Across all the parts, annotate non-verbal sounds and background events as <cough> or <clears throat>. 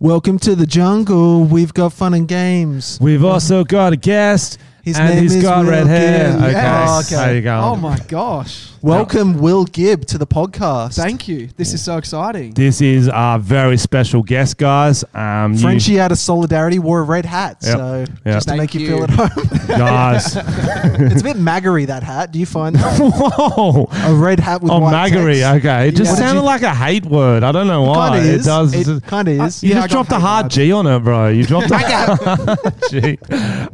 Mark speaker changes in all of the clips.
Speaker 1: Welcome to the jungle. We've got fun and games.
Speaker 2: We've also got a guest,
Speaker 1: His
Speaker 2: and
Speaker 1: name
Speaker 2: he's
Speaker 1: is
Speaker 2: got
Speaker 1: Will
Speaker 2: red hair.
Speaker 1: Gibb.
Speaker 2: Okay,
Speaker 1: Yes.
Speaker 2: there you go.
Speaker 3: Oh my gosh.
Speaker 1: Welcome, Will Gibb, to the podcast.
Speaker 3: Thank you. This is so exciting.
Speaker 2: This is our very special guest, guys. Um, you-
Speaker 1: Frenchie out of solidarity wore a red hat,
Speaker 2: Yep.
Speaker 1: so
Speaker 2: Yep.
Speaker 1: just to
Speaker 3: Thank
Speaker 1: make you,
Speaker 3: you.
Speaker 1: feel at home.
Speaker 2: guys.
Speaker 1: it's a bit maggery that hat. Do you find that?
Speaker 2: <laughs> Whoa.
Speaker 1: a red hat with
Speaker 2: Oh,
Speaker 1: white
Speaker 2: maggery.
Speaker 1: text?
Speaker 2: Okay, it just
Speaker 3: Yeah. What did
Speaker 2: sounded
Speaker 1: you-
Speaker 2: like a hate word. I don't know why.
Speaker 1: Kinda is.
Speaker 2: does.
Speaker 1: It kinda is.
Speaker 2: You
Speaker 3: Yeah, I
Speaker 2: just
Speaker 3: got
Speaker 2: dropped a
Speaker 3: hate
Speaker 2: hard
Speaker 3: vibes.
Speaker 2: G on it, bro. You dropped a hard G.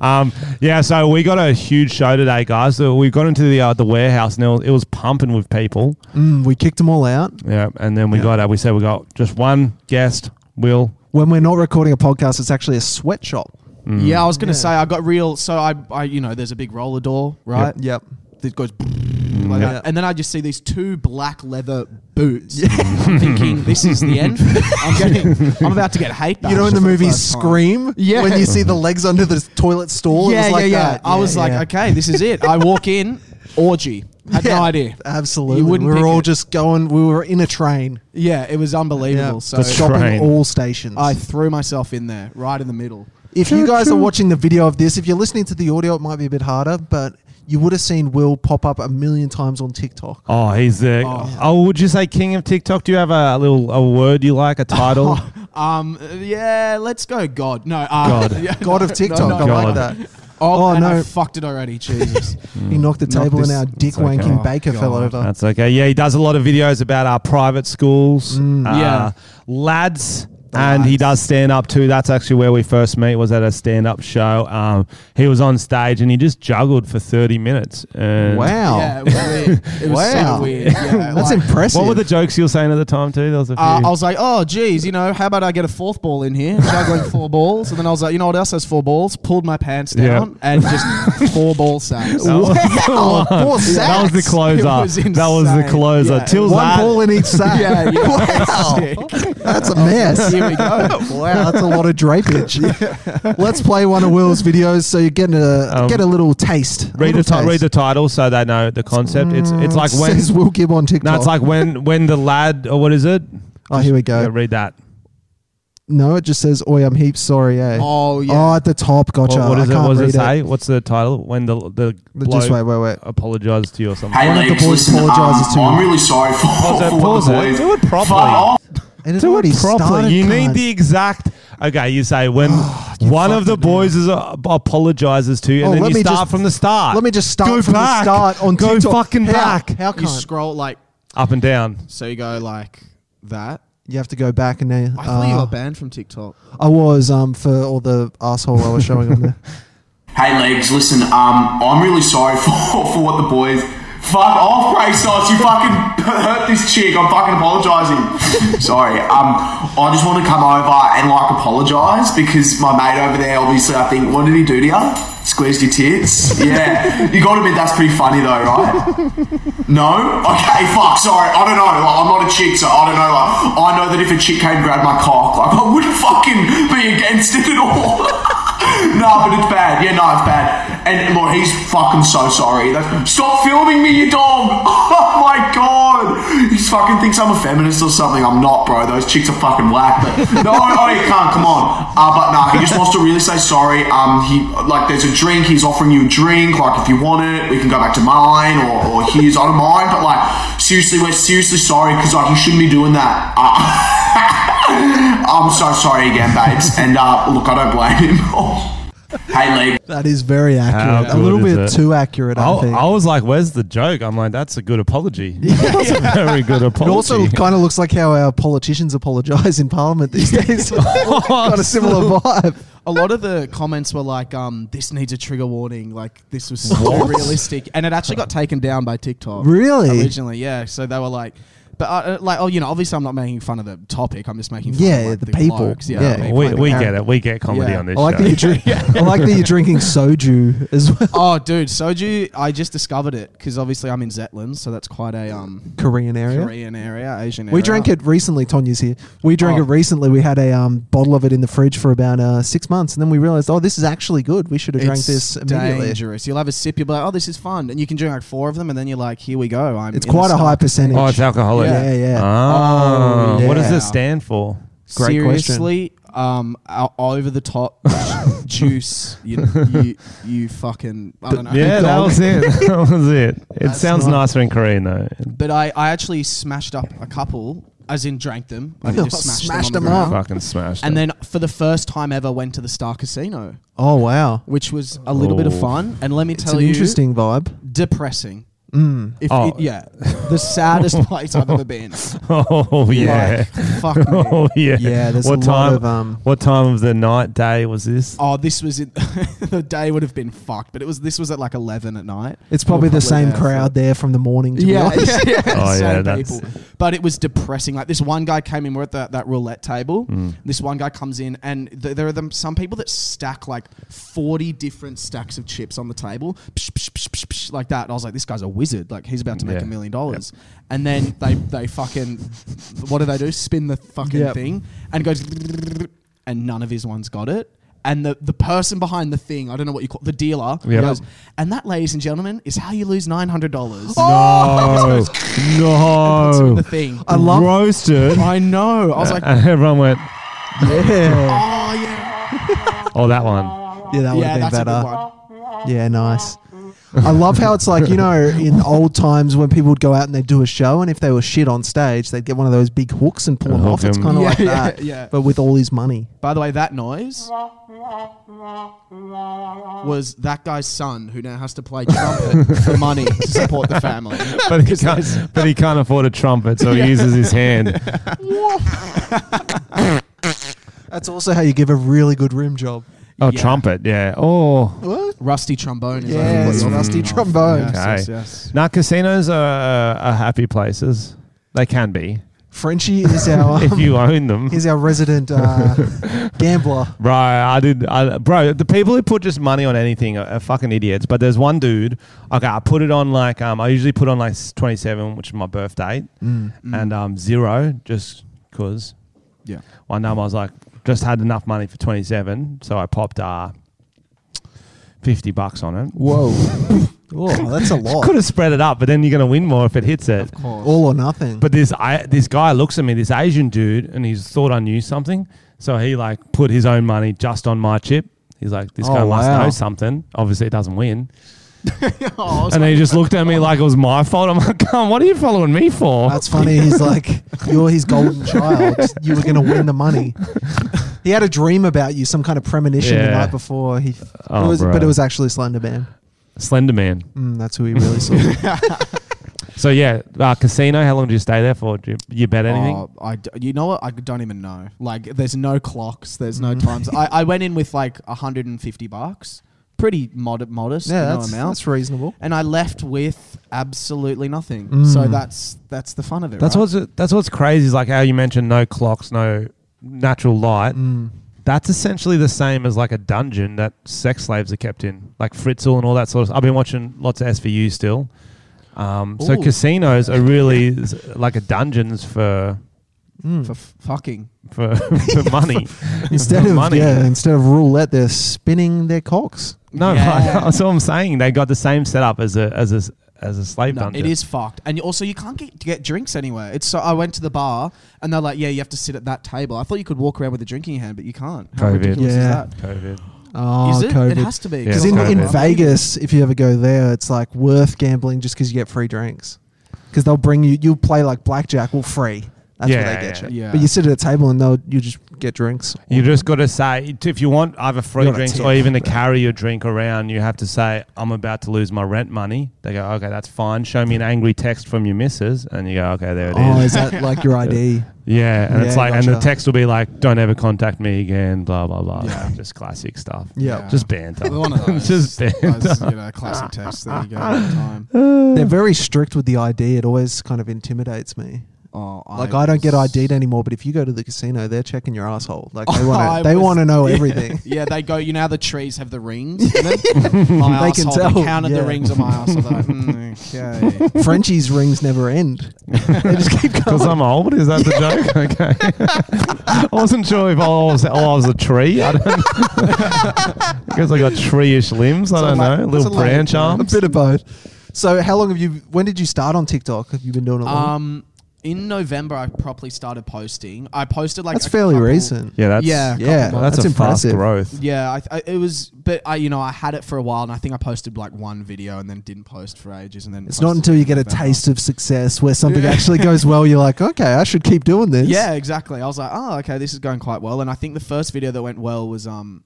Speaker 2: Um, yeah, so we got a huge show today, guys. So we got into the uh, the warehouse and it was, it was pumping with people.
Speaker 1: <laughs> Mm, we kicked them all out.
Speaker 2: Yeah, and then we got uh, we said we got just one guest, Will.
Speaker 1: When we're not recording a podcast, it's actually a sweatshop.
Speaker 3: Yeah, I was gonna say I got real. So I, I, you know, there's a big roller door, right?
Speaker 1: Yep. Mm.
Speaker 3: That goes <laughs> like
Speaker 1: Yeah.
Speaker 3: that, and then I just see these two black leather boots. I'm thinking this is the
Speaker 1: <laughs>
Speaker 3: end. I'm getting, I'm about to get hate.
Speaker 1: You know in
Speaker 3: bashed
Speaker 1: the
Speaker 3: for
Speaker 1: movie
Speaker 3: first time.
Speaker 1: Scream?
Speaker 3: Yeah.
Speaker 1: When you see the legs under the toilet stall?
Speaker 3: Yeah,
Speaker 1: it was like
Speaker 3: yeah, yeah.
Speaker 1: that.
Speaker 3: I was like,
Speaker 1: yeah.
Speaker 3: okay, this is it. I
Speaker 1: <laughs>
Speaker 3: walk in, orgy. Had
Speaker 1: Yeah,
Speaker 3: no idea.
Speaker 1: Absolutely.
Speaker 3: You wouldn't
Speaker 1: we were
Speaker 3: pick
Speaker 1: all
Speaker 3: it.
Speaker 1: just going, we were in a train.
Speaker 3: Yeah, it was unbelievable. So
Speaker 1: the shopping
Speaker 2: train.
Speaker 1: all stations.
Speaker 3: I threw myself in there, right in the middle.
Speaker 1: if you guys are watching the video of this, if you're listening to the audio, it might be a bit harder, but you would have seen Will pop up a million times on
Speaker 3: <laughs>
Speaker 1: TikTok.
Speaker 2: Oh, he's the. Oh.
Speaker 3: Oh.
Speaker 2: would you say king of TikTok? Do you have a, little a word you like, a title?
Speaker 3: Um, yeah, let's go, God. No, uh,
Speaker 2: God.
Speaker 3: <laughs> yeah.
Speaker 1: God of TikTok,
Speaker 3: no,
Speaker 1: I
Speaker 2: God.
Speaker 1: like that.
Speaker 3: Oh,
Speaker 1: Oh,
Speaker 3: and I
Speaker 1: no.
Speaker 3: fucked it already.
Speaker 1: <laughs>
Speaker 3: Jesus.
Speaker 1: He knocked the
Speaker 3: Knock
Speaker 1: table
Speaker 3: this-
Speaker 1: and our dick
Speaker 2: It's okay.
Speaker 1: wanking
Speaker 3: Oh,
Speaker 1: baker fell
Speaker 3: God.
Speaker 1: over.
Speaker 2: That's okay. Yeah, he does a lot of videos about our private schools, uh,
Speaker 3: Yeah.
Speaker 2: lads, and he does stand up too. That's actually where we first meet. Was at a stand up show. Um, he was on stage and he just juggled for thirty minutes. And
Speaker 1: Wow.
Speaker 3: Yeah, it was weird. It was
Speaker 1: Oh. Wow. <laughs>
Speaker 3: super weird. Yeah,
Speaker 1: That's
Speaker 3: like-
Speaker 1: impressive.
Speaker 2: What were the jokes you were saying at the time too? There was a few.
Speaker 3: Uh, I was like, oh, geez, you know, how about I get a fourth ball in here? Juggling four balls. And then I was like, you know what else has four balls? Pulled my pants
Speaker 2: Yeah.
Speaker 3: down
Speaker 1: <laughs>
Speaker 3: and just four ball sacks. <laughs>
Speaker 2: That was-
Speaker 1: Wow, Oh, four
Speaker 2: that was the
Speaker 1: sacks.
Speaker 2: closer.
Speaker 3: It was
Speaker 2: that was the
Speaker 3: insane.
Speaker 2: closer.
Speaker 3: Yeah.
Speaker 2: Till
Speaker 1: One
Speaker 2: that,
Speaker 1: ball in each sack.
Speaker 3: <laughs> Yeah, yeah.
Speaker 1: <laughs> Wow. That's a mess.
Speaker 3: <laughs> Here we go.
Speaker 1: <laughs> wow, that's a lot of drapage. <laughs>
Speaker 2: <laughs>
Speaker 1: Let's play one of Will's videos so you get a
Speaker 2: Um,
Speaker 1: get a little taste.
Speaker 2: <laughs> Read the, ti- read the title so they know the concept. It's it's like when
Speaker 1: Mm. <laughs> says Will Gibb on TikTok.
Speaker 2: no, it's like when when the lad or what is it?
Speaker 1: oh, here we
Speaker 2: Yeah,
Speaker 1: go.
Speaker 2: read that.
Speaker 1: No, it just says, "Oi, I'm heaps sorry." Eh?
Speaker 3: Oh, yeah.
Speaker 1: Oh, at the top, gotcha.
Speaker 2: What, what is
Speaker 1: I
Speaker 2: it?
Speaker 1: can't
Speaker 2: What does
Speaker 1: read
Speaker 2: it say? What's the title? When the the
Speaker 1: But Just wait,
Speaker 2: bloke
Speaker 1: wait, wait.
Speaker 2: apologized to you or something?
Speaker 4: Hey,
Speaker 1: One of the
Speaker 4: Leeds,
Speaker 1: boys
Speaker 4: listen,
Speaker 1: apologises
Speaker 4: um,
Speaker 1: to you.
Speaker 4: I'm really sorry for
Speaker 2: Pause it,
Speaker 4: for
Speaker 2: pause
Speaker 4: the
Speaker 2: it.
Speaker 4: boys.
Speaker 2: Do it properly.
Speaker 4: Fuck off.
Speaker 1: And it's
Speaker 2: Do
Speaker 1: already
Speaker 2: it properly.
Speaker 1: started,
Speaker 2: You need
Speaker 1: cunt.
Speaker 2: the exact. Okay, you
Speaker 1: <sighs>
Speaker 2: say when one
Speaker 1: fucked
Speaker 2: of the
Speaker 1: it now.
Speaker 2: boys is, uh, apologizes to you, and
Speaker 1: Oh,
Speaker 2: then
Speaker 1: let
Speaker 2: you
Speaker 1: me
Speaker 2: start
Speaker 1: just-
Speaker 2: from the start.
Speaker 1: Let me just start
Speaker 2: Go
Speaker 1: from the
Speaker 2: back.
Speaker 1: start on
Speaker 2: Go
Speaker 1: TikTok.
Speaker 2: fucking
Speaker 1: How?
Speaker 2: back.
Speaker 1: How
Speaker 3: You
Speaker 1: can you,
Speaker 3: scroll like,
Speaker 2: Up and down.
Speaker 3: so you go like that.
Speaker 1: have to go back and then?
Speaker 3: I thought you
Speaker 1: uh,
Speaker 3: got banned from TikTok.
Speaker 1: I was um for all the asshole I was showing
Speaker 2: <laughs>
Speaker 1: on there.
Speaker 4: Hey, Legs, listen, um, I'm really sorry <laughs> for, for what the boys. Fuck off, Grey Sauce. You fucking hurt this chick. I'm fucking apologising. <laughs> sorry. Um, I just want to come over and, like, apologise because my mate over there, obviously, I think, what did he do to you? Squeezed your tits? Yeah. you gotta admit, that's pretty funny, though, right? No? Okay, fuck, sorry. I don't know. Like, I'm not a chick, so I don't know. Like, I know that if a chick came and grabbed my cock, like, I wouldn't fucking be against it at all. <laughs> nah, but it's bad. Yeah, no, it's bad. And, Lord, he's fucking so sorry. That's, Stop filming me, you dog! <laughs> Oh my god! He fucking thinks I'm a feminist or something. I'm not, bro. Those chicks are fucking whack. But, no, no, he can't. Come on. Uh, but nah, he just wants to really say sorry. Um, he like there's a drink. He's offering you a drink. Like if you want it, we can go back to mine or, or his. I don't mind. But like seriously, we're seriously sorry because like you shouldn't be doing that. Uh, <laughs> I'm so sorry again, babes. And uh, look, I don't blame him. <laughs> hey, Lee.
Speaker 1: That is very accurate.
Speaker 2: How
Speaker 1: a little
Speaker 2: good is
Speaker 1: bit
Speaker 2: it?
Speaker 1: too accurate, I,
Speaker 2: I,
Speaker 1: think.
Speaker 2: I was like, "Where's the joke?" I'm like, "That's a good
Speaker 1: <laughs>
Speaker 2: apology. That's a <laughs> very good
Speaker 1: it
Speaker 2: apology."
Speaker 1: also <laughs> kind of looks like how our politicians apologise in Parliament these days. <laughs> got
Speaker 2: <laughs>
Speaker 1: a similar vibe.
Speaker 3: A lot of the comments were like, um, this needs a trigger warning. Like, this was so realistic. And it actually got taken down by TikTok.
Speaker 1: Really?
Speaker 3: Originally, yeah. So they were like, but uh, uh, like, oh, you know, obviously I'm not making fun of the topic. I'm just making fun
Speaker 1: Yeah,
Speaker 3: of like,
Speaker 1: the people.
Speaker 3: blokes.
Speaker 1: Yeah.
Speaker 3: the
Speaker 1: Oh,
Speaker 3: people.
Speaker 2: we
Speaker 1: like
Speaker 2: we
Speaker 1: apparent.
Speaker 2: get it. We get comedy
Speaker 3: Yeah.
Speaker 2: on
Speaker 1: I
Speaker 2: this
Speaker 1: like
Speaker 2: show.
Speaker 1: that you
Speaker 2: <laughs>
Speaker 1: drink. I like that you're drinking soju as well. <laughs>
Speaker 3: Oh, dude, soju. I just discovered it because obviously I'm in Zetland, so that's quite a um
Speaker 1: Korean area.
Speaker 3: Korean area, Asian area.
Speaker 1: We drank it recently. Tonya's here. We drank
Speaker 3: Oh.
Speaker 1: it recently. We had a um, bottle of it in the fridge for about uh, six months, and then we realized, oh, this is actually good. We should have drank
Speaker 3: It's
Speaker 1: this immediately.
Speaker 3: dangerous. You'll have a sip. You'll be like, "Oh, this is fun," and you can drink like four of them, and then you're like, "Here we go." I'm
Speaker 1: It's
Speaker 3: in the
Speaker 1: quite a high
Speaker 3: stark.
Speaker 1: percentage.
Speaker 2: Oh, it's alcoholic.
Speaker 1: Yeah, yeah.
Speaker 2: Ah,
Speaker 1: Oh,
Speaker 2: What does
Speaker 1: yeah.
Speaker 2: this stand for?
Speaker 1: Great question.
Speaker 3: seriously, um, o- over
Speaker 1: <laughs>
Speaker 3: the top juice. You, you, you fucking. I don't know.
Speaker 2: Yeah, that was it. <laughs> That was it. It
Speaker 1: That's
Speaker 2: sounds
Speaker 1: not-
Speaker 2: nicer in Korean though.
Speaker 3: But I, I actually smashed up a couple, as in drank them.
Speaker 1: <laughs>
Speaker 3: I
Speaker 1: Oh,
Speaker 3: didn't just smash
Speaker 1: smashed
Speaker 3: them,
Speaker 1: them
Speaker 3: on the
Speaker 1: up.
Speaker 3: ground.
Speaker 2: Fucking smashed. it.
Speaker 3: And then for the first time ever, went to the Star Casino,
Speaker 1: Oh wow,
Speaker 3: which was a little bit of
Speaker 2: Oh.
Speaker 3: fun. And let me
Speaker 1: it's
Speaker 3: tell
Speaker 1: an
Speaker 3: you,
Speaker 1: interesting vibe. Mm.
Speaker 3: depressing.
Speaker 2: <laughs>
Speaker 3: If
Speaker 2: Oh.
Speaker 3: it- yeah, the saddest <laughs> place I've
Speaker 1: <laughs>
Speaker 3: ever been.
Speaker 2: <laughs> oh yeah.
Speaker 3: Like, fuck me.
Speaker 2: <laughs> Oh yeah.
Speaker 1: Yeah, there's
Speaker 2: what
Speaker 1: a lot
Speaker 2: time?
Speaker 1: of, um,
Speaker 2: what time of the night day was this?
Speaker 3: Oh, this was in, <laughs> the day would have been fucked, but it was this was at like eleven at night.
Speaker 1: It's probably,
Speaker 3: We were
Speaker 1: the same
Speaker 3: there for-
Speaker 1: crowd there from the morning. To
Speaker 3: Yeah,
Speaker 1: be honest.
Speaker 3: yeah, <laughs> yeah,
Speaker 2: Oh,
Speaker 3: same
Speaker 2: yeah, that's-
Speaker 3: people. But it was depressing. Like this one guy came in. We're at that that roulette table. This one guy comes in, and th- there are them, some people that stack like forty different stacks of chips on the table, psh, psh, psh, psh, psh, like that. And I was like, this guy's a wizard. Like he's about to make
Speaker 2: Yeah.
Speaker 3: a million dollars. And then they they fucking what do they do? Spin the fucking
Speaker 1: Yep.
Speaker 3: thing and goes, and none of his ones got it. And the, the person behind the thing, I don't know what you call the dealer,
Speaker 2: Yep.
Speaker 3: goes, and that, ladies and gentlemen, is how you lose nine hundred dollars.
Speaker 2: Oh, No,
Speaker 1: Oh.
Speaker 3: <laughs>
Speaker 2: no.
Speaker 3: the thing.
Speaker 1: I love-
Speaker 2: roasted.
Speaker 3: I know. I
Speaker 1: <laughs>
Speaker 3: was like,
Speaker 2: and <laughs> everyone went,
Speaker 1: yeah,
Speaker 3: oh yeah,
Speaker 2: oh, that one.
Speaker 1: yeah, that would
Speaker 3: yeah,
Speaker 1: have
Speaker 3: that's
Speaker 1: been
Speaker 3: a good
Speaker 1: better.
Speaker 3: one.
Speaker 1: Yeah,
Speaker 3: <laughs>
Speaker 1: nice. I love how it's like, you know, in old times when people would go out and they'd do a show, and if they were shit on stage, they'd get one of those big hooks and pull
Speaker 2: And
Speaker 1: them
Speaker 2: hook
Speaker 1: off. It's
Speaker 2: him.
Speaker 1: kind of
Speaker 3: Yeah,
Speaker 1: like
Speaker 3: yeah,
Speaker 1: that,
Speaker 3: yeah.
Speaker 1: but with all his money.
Speaker 3: By the way, that noise was that guy's son who now has to play trumpet for money to support
Speaker 1: <laughs>
Speaker 3: the family.
Speaker 2: But he, can't, but he can't afford a trumpet, so he uses his hand.
Speaker 1: That's also how you give a really good rim job.
Speaker 2: Oh,
Speaker 3: Yeah.
Speaker 2: trumpet, yeah. Oh,
Speaker 3: Rusty trombone. Is
Speaker 1: Yes,
Speaker 3: like-
Speaker 1: rusty trombone.
Speaker 3: Oh, Yes,
Speaker 2: okay.
Speaker 3: yes, yes.
Speaker 2: Now, casinos are, uh, are happy places. They can be
Speaker 1: Frenchie is our <laughs>
Speaker 2: if you own them.
Speaker 1: is our resident uh, gambler.
Speaker 2: Bro, I did. I, bro, the people who put just money on anything are, are fucking idiots. But there's one dude. Okay, I put it on like um, I usually put on like 27, which is my birth date, and um, zero just cause.
Speaker 1: <laughs>
Speaker 3: Yeah.
Speaker 2: One time I was like, just had enough money for 27, so I popped uh, 50 bucks on it.
Speaker 1: Whoa, oh, that's a lot.
Speaker 2: Could have spread it up, but then you're gonna win more if it hits it.
Speaker 1: All or nothing.
Speaker 2: But this I, this guy looks at me, this Asian dude, and he's thought I knew something. So he like put his own money just on my chip. He's like, this guy
Speaker 1: Oh,
Speaker 2: must
Speaker 1: wow.
Speaker 2: know something. Obviously, it doesn't win.
Speaker 3: Oh, I was
Speaker 2: And he just looked at me like it was my fault. I'm like, come, what are you following me for?
Speaker 1: That's funny. He's like, you're his golden child. You were going to win the money. He had a dream about you, some kind of premonition the
Speaker 2: Yeah.
Speaker 1: night before. He,
Speaker 2: Oh,
Speaker 1: it was,
Speaker 2: bro.
Speaker 1: but it was actually Slender Man.
Speaker 2: Slender Man.
Speaker 1: Mm, that's who he really saw.
Speaker 2: So yeah, uh, casino. How long do you stay there for? Do you, you bet anything?
Speaker 3: Oh, I d- you know what? I don't even know. Like, there's no clocks. There's no
Speaker 1: Mm-hmm.
Speaker 3: times. I, I went in with like 150 bucks, pretty mod- modest you know,
Speaker 1: yeah, that's,
Speaker 3: amount,
Speaker 1: that's reasonable.
Speaker 3: and I left with absolutely nothing.
Speaker 1: Mm.
Speaker 3: So that's that's the fun of it.
Speaker 2: That's
Speaker 3: right?
Speaker 2: what's that's what's crazy is like how you mentioned no clocks, no natural light.
Speaker 1: Mm,
Speaker 2: That's essentially the same as like a dungeon that sex slaves are kept in, like Fritzl and all that sort of. I've been watching lots of SVU still. Um, so
Speaker 3: Ooh.
Speaker 2: casinos
Speaker 3: <laughs>
Speaker 2: are really s- like a dungeons for
Speaker 1: mm.
Speaker 3: for f- fucking.
Speaker 2: for, <laughs> for
Speaker 3: <laughs>
Speaker 2: money
Speaker 1: Instead
Speaker 2: For
Speaker 1: of yeah, instead of roulette, they're spinning their cocks. <laughs>
Speaker 2: No,
Speaker 3: Yeah.
Speaker 2: like, that's what I'm saying. They got the same setup as a as a s- as a slave
Speaker 3: No,
Speaker 2: dungeon.
Speaker 3: it is fucked, and also you can't get get drinks anywhere. It's so I went to the bar, and they're like, "Yeah, you have to sit at that table." I thought you could walk around with a drink in your hand, but you can't. How
Speaker 2: COVID.
Speaker 3: ridiculous
Speaker 1: Yeah.
Speaker 3: is that?
Speaker 2: COVID.
Speaker 1: Oh,
Speaker 3: Is it?
Speaker 1: COVID.
Speaker 3: It has to be
Speaker 2: Yeah,
Speaker 1: because
Speaker 2: it's
Speaker 1: in, in
Speaker 2: COVID.
Speaker 1: Vegas, if you ever go there, it's like worth gambling just because you get free drinks. Because they'll bring you, you'll play like blackjack, well, free. That's where
Speaker 2: Yeah,
Speaker 1: they get
Speaker 2: yeah,
Speaker 1: you.
Speaker 3: yeah.
Speaker 1: But you sit at a table and they'll you just get drinks.
Speaker 2: You just got to say t- if you want either free
Speaker 1: You got a
Speaker 2: drinks
Speaker 1: tip.
Speaker 2: or even to carry your drink around. You have to say, "I'm about to lose my rent money." They go, "Okay, that's fine." Show me an angry text from your missus, and you go, "Okay, there it is."
Speaker 1: Oh, is that like
Speaker 2: <laughs>
Speaker 1: your ID?
Speaker 2: yeah, and it's
Speaker 1: Yeah,
Speaker 2: like, and the
Speaker 1: gotcha.
Speaker 2: text will be like, "Don't ever contact me again." Blah blah blah.
Speaker 3: Yeah.
Speaker 2: just classic stuff.
Speaker 1: Yeah.
Speaker 2: just banter.
Speaker 1: <laughs>
Speaker 2: <laughs>
Speaker 3: One of those,
Speaker 2: just banter.
Speaker 3: those, you know, classic tests. There you go. all the
Speaker 1: <laughs>
Speaker 3: Time.
Speaker 1: They're very strict with the ID. It always kind of intimidates me.
Speaker 3: Oh,
Speaker 1: Like I don't get ID'd anymore, but if you go to the casino, they're checking your asshole. Like
Speaker 2: <laughs>
Speaker 1: they
Speaker 3: I
Speaker 1: want to, they
Speaker 3: was-
Speaker 1: want to know everything.
Speaker 3: Yeah, they go. You know, how the trees have the
Speaker 1: <laughs>
Speaker 3: rings. in them? my
Speaker 1: They can
Speaker 3: asshole. They
Speaker 1: tell,
Speaker 3: counted the
Speaker 1: yeah.
Speaker 3: rings on my asshole. They're Like, "Mm,
Speaker 1: <laughs>
Speaker 3: okay.
Speaker 1: Frenchie's rings never
Speaker 2: <laughs>
Speaker 1: end. They just keep
Speaker 2: Because
Speaker 1: going.
Speaker 2: I'm old, is that the joke? <laughs> Okay. <laughs> I wasn't sure if I was, oh, I was a tree. I don't Because <laughs> I got tree-ish limbs. I
Speaker 3: It's a
Speaker 2: don't
Speaker 3: la-
Speaker 2: know.
Speaker 3: it's
Speaker 2: Little
Speaker 3: a la-
Speaker 2: branch
Speaker 1: A
Speaker 2: arms.
Speaker 1: bit of both. So how long have you? When did you start on TikTok? Have you been doing it? Long?
Speaker 3: Um, in November, I properly started posting. I posted like
Speaker 1: That's
Speaker 3: a
Speaker 1: fairly
Speaker 3: couple-
Speaker 1: recent.
Speaker 2: Yeah, that's
Speaker 3: Yeah, a couple
Speaker 1: Yeah,
Speaker 2: that's,
Speaker 1: months.
Speaker 2: a
Speaker 1: that's impressive.
Speaker 2: fast growth.
Speaker 3: Yeah, I, I, it was, but I, you know, I had it for a while, and I think I posted like one video, and then didn't post for ages, and then
Speaker 1: It's not until you get a taste of success where something
Speaker 3: Yeah.
Speaker 1: actually goes well, you're like, okay, I should keep doing this. <laughs>
Speaker 3: Yeah, exactly. I was like, oh, okay, this is going quite well, and I think the first video that went well was um,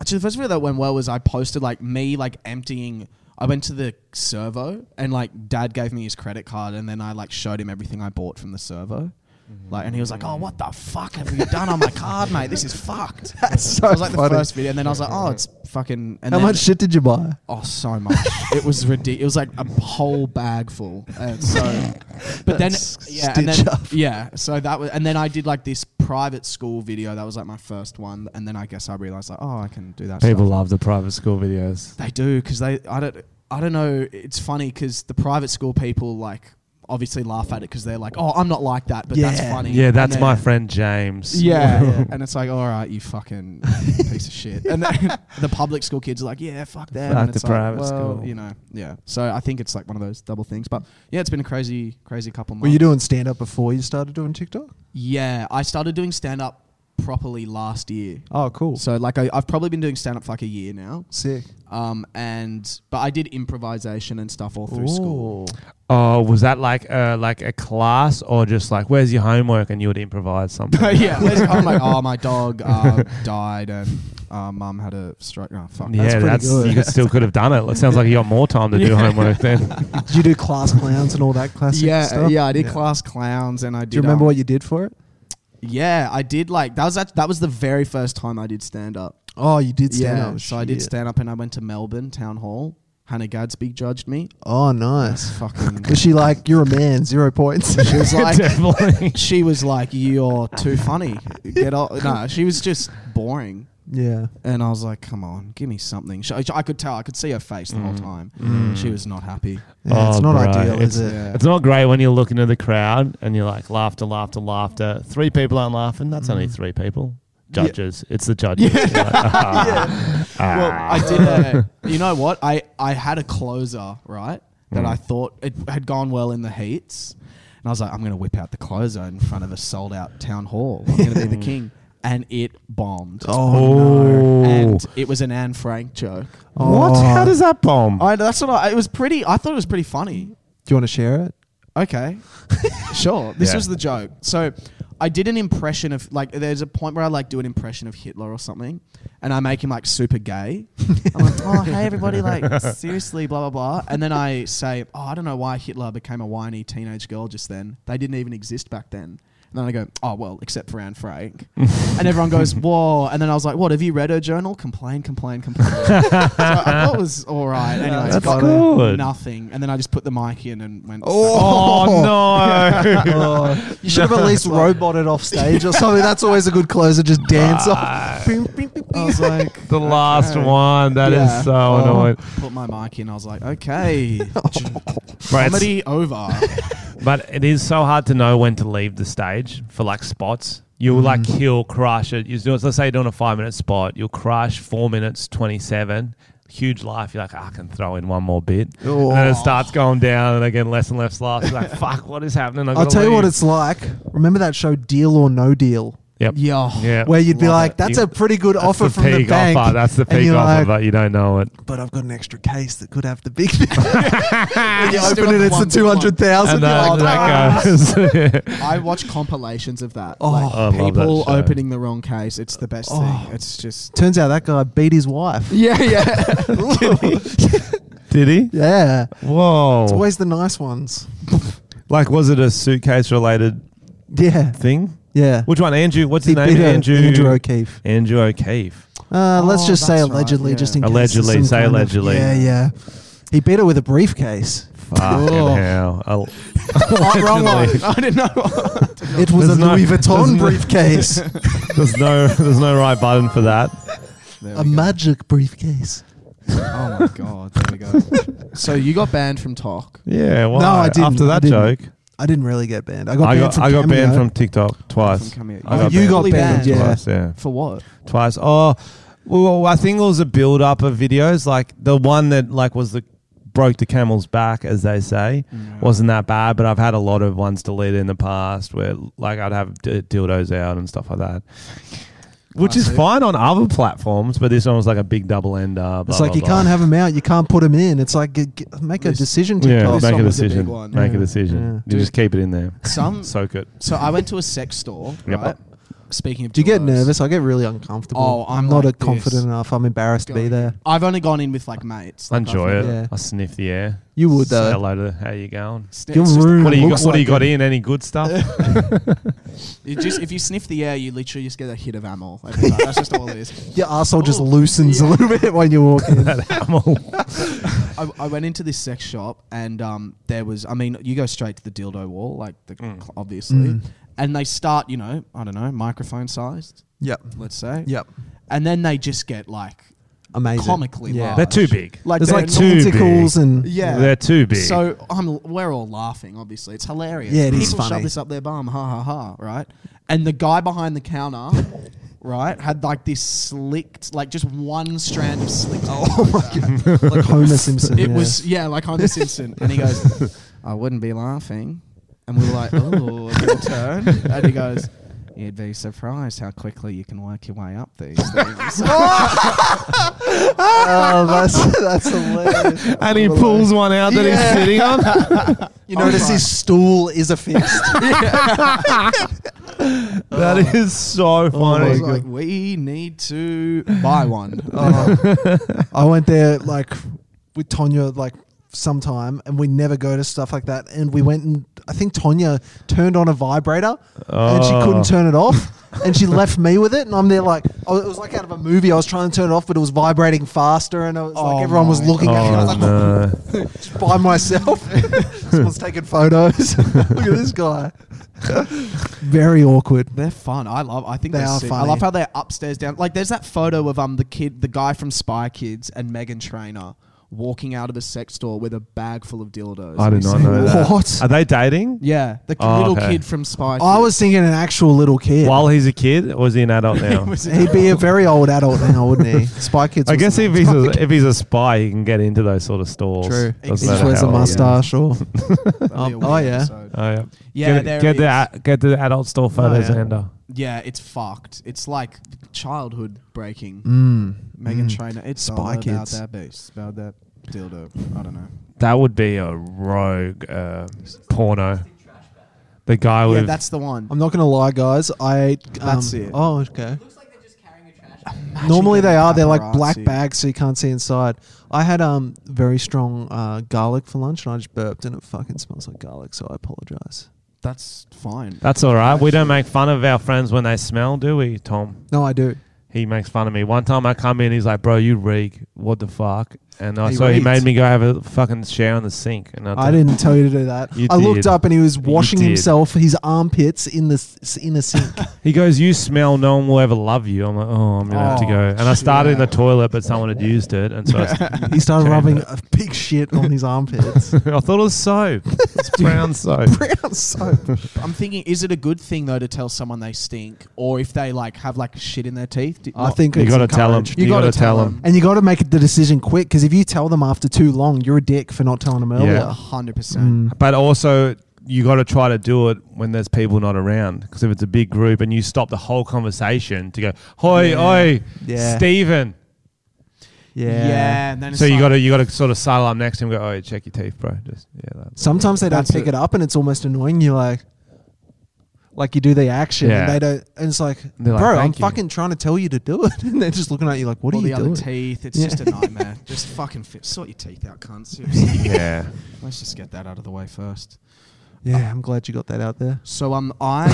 Speaker 3: actually the first video that went well was I posted like me like emptying. I went to the servo, and like Dad gave me his credit card, and then I like showed him everything I bought from the servo.
Speaker 1: Mm-hmm.
Speaker 3: Like and he was like, "Oh, what the fuck have you done on my card, mate? This is
Speaker 1: <laughs>
Speaker 3: fucked." That's
Speaker 1: so
Speaker 3: I was like
Speaker 1: funny.
Speaker 3: the first video, and then I was like, "Oh, it's fucking." And
Speaker 1: How
Speaker 3: then,
Speaker 1: much shit did you buy?
Speaker 3: Oh, so much. it was ridiculous. It was like a whole bag full. And so, but then,
Speaker 1: That's
Speaker 3: yeah, and then,
Speaker 1: stitch up.
Speaker 3: yeah. So that was, and then I did like this private school video. That was like my first one. And then I guess I realized like, oh, I can do that.
Speaker 2: People
Speaker 3: stuff.
Speaker 2: love the private school videos.
Speaker 3: They do because they. I don't. I don't know. It's funny because the private school people like obviously laugh at it because they're like, oh, I'm not like that, but that's
Speaker 1: Yeah.
Speaker 3: funny.
Speaker 2: Yeah,
Speaker 3: And
Speaker 2: that's
Speaker 3: then-
Speaker 2: my friend James. <laughs>
Speaker 3: <laughs> yeah, and it's like, all right, you fucking piece of shit.
Speaker 2: <laughs>
Speaker 3: And then the public school kids are like, yeah, fuck that.
Speaker 2: Fuck
Speaker 3: and
Speaker 2: the
Speaker 3: it's
Speaker 2: private
Speaker 3: like, well,
Speaker 2: school.
Speaker 3: you know, yeah. So I think it's like one of those double things. But yeah, it's been a crazy, crazy couple months.
Speaker 1: Were you doing stand up before you started doing TikTok?
Speaker 3: Yeah, I started doing stand up properly last year.
Speaker 1: Oh, cool.
Speaker 3: So like, I, I've probably been doing stand up for like a year now.
Speaker 1: Sick.
Speaker 3: Um, and but I did improvisation and stuff all through school.
Speaker 2: Oh, was that like uh, like a class or just like where's your homework and you would improvise something?
Speaker 3: <laughs> <laughs> yeah, where's- I'm like, oh, my dog uh, died and uh, mum had a stroke. Oh, fuck.
Speaker 2: yeah,
Speaker 1: pretty
Speaker 2: that's,
Speaker 1: good.
Speaker 2: you could still could have done it. It sounds like you got more time to do homework then.
Speaker 1: Did you do class clowns and all that classic
Speaker 3: yeah,
Speaker 1: stuff?
Speaker 3: yeah. I did class clowns, and I did.
Speaker 1: Do you remember
Speaker 3: um,
Speaker 1: what you did for it?
Speaker 3: Yeah, I did. Like that was that, that was the very first time I did stand up.
Speaker 1: Oh, you did stand
Speaker 3: yeah,
Speaker 1: up.
Speaker 3: so I did
Speaker 1: Shit.
Speaker 3: stand up, and I went to Melbourne Town Hall. Hannah Gadsby judged me.
Speaker 1: Oh, nice.
Speaker 3: Fucking,
Speaker 1: <laughs> Was she like, you're a man, zero points?
Speaker 3: she
Speaker 1: <laughs>
Speaker 3: was <laughs> like,
Speaker 2: Definitely.
Speaker 3: she was like, you're too funny. Get off.
Speaker 1: <laughs>
Speaker 3: No, she was just boring.
Speaker 1: yeah.
Speaker 3: And I was like, come on, give me something. She, I could tell, I could see her face the whole
Speaker 1: Mm.
Speaker 3: time. She was not happy.
Speaker 1: Yeah, it's
Speaker 2: Oh,
Speaker 1: not
Speaker 2: bro,
Speaker 1: ideal, is
Speaker 2: it's-
Speaker 1: it?
Speaker 3: Yeah.
Speaker 2: It's not great when you look into the crowd and you're like laughter, laughter, laughter. Three people aren't laughing. That's only
Speaker 3: Mm.
Speaker 2: three people. Judges. It's the judges. You're
Speaker 3: <laughs>
Speaker 2: like, "Ah."
Speaker 3: Well, I did. A, you know what? I I had a closer right that I thought it had gone well in the heats, and I was like, I'm going to whip out the closer in front of a sold out town hall. I'm going to be the king, and it bombed.
Speaker 2: Oh,
Speaker 3: And it was an Anne Frank joke.
Speaker 2: what?
Speaker 3: Oh.
Speaker 2: How does that bomb?
Speaker 3: I that's what I. It was pretty. I thought it was pretty funny.
Speaker 1: Do you want to share <laughs> it?
Speaker 3: Okay, sure. This
Speaker 2: Yeah.
Speaker 3: was the joke. So I did an impression of like. There's a point where I like do an impression of Hitler or something, and I make him like super gay. I'm like, oh hey everybody,
Speaker 2: <laughs>
Speaker 3: like seriously, blah blah blah. And then I say, oh I don't know why Hitler became a whiny teenage girl just then. They didn't even exist back then. And then I go, oh well, except for
Speaker 2: <laughs>
Speaker 3: Anne Frank. and everyone goes, whoa. And then I was like, what? Have you read her journal? Complain, complain, complain. <laughs> so I thought it was all right. Anyway,
Speaker 1: That's
Speaker 3: it got
Speaker 2: good.
Speaker 3: nothing. And then I just put the mic in and went.
Speaker 2: oh
Speaker 3: <laughs>
Speaker 2: no!
Speaker 1: Oh, you should have at least roboted off stage or something. That's always a good closer. Just dance off. Bing, bing, bing,
Speaker 3: I
Speaker 1: bing.
Speaker 3: was like,
Speaker 2: the last one. That is
Speaker 3: yeah.
Speaker 2: so
Speaker 3: Oh,
Speaker 2: annoying.
Speaker 3: Put my mic in. I was like, okay,
Speaker 1: <laughs>
Speaker 2: Right, it's-
Speaker 3: comedy over.
Speaker 2: But it is so hard to know when to leave the stage for like spots. You'll like
Speaker 1: Mm-hmm.
Speaker 2: kill, crush it. You do, let's say you're doing a five minute spot, you'll crush four minutes, 27. Huge life. You're like, "Ah, I can throw in one more bit. And then it starts going down and again, less and less
Speaker 1: <laughs>
Speaker 2: laughs. You're like, fuck, what is happening? I
Speaker 1: I'll
Speaker 2: gotta
Speaker 1: tell you what
Speaker 2: leave."
Speaker 1: it's like. Remember that show Deal or No Deal?
Speaker 2: Yep.
Speaker 3: yeah,
Speaker 2: Yeah.
Speaker 1: Where you'd be
Speaker 2: Love
Speaker 1: like,
Speaker 2: it.
Speaker 1: that's
Speaker 2: You-
Speaker 1: a pretty good
Speaker 2: that's
Speaker 1: offer from the
Speaker 2: peak
Speaker 1: bank.
Speaker 2: Offer. That's the
Speaker 1: And
Speaker 2: peak
Speaker 1: you're
Speaker 2: offer,
Speaker 1: like,
Speaker 2: but you don't know it.
Speaker 1: but I've got an extra case that could have the big.
Speaker 2: <laughs>
Speaker 1: when you
Speaker 3: Still
Speaker 1: open
Speaker 3: got
Speaker 1: it,
Speaker 3: the
Speaker 1: it's the
Speaker 3: one big
Speaker 1: two
Speaker 3: one.
Speaker 1: hundred thousand. "Ah."
Speaker 2: And then that goes.
Speaker 1: <laughs>
Speaker 2: <laughs>
Speaker 3: I watch compilations of that.
Speaker 1: Oh.
Speaker 3: like,
Speaker 2: I love that
Speaker 3: people
Speaker 2: show.
Speaker 3: opening the wrong case. It's the best
Speaker 1: Oh.
Speaker 3: thing. It's just.
Speaker 1: Turns out that guy beat his wife.
Speaker 3: Yeah, yeah. <laughs>
Speaker 2: Did he?
Speaker 1: Yeah,
Speaker 2: Whoa.
Speaker 1: it's always the nice ones.
Speaker 2: like, was it a suitcase related
Speaker 1: Yeah,
Speaker 2: thing?
Speaker 1: yeah.
Speaker 2: Which one? Andrew, what's
Speaker 1: He
Speaker 2: his name?
Speaker 1: beat her,
Speaker 2: Andrew.
Speaker 1: Andrew O'Keefe.
Speaker 2: Andrew O'Keefe.
Speaker 1: Uh, let's
Speaker 3: Oh,
Speaker 1: just say
Speaker 3: that's right,
Speaker 1: allegedly,
Speaker 3: yeah.
Speaker 1: just in case there's
Speaker 2: Allegedly,
Speaker 1: some
Speaker 2: say
Speaker 1: kind of-
Speaker 2: allegedly.
Speaker 1: yeah, yeah. He beat her with a briefcase.
Speaker 2: Fucking
Speaker 3: Oh.
Speaker 2: hell. Al-
Speaker 3: wrong one.
Speaker 2: Allegedly.
Speaker 3: I
Speaker 1: <laughs>
Speaker 3: didn't know.
Speaker 1: It was
Speaker 2: There's
Speaker 1: a
Speaker 2: no-
Speaker 1: Louis
Speaker 2: there's
Speaker 1: Vuitton
Speaker 2: no-
Speaker 1: briefcase,
Speaker 2: <laughs> There's no <laughs> there's no right button for that.
Speaker 3: There
Speaker 1: a
Speaker 3: we go.
Speaker 1: magic briefcase.
Speaker 3: oh my god. There we
Speaker 1: <laughs>
Speaker 3: go. so you got banned from Talk.
Speaker 2: Yeah, why?
Speaker 1: No, I didn't.
Speaker 2: After
Speaker 1: I
Speaker 2: that
Speaker 1: didn't.
Speaker 2: joke,
Speaker 1: I didn't really get banned. I got
Speaker 2: I
Speaker 1: banned
Speaker 2: got
Speaker 1: from
Speaker 2: I got banned
Speaker 1: Cameo.
Speaker 2: from TikTok twice.
Speaker 3: From Cameo.
Speaker 2: I
Speaker 3: Oh,
Speaker 2: got
Speaker 1: you
Speaker 2: banned
Speaker 1: got banned, yeah.
Speaker 2: twice, yeah.
Speaker 3: For what?
Speaker 2: Twice. Oh, well, I think it was a build up of videos. Like the one that like was the broke the camel's back, as they say,
Speaker 1: Mm.
Speaker 2: wasn't that bad. But I've had a lot of ones deleted in the past where, like, I'd have d- dildos out and stuff like that. Which is
Speaker 3: Classic.
Speaker 2: fine on other platforms, but this one was like a big double ender. Blah,
Speaker 1: It's like
Speaker 2: blah,
Speaker 1: you
Speaker 2: blah.
Speaker 1: can't have them out. You can't put them in. It's like get, get- make a
Speaker 3: This-
Speaker 1: decision. To
Speaker 2: Yeah,
Speaker 1: call.
Speaker 3: This
Speaker 2: make a
Speaker 3: one was a big
Speaker 2: decision.
Speaker 3: one.
Speaker 2: Make
Speaker 1: Yeah.
Speaker 2: a decision.
Speaker 1: Yeah.
Speaker 2: You just keep it in there.
Speaker 3: Some
Speaker 2: Soak it.
Speaker 3: so I went to a sex store.
Speaker 2: Yep.
Speaker 3: Right. Speaking of,
Speaker 1: Do you get
Speaker 3: dildos,
Speaker 1: nervous? I get really uncomfortable.
Speaker 3: Oh, I'm
Speaker 1: not
Speaker 3: like
Speaker 1: a- confident
Speaker 3: this.
Speaker 1: enough. I'm embarrassed to be
Speaker 3: going-
Speaker 1: there.
Speaker 3: I've only gone in with like mates. Like,
Speaker 2: Enjoy
Speaker 3: I've-
Speaker 2: it.
Speaker 1: Yeah.
Speaker 2: I sniff the air.
Speaker 1: You would
Speaker 2: Say
Speaker 1: though.
Speaker 2: hello to how you going.
Speaker 3: It's
Speaker 1: Your
Speaker 3: just-
Speaker 1: room
Speaker 2: What do you got?
Speaker 1: looks
Speaker 2: What do you
Speaker 1: like
Speaker 2: got
Speaker 1: it.
Speaker 2: in? Any good
Speaker 1: <laughs>
Speaker 2: stuff?
Speaker 3: You just if you sniff the air, you literally just get a hit of ammo. every time. That's just all it is.
Speaker 1: Your asshole just
Speaker 3: Ooh.
Speaker 1: loosens a little bit when you walk
Speaker 3: <laughs>
Speaker 1: in.
Speaker 2: that animal.
Speaker 3: I, I went into this sex shop and um, there was, I mean, you go straight to the dildo wall, like the cl- obviously,
Speaker 1: Mm.
Speaker 3: and they start, you know, I don't know, microphone sized,
Speaker 1: Yep.
Speaker 3: let's say,
Speaker 1: Yep.
Speaker 3: and then they just get like
Speaker 1: Amazing.
Speaker 3: comically
Speaker 1: Yeah.
Speaker 3: large.
Speaker 2: They're too big.
Speaker 3: Like
Speaker 1: There's
Speaker 3: they're
Speaker 1: like
Speaker 3: not-
Speaker 2: too
Speaker 1: tentacles
Speaker 2: big.
Speaker 1: and
Speaker 3: yeah,
Speaker 2: They're too big.
Speaker 3: So I'm, we're all laughing. Obviously, it's hilarious.
Speaker 1: Yeah, it is
Speaker 3: People shove
Speaker 1: funny.
Speaker 3: this up their bum, ha ha ha, right? And the guy behind the counter, right, had like this slicked, like just one strand of slicked. <laughs> Oh my god!
Speaker 1: like Homer Simpson.
Speaker 3: it
Speaker 1: yeah.
Speaker 3: was yeah, like Homer Simpson, and he goes, <laughs> "I wouldn't be laughing," and we were like, <laughs> "Oh, a little turn," and he goes. You'd be surprised how quickly you can work your way up these things.
Speaker 1: <laughs>
Speaker 3: <laughs>
Speaker 1: Oh, that's that's hilarious.
Speaker 2: and he pulls one out that he's sitting on.
Speaker 1: <laughs> You
Speaker 3: Oh
Speaker 1: notice
Speaker 3: my.
Speaker 1: his stool is a <laughs> fist. <laughs>
Speaker 2: that
Speaker 1: Oh
Speaker 2: is so
Speaker 3: I
Speaker 2: funny.
Speaker 3: was like, we need to buy one.
Speaker 1: Oh. I went there like with Tonya like sometime, and we never go to stuff like that. And we went and I think Tonya turned on a vibrator, and she
Speaker 2: Oh.
Speaker 1: couldn't turn it off, <laughs> and she left me with it. And I'm there like oh, it was like out of a movie. I was trying to turn it off, but it was vibrating faster, and it was
Speaker 3: Oh
Speaker 1: like everyone was
Speaker 3: my
Speaker 1: looking at me. and I was
Speaker 2: oh
Speaker 1: like
Speaker 2: no!
Speaker 1: just by <laughs> myself. Someone's taking photos. <laughs> Look at this guy. Very awkward.
Speaker 3: They're fun. I love. I think
Speaker 1: They
Speaker 3: they are
Speaker 1: are
Speaker 3: I
Speaker 1: funny.
Speaker 3: love how they're upstairs down. Like there's that photo of um the kid, the guy from Spy Kids, and Megan Trainer walking out of a sex store with a bag full of dildos.
Speaker 2: I did not know that.
Speaker 1: What?
Speaker 2: Are they dating?
Speaker 3: <laughs> Yeah, the
Speaker 2: Oh,
Speaker 3: little
Speaker 2: okay.
Speaker 3: kid from Spy.
Speaker 1: I
Speaker 3: Kids.
Speaker 1: was thinking an actual little kid.
Speaker 2: While he's a kid, or is he
Speaker 1: <laughs>
Speaker 2: an adult now?
Speaker 1: He'd be a very old adult now, wouldn't he? <laughs> Spy Kids.
Speaker 2: I
Speaker 1: was
Speaker 2: guess
Speaker 1: the-
Speaker 2: if he's a, <laughs> if he's a spy, he can get into those sort of stores.
Speaker 1: True. He
Speaker 2: Doesn't
Speaker 1: just
Speaker 2: matter
Speaker 1: wears a
Speaker 2: how old he is.
Speaker 1: mustache
Speaker 2: <laughs>
Speaker 1: or
Speaker 3: That'd be a
Speaker 1: Oh,
Speaker 3: weird
Speaker 1: oh, yeah.
Speaker 3: episode.
Speaker 2: Oh, yeah.
Speaker 3: Yeah,
Speaker 2: Get,
Speaker 3: there
Speaker 2: get
Speaker 3: it
Speaker 2: the a- get the adult store photos,
Speaker 1: Oh, yeah.
Speaker 2: Ender.
Speaker 3: Yeah, it's fucked. It's like childhood breaking.
Speaker 1: hmm.
Speaker 3: Megan Trainer. It's
Speaker 1: Mm, Spy
Speaker 3: all about
Speaker 1: Kids.
Speaker 3: that beast. About that dildo. I don't know.
Speaker 2: That would be a rogue uh, porno. The guy
Speaker 1: Oh,
Speaker 3: Yeah,
Speaker 2: with
Speaker 3: that's the one.
Speaker 1: I'm not gonna lie, guys. I um,
Speaker 3: That's it.
Speaker 1: Oh, okay.
Speaker 5: Looks like they're just carrying a trash
Speaker 1: Normally they are. They're like black
Speaker 3: Paparazzi.
Speaker 1: bags, so you can't see inside. I had um very strong uh, garlic for lunch, and I just burped, and it fucking smells like garlic. So I apologize.
Speaker 3: That's fine.
Speaker 2: that's all right. We don't make fun of our friends when they smell, do we, Tom?
Speaker 1: No, I do.
Speaker 2: He makes fun of me. One time I come in, he's like, "Bro, you reek. What the fuck?" And I,
Speaker 1: He
Speaker 2: so he
Speaker 1: reeked.
Speaker 2: made me go have a fucking shower in the sink. And I,
Speaker 1: I didn't tell you to do that.
Speaker 2: You
Speaker 1: I looked
Speaker 2: did.
Speaker 1: up and he was
Speaker 2: You
Speaker 1: washing
Speaker 2: did.
Speaker 1: himself, his armpits in the s- in a
Speaker 2: <laughs>
Speaker 1: sink.
Speaker 2: He goes, "You smell. No one will ever love you." I'm like, "Oh, I'm gonna have to
Speaker 3: Oh,
Speaker 2: go." And I started in the
Speaker 3: yeah.
Speaker 2: toilet, but someone had used it, and so I, s-
Speaker 1: he started
Speaker 2: Okay.
Speaker 1: rubbing a big shit on his armpits.
Speaker 2: <laughs> I thought it was <laughs> soap. It's brown soap.
Speaker 1: Brown soap.
Speaker 3: I'm thinking, is it a good thing though to tell someone they stink, or if they like have like shit in their teeth? Do-
Speaker 1: I
Speaker 3: not-
Speaker 1: think
Speaker 2: You
Speaker 1: it's
Speaker 2: gotta tell him.
Speaker 1: encouraged.
Speaker 2: You, gotta, tell him.
Speaker 1: And you got to make the decision quick because if you tell them after too long, you're a dick for not telling them earlier.
Speaker 2: Yeah. Oh,
Speaker 3: a hundred
Speaker 1: Mm,
Speaker 3: percent.
Speaker 2: But also, you got to try to do it when there's people not around. Because if it's a big group and you stop the whole conversation to go, "Hoi,
Speaker 1: Yeah.
Speaker 2: oi,
Speaker 1: Yeah.
Speaker 2: Stephen,"
Speaker 1: Yeah.
Speaker 3: Yeah, and then it's
Speaker 2: so you
Speaker 3: like-
Speaker 2: got to you got to sort of sidle up next to him, and go, "Oh, check your teeth, bro." Just yeah, that's
Speaker 1: Sometimes they don't
Speaker 3: That's
Speaker 1: pick
Speaker 3: it.
Speaker 1: it up and it's almost annoying. You're like, like you do the action
Speaker 2: Yeah.
Speaker 1: and they don't. And it's like,
Speaker 2: They're like,
Speaker 1: bro, I'm
Speaker 2: "Thank you."
Speaker 1: fucking trying to tell you to do it, <laughs> and they're just looking at you like, what
Speaker 3: all
Speaker 1: are
Speaker 3: the
Speaker 1: you doing?
Speaker 3: other teeth. It's
Speaker 1: Yeah.
Speaker 3: just
Speaker 1: <laughs>
Speaker 3: a nightmare. just fucking fit. sort your teeth out, cunt. Seriously.
Speaker 2: yeah.
Speaker 3: Let's just get that out of the way first.
Speaker 1: yeah, I'm glad you got that out there.
Speaker 3: So um, I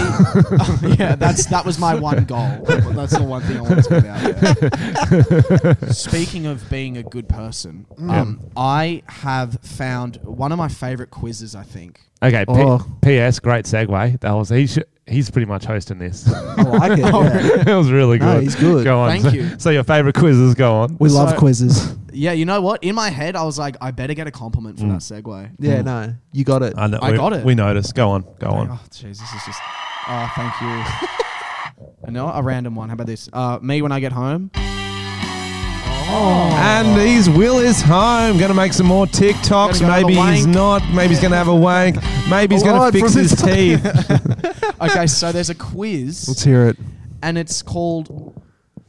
Speaker 3: <laughs> yeah, that's that was my one goal. That's the one thing I wanted to put out there. Speaking of being a good person, um, I have found one of my favorite quizzes. I think.
Speaker 2: Okay. P-
Speaker 1: Oh.
Speaker 2: P.S. Great segue. That was he. Sh- he's pretty much hosting this.
Speaker 1: <laughs> I
Speaker 2: <laughs>
Speaker 1: like it. yeah.
Speaker 2: it was really good.
Speaker 1: No, he's good.
Speaker 2: Go on.
Speaker 3: Thank
Speaker 2: so,
Speaker 3: you.
Speaker 2: So your favorite quizzes. Go on.
Speaker 1: We love
Speaker 3: So-
Speaker 1: quizzes.
Speaker 3: Yeah, you know what? In my head, I was like, I better get a compliment for that segue.
Speaker 1: Yeah, no, you got it.
Speaker 2: I, know,
Speaker 3: I
Speaker 2: we-
Speaker 3: got it.
Speaker 2: We noticed. Go on. Go on.
Speaker 3: Oh, jeez, this is just. Oh, thank <laughs> you. no, a random one. How about this? Uh, me when I get home. Oh,
Speaker 2: And he's Will is home. Going to make some more TikToks.
Speaker 3: Gonna go have a
Speaker 2: Maybe he's
Speaker 3: wank.
Speaker 2: not. Maybe he's going to have a wank. Maybe he's going
Speaker 1: Alright,
Speaker 2: to fix
Speaker 1: from
Speaker 2: his
Speaker 1: his- <laughs>
Speaker 2: teeth.
Speaker 3: Okay, so there's a
Speaker 1: Let's
Speaker 3: quiz,
Speaker 1: hear it.
Speaker 3: and it's called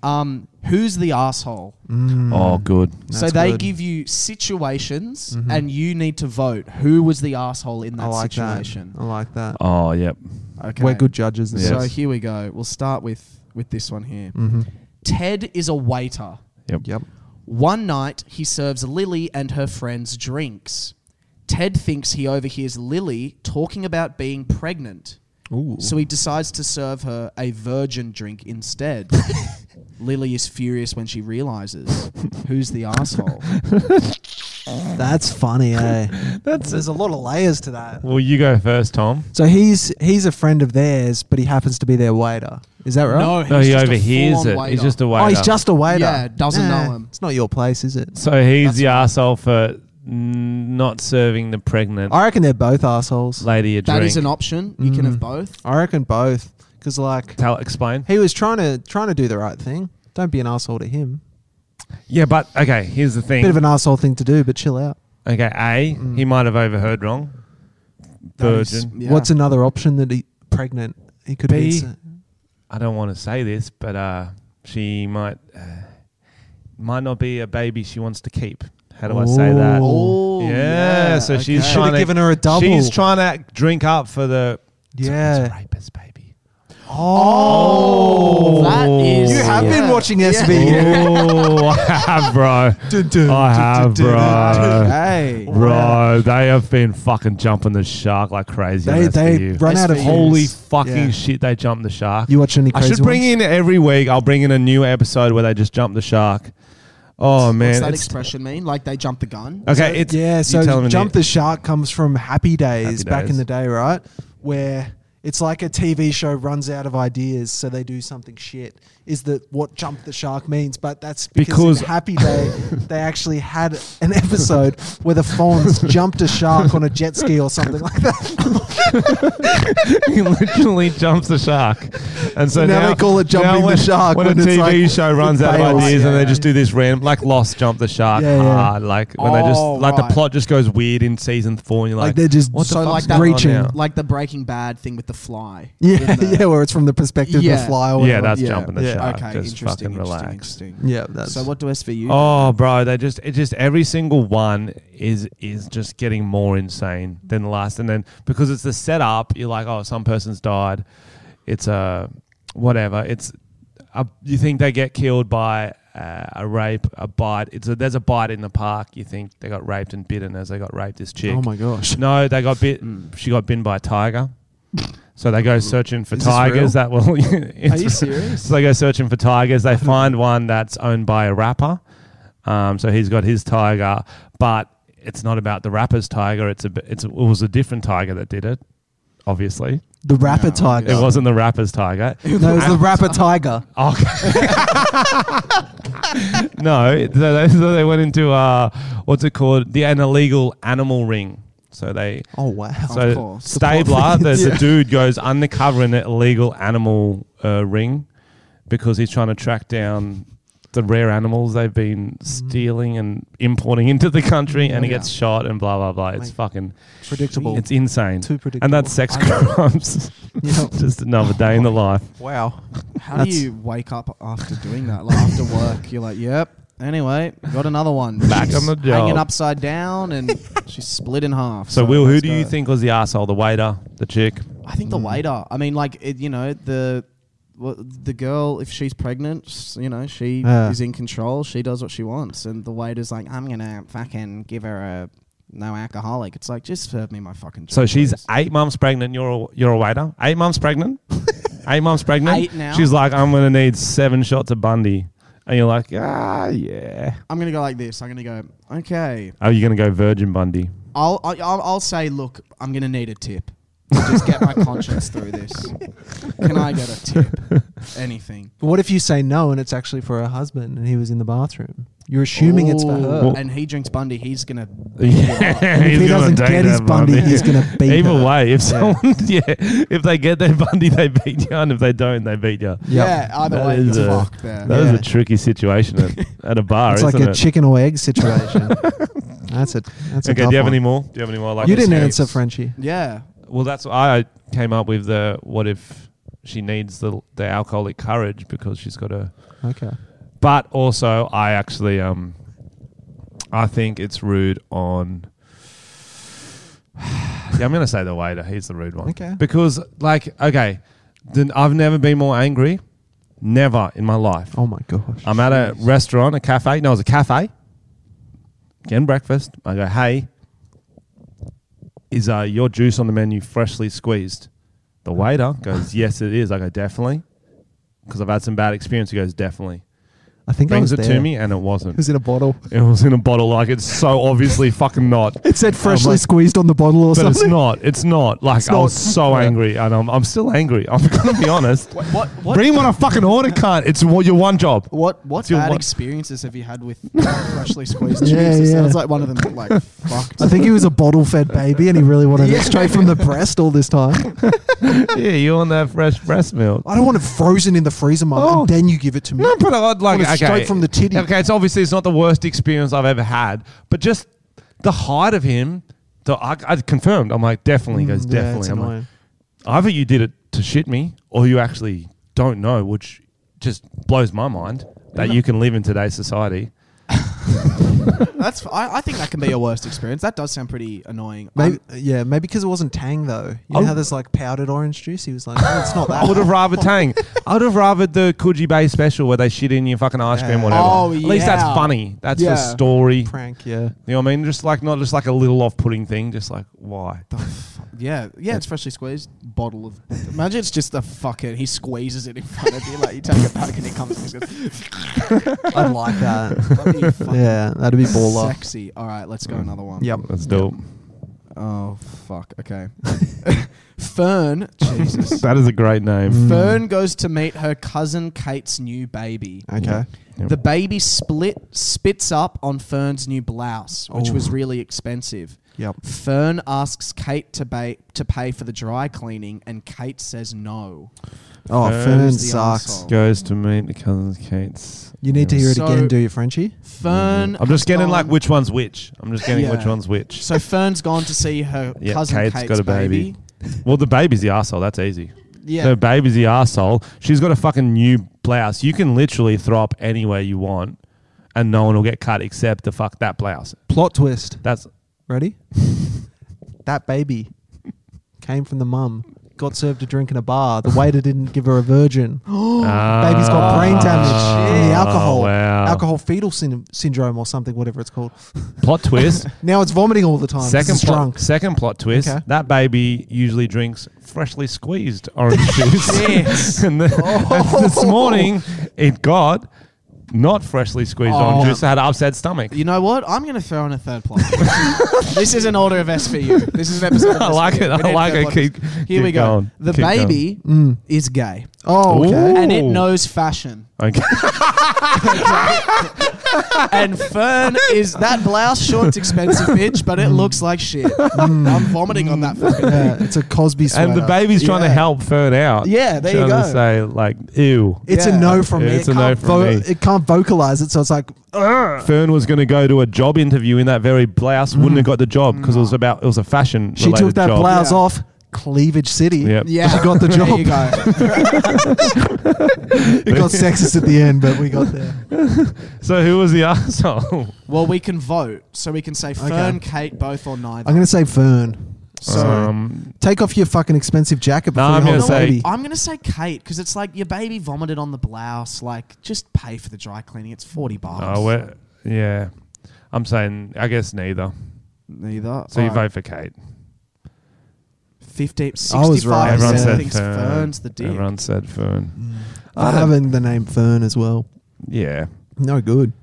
Speaker 3: um, "Who's the Asshole."
Speaker 1: Mm.
Speaker 2: oh, good.
Speaker 3: so
Speaker 1: That's good.
Speaker 3: they
Speaker 1: Mm-hmm.
Speaker 3: give you situations, and you need to vote who was the asshole in that
Speaker 1: I like
Speaker 3: situation.
Speaker 1: that. I like that.
Speaker 2: Oh, yep.
Speaker 3: Okay,
Speaker 1: We're good judges.
Speaker 2: Yes.
Speaker 3: So here we go. We'll start with with this one here.
Speaker 1: Mm-hmm.
Speaker 3: Ted is a waiter.
Speaker 2: Yep.
Speaker 1: Yep.
Speaker 3: One night, he serves Lily and her friends drinks. Ted thinks he overhears Lily talking about being pregnant,
Speaker 1: Ooh.
Speaker 3: so he decides to serve her a virgin drink
Speaker 1: <laughs>
Speaker 3: instead. Lily is furious when
Speaker 1: <laughs>
Speaker 3: she realizes who's the asshole.
Speaker 1: That's funny, eh? That's there's a lot of layers to that.
Speaker 2: Well, you go first, Tom.
Speaker 1: So he's he's a friend of theirs, but he happens to be their waiter. Is that right?
Speaker 2: No, he
Speaker 3: just a
Speaker 2: overhears
Speaker 3: full-on
Speaker 2: it. He's
Speaker 3: waiter.
Speaker 2: just a waiter.
Speaker 1: Oh, he's just a waiter.
Speaker 3: Yeah, doesn't know him.
Speaker 1: It's not your place, is it?
Speaker 2: so he's
Speaker 3: That's
Speaker 2: the asshole for n- not serving the pregnant
Speaker 1: I reckon they're both assholes.
Speaker 2: lady a drink. Mm.
Speaker 3: That is an option. You can have both.
Speaker 1: I reckon both, because like
Speaker 2: Tell, explain.
Speaker 1: he was trying to trying to do the right thing. Don't be an asshole to him.
Speaker 2: Yeah, but okay. Here's the thing.
Speaker 1: Bit of an Mm. asshole thing to do, but chill out.
Speaker 2: okay, a he might have overheard wrong.
Speaker 3: That is-
Speaker 2: Virgin.
Speaker 3: yeah.
Speaker 1: What's another option that he pregnant? He could be.
Speaker 2: Be-
Speaker 1: s-
Speaker 2: I don't want to say this, but uh, she might uh, might not be a baby she wants to keep. How do I say that?
Speaker 3: Oh,
Speaker 2: yeah,
Speaker 3: yeah,
Speaker 2: So she's
Speaker 3: okay.
Speaker 1: Should've
Speaker 2: trying to
Speaker 1: given her a double.
Speaker 2: She's trying to drink up for the it's a-
Speaker 1: Yeah.
Speaker 2: it's a
Speaker 1: <laughs>
Speaker 2: rapist baby.
Speaker 1: Oh,
Speaker 3: that is.
Speaker 1: you have been
Speaker 3: yeah.
Speaker 1: watching
Speaker 3: Yeah.
Speaker 1: SB.
Speaker 2: Oh, I
Speaker 1: <laughs>
Speaker 2: have, bro. I have, bro.
Speaker 3: Hey.
Speaker 2: Bro, they have been fucking jumping the shark like crazy.
Speaker 1: They
Speaker 2: on
Speaker 1: they
Speaker 2: SVU.
Speaker 1: run out of
Speaker 3: SVU.
Speaker 2: Holy
Speaker 1: things.
Speaker 2: fucking
Speaker 1: Yeah.
Speaker 2: shit! They jumped the shark.
Speaker 1: You watch any
Speaker 2: I
Speaker 1: crazy
Speaker 2: should bring
Speaker 1: ones?
Speaker 2: in every week. I'll bring in a new episode where they just jump the shark. Oh man,
Speaker 3: What's that
Speaker 2: it's-
Speaker 3: expression mean? Like they jumped the gun?
Speaker 2: okay. it's
Speaker 1: Yeah,
Speaker 2: you
Speaker 1: so
Speaker 2: tell them
Speaker 1: Jump
Speaker 2: <laughs> it-
Speaker 1: the Shark comes from Happy Days,
Speaker 2: Happy
Speaker 1: back
Speaker 2: Days.
Speaker 1: in the day, right? Where it's like a TV show runs out of ideas, so they do something shit. Is that what Jump the Shark means? But that's because,
Speaker 2: Because-
Speaker 1: in Happy <laughs> Day they actually had an episode where the <laughs> fawns jumped a shark on a jet ski or something like that.
Speaker 2: he literally jumps the shark, and so
Speaker 1: Now they call it jumping
Speaker 2: now
Speaker 1: the
Speaker 2: when-
Speaker 1: shark
Speaker 2: When,
Speaker 1: when
Speaker 2: a
Speaker 1: it's
Speaker 2: TV
Speaker 1: like-
Speaker 2: show runs out of
Speaker 1: fails.
Speaker 2: ideas, and
Speaker 1: Yeah.
Speaker 2: they just do this random, like Lost, jump the shark
Speaker 1: Yeah, yeah.
Speaker 2: hard, like when they just
Speaker 3: Oh,
Speaker 2: like
Speaker 3: right.
Speaker 2: the plot just goes weird in season four, and you're like,
Speaker 1: Like, they're just
Speaker 2: what the
Speaker 3: so
Speaker 2: fuck's
Speaker 3: like that
Speaker 2: going on
Speaker 1: reaching.
Speaker 2: now?
Speaker 3: like the Breaking Bad thing with the <laughs> fly.
Speaker 1: Yeah,
Speaker 3: in the-
Speaker 1: yeah, where it's from the perspective of
Speaker 3: Yeah.
Speaker 1: the fly. Or
Speaker 2: yeah,
Speaker 1: whatever.
Speaker 2: that's
Speaker 3: Yeah.
Speaker 2: jumping the
Speaker 1: Yeah.
Speaker 2: shark.
Speaker 3: Okay,
Speaker 2: Ah, just
Speaker 3: interesting.
Speaker 2: fucking
Speaker 3: interesting,
Speaker 2: relax.
Speaker 3: interesting.
Speaker 1: yeah, that's
Speaker 3: So what do SVU?
Speaker 2: Oh, bro, they just it just every single one is is just getting more insane than the last, and then because it's the setup, you're like, oh, some person's died. It's a whatever. It's a, you think they get killed by uh, a rape, a bite. It's a, there's a bite in the park. You think they got raped and bitten as they got raped. This chick.
Speaker 1: Oh my gosh.
Speaker 2: <laughs> No, they got bit.
Speaker 3: Mm.
Speaker 2: She got bitten by a tiger. So
Speaker 3: <laughs>
Speaker 2: they go searching for
Speaker 3: Is this
Speaker 2: tigers that will. <laughs>
Speaker 3: Are you serious?
Speaker 2: So they go searching for tigers. They find one that's owned by a rapper. Um, so he's got his tiger, but it's not about the rapper's tiger. It's a it's it was a different tiger that did it. Obviously,
Speaker 1: The rapper
Speaker 3: No,
Speaker 1: tiger.
Speaker 2: it wasn't the rapper's tiger.
Speaker 1: <laughs> No, it was the rapper tiger.
Speaker 2: Okay. no, so they, so they went into uh, what's it called? The an illegal animal ring. So they
Speaker 1: Oh wow.
Speaker 3: Of
Speaker 2: so
Speaker 3: course.
Speaker 2: Stabler, the,
Speaker 3: <laughs>
Speaker 1: Yeah.
Speaker 2: the dude goes undercover in an illegal animal uh, ring because he's trying to track down the rare animals they've been stealing and importing into the country, and he
Speaker 3: Mm. Yeah.
Speaker 2: gets shot and blah blah blah. It's
Speaker 1: Mate.
Speaker 2: fucking,
Speaker 1: predictable.
Speaker 2: it's insane.
Speaker 1: Too predictable.
Speaker 2: And that's sex crimes. <laughs>
Speaker 1: Yeah. <laughs>
Speaker 2: Just another day
Speaker 3: <laughs>
Speaker 2: in the life.
Speaker 1: wow. <laughs>
Speaker 3: How do
Speaker 1: That's-
Speaker 3: you wake up after doing that? Like after work, you're like, yep. Anyway, got another one.
Speaker 2: Back
Speaker 3: She's
Speaker 2: on the job.
Speaker 3: Hanging upside down and she's split in half.
Speaker 2: So, Will, who
Speaker 3: let's
Speaker 2: do you
Speaker 3: go.
Speaker 2: think was the asshole? The waiter, the chick.
Speaker 3: I think the
Speaker 1: Mm.
Speaker 3: waiter. I mean, like it, you know the. Well, the girl, if she's pregnant, s- you know she
Speaker 1: Yeah.
Speaker 3: is in control. She does what she wants, and the waiter's like, "I'm gonna fucking give her a no alcoholic." It's like, just serve me my fucking.
Speaker 2: So
Speaker 3: drink,
Speaker 2: she's
Speaker 3: please."
Speaker 2: eight months pregnant. You're a, you're a waiter. Eight months pregnant. eight months pregnant.
Speaker 3: Eight now?
Speaker 2: She's like, I'm gonna need seven shots of Bundy, and you're like, ah, yeah.
Speaker 3: I'm gonna go like this. I'm gonna go. Okay,
Speaker 1: Oh,
Speaker 2: Are you gonna go Virgin Bundy?
Speaker 3: I'll I- I'll, I'll say, look, I'm gonna need a tip. to Just get
Speaker 1: <laughs>
Speaker 3: my conscience through this. Can I get
Speaker 1: <laughs>
Speaker 3: a tip? Anything?
Speaker 1: What if you say no and it's actually for her husband and he was in the bathroom? You're assuming it's for her.
Speaker 2: Well-
Speaker 3: and he drinks Bundy, he's gonna.
Speaker 2: <laughs>
Speaker 1: <laughs>
Speaker 2: Yeah,
Speaker 1: if he doesn't get his Bundy, he's gonna
Speaker 2: <laughs>
Speaker 1: beat
Speaker 2: Either
Speaker 1: her.
Speaker 2: way, if someone, <laughs> yeah, if they get their Bundy, they beat you, and if they don't, they beat you.
Speaker 1: Yep.
Speaker 3: Yeah, either
Speaker 2: That
Speaker 3: way,
Speaker 2: is
Speaker 3: it's
Speaker 2: a-
Speaker 3: fucked there.
Speaker 2: That is
Speaker 1: Yeah.
Speaker 2: a tricky
Speaker 1: <laughs>
Speaker 2: situation at, at a bar,
Speaker 1: It's like
Speaker 2: isn't
Speaker 1: a
Speaker 2: it?
Speaker 1: chicken or egg situation.
Speaker 2: <laughs>
Speaker 1: that's it. That's a
Speaker 2: okay,
Speaker 1: tough
Speaker 2: do you have
Speaker 1: one.
Speaker 2: any more? Do you have any more? Like
Speaker 1: You didn't
Speaker 2: escapes?
Speaker 1: answer, Frenchie.
Speaker 3: Yeah.
Speaker 2: Well, that's what I came up with. The what if she needs the the alcoholic courage because she's got a.
Speaker 1: Okay.
Speaker 2: But also, I actually um, I think it's rude on. <sighs> yeah, I'm gonna say the waiter. He's the rude one.
Speaker 1: Okay.
Speaker 2: Because like, okay, then I've never been more angry, never in my life.
Speaker 1: Oh my gosh.
Speaker 2: I'm at a restaurant, a cafe. No, it's a cafe. Getting breakfast. I go, hey, is uh, your juice on the menu freshly squeezed? The waiter goes, yes, it is. I go, definitely. Because I've had some bad experience. He goes, definitely.
Speaker 1: I think I
Speaker 2: Brings
Speaker 1: was
Speaker 2: it
Speaker 1: there.
Speaker 2: to me and it wasn't.
Speaker 1: It was in a bottle.
Speaker 2: It was in a bottle. Like, it's so
Speaker 1: <laughs>
Speaker 2: obviously fucking not.
Speaker 1: It said freshly
Speaker 2: like-
Speaker 1: squeezed on the bottle or
Speaker 2: But
Speaker 1: something.
Speaker 2: it's not. It's not. Like, I was
Speaker 1: not.
Speaker 2: so angry. And I'm, I'm still angry. I'm <laughs> going to be honest.
Speaker 3: What? What? What?
Speaker 2: Bring what I fucking order, can't. It's what your one job.
Speaker 1: <laughs>
Speaker 3: what, what
Speaker 2: Dude,
Speaker 3: bad
Speaker 2: what-
Speaker 3: experiences have you had with freshly squeezed juice?
Speaker 1: Yeah,
Speaker 3: It
Speaker 1: yeah.
Speaker 3: sounds like one of them, like, fucked.
Speaker 1: I think he was a bottle fed baby and he really wanted it straight from the breast all this time.
Speaker 2: yeah, you want that fresh breast milk.
Speaker 1: I don't want it frozen in the freezer, mum,
Speaker 2: Oh.
Speaker 1: and then you give it to me.
Speaker 2: No, but I'd like
Speaker 1: Want
Speaker 2: okay,
Speaker 1: it straight from the titty.
Speaker 2: Okay, it's obviously it's not the worst experience I've ever had, but just the height of him. The, I, I confirmed. I'm like, definitely. He goes,
Speaker 1: Mm, Yeah, it's
Speaker 2: definitely. I'm like,
Speaker 1: annoying.
Speaker 2: either you did it to shit me, or you actually don't know, which just blows my mind that you can live in today's society.
Speaker 3: That's. I, I think that can be your worst experience. That does sound pretty annoying.
Speaker 1: Maybe,
Speaker 3: I'm-
Speaker 1: yeah, maybe because it wasn't Tang though. You know
Speaker 2: Oh.
Speaker 1: how there's like powdered orange juice. He was like, oh, it's not that.
Speaker 2: I would have
Speaker 3: <laughs>
Speaker 2: rather Tang. I would have rather the Coogee Bay special where they shit in your fucking ice cream,
Speaker 1: Yeah.
Speaker 2: whatever.
Speaker 3: Oh,
Speaker 2: At least that's
Speaker 3: yeah.
Speaker 2: funny. That's
Speaker 3: Yeah.
Speaker 2: a story.
Speaker 1: <laughs> prank. Yeah,
Speaker 2: You know what I mean? Just like not just like a little off-putting thing. Just like why?
Speaker 3: Um, yeah, yeah. It's freshly squeezed bottle of. Imagine it's just a fucking. He squeezes it in front of you. Like you take it back and it comes. And it's
Speaker 1: I'd like
Speaker 3: <laughs>
Speaker 1: that.
Speaker 3: bloody fucking
Speaker 1: yeah, that'd be baller.
Speaker 3: Sexy. All right, <laughs> let's go another one.
Speaker 1: Yep.
Speaker 2: That's dope.
Speaker 3: Oh fuck. Okay. <laughs> Fern. Jesus.
Speaker 2: That is a great name.
Speaker 3: Fern goes to meet her cousin Kate's new baby.
Speaker 1: Okay.
Speaker 2: Yep.
Speaker 3: The baby split spits up on Fern's new blouse, which
Speaker 2: Oh.
Speaker 3: was really expensive.
Speaker 1: Yep.
Speaker 3: Fern asks Kate to pay to pay for the dry cleaning, and Kate says no.
Speaker 1: Oh,
Speaker 2: Fern's
Speaker 1: Fern
Speaker 3: the
Speaker 1: sucks.
Speaker 3: arsehole.
Speaker 2: Goes to meet the cousins, Kate's.
Speaker 1: You need to hear it
Speaker 3: So-
Speaker 1: again, do you, Frenchie?
Speaker 3: Fern.
Speaker 2: I'm just
Speaker 3: has
Speaker 2: getting like
Speaker 3: gone-
Speaker 2: which one's which. I'm just getting which
Speaker 3: Yeah.
Speaker 2: one's which.
Speaker 3: So Fern's gone to see her
Speaker 2: <laughs> Yeah,
Speaker 3: cousin
Speaker 2: Kate's
Speaker 3: Kate's
Speaker 2: got a baby.
Speaker 3: baby.
Speaker 2: well, the baby's the asshole. That's easy.
Speaker 3: Yeah.
Speaker 2: The baby's the asshole. She's got a fucking new blouse. You can literally throw up anywhere you want, and no one will get cut except the fuck that blouse.
Speaker 1: Plot twist.
Speaker 2: That's
Speaker 3: <laughs>
Speaker 1: Ready? that baby came from the mum. Got served a drink in a bar. The waiter didn't give her a
Speaker 3: <gasps>
Speaker 1: virgin. <gasps>
Speaker 3: Oh,
Speaker 1: Baby's got brain damage from the alcohol,
Speaker 2: Ah. Oh, wow.
Speaker 1: alcohol fetal syn- syndrome or something, whatever it's called. <laughs>
Speaker 2: Plot twist.
Speaker 1: Now it's vomiting all the time. 'cause
Speaker 2: Second
Speaker 1: it's
Speaker 2: plot,
Speaker 1: Oh, drunk.
Speaker 2: second plot twist.
Speaker 1: Okay.
Speaker 2: That baby usually drinks freshly squeezed
Speaker 1: <laughs>
Speaker 2: orange juice.
Speaker 3: Yes.
Speaker 2: <laughs> and, the- and this morning it got not freshly squeezed
Speaker 3: Oh.
Speaker 2: orange juice. It had an upset stomach.
Speaker 3: You know what? I'm going to throw in a third plot. <laughs> this is an order of SVU. This is an episode.
Speaker 2: <laughs>
Speaker 3: Of
Speaker 2: I like
Speaker 3: SVU.
Speaker 2: it.
Speaker 3: We
Speaker 2: I
Speaker 3: need
Speaker 2: like
Speaker 3: third
Speaker 2: it.
Speaker 3: plot
Speaker 2: Keep-
Speaker 3: twist. Here
Speaker 2: keep
Speaker 3: we go.
Speaker 2: going.
Speaker 3: The
Speaker 2: Keep
Speaker 3: baby is gay,
Speaker 1: Oh, okay.
Speaker 2: Ooh.
Speaker 3: and it knows fashion.
Speaker 2: Okay.
Speaker 3: And Fern is that blouse. Sure, it's expensive, bitch, but it looks like shit.
Speaker 1: Mm.
Speaker 3: I'm vomiting on that fucking
Speaker 1: <laughs>
Speaker 3: thing.
Speaker 1: Yeah, it's a Cosby sweater.
Speaker 2: and the baby's trying to
Speaker 3: Yeah.
Speaker 2: help Fern out.
Speaker 3: Yeah, there you
Speaker 2: Trying to
Speaker 3: go.
Speaker 2: Say like, ew.
Speaker 1: It's
Speaker 3: Yeah.
Speaker 1: a no from me.
Speaker 2: It's
Speaker 1: it
Speaker 2: a no
Speaker 1: can't
Speaker 2: from
Speaker 1: vo-
Speaker 2: me.
Speaker 1: It can't vocalize it, so it's like
Speaker 2: Fern was going to go to a job interview in that very blouse. Wouldn't
Speaker 3: Mm.
Speaker 2: have got the job because it was about it was a fashion.
Speaker 1: she took that
Speaker 2: job.
Speaker 1: blouse
Speaker 3: Yeah.
Speaker 1: off. Cleavage City.
Speaker 2: Yep.
Speaker 3: Yeah,
Speaker 1: She got the
Speaker 3: There
Speaker 1: job.
Speaker 3: you go.
Speaker 1: It got sexist at the end, but we got there.
Speaker 2: So who was the <laughs> asshole?
Speaker 3: Well, we can vote, so we can say Fern, Kate, both or neither.
Speaker 1: I'm gonna say Fern.
Speaker 3: so
Speaker 2: um,
Speaker 1: Take off your fucking expensive jacket before
Speaker 2: Nah, I'm
Speaker 1: you
Speaker 2: gonna
Speaker 1: hold the
Speaker 2: say-
Speaker 1: baby.
Speaker 3: I'm gonna say Kate because it's like your baby vomited on the blouse. Like, just pay for the dry cleaning. It's forty bucks.
Speaker 2: Oh, we're, yeah. I'm saying, I guess neither.
Speaker 3: neither.
Speaker 2: So you
Speaker 3: Alright.
Speaker 2: vote for Kate.
Speaker 3: 50,
Speaker 1: I was right.
Speaker 3: 65
Speaker 1: Fern.
Speaker 2: Everyone
Speaker 3: percent
Speaker 2: said
Speaker 3: thinks
Speaker 2: Fern.
Speaker 3: Fern's the dick. Mm.
Speaker 2: Everyone said Fern.
Speaker 1: I'm having the name Fern as well.
Speaker 2: Yeah.
Speaker 1: No good.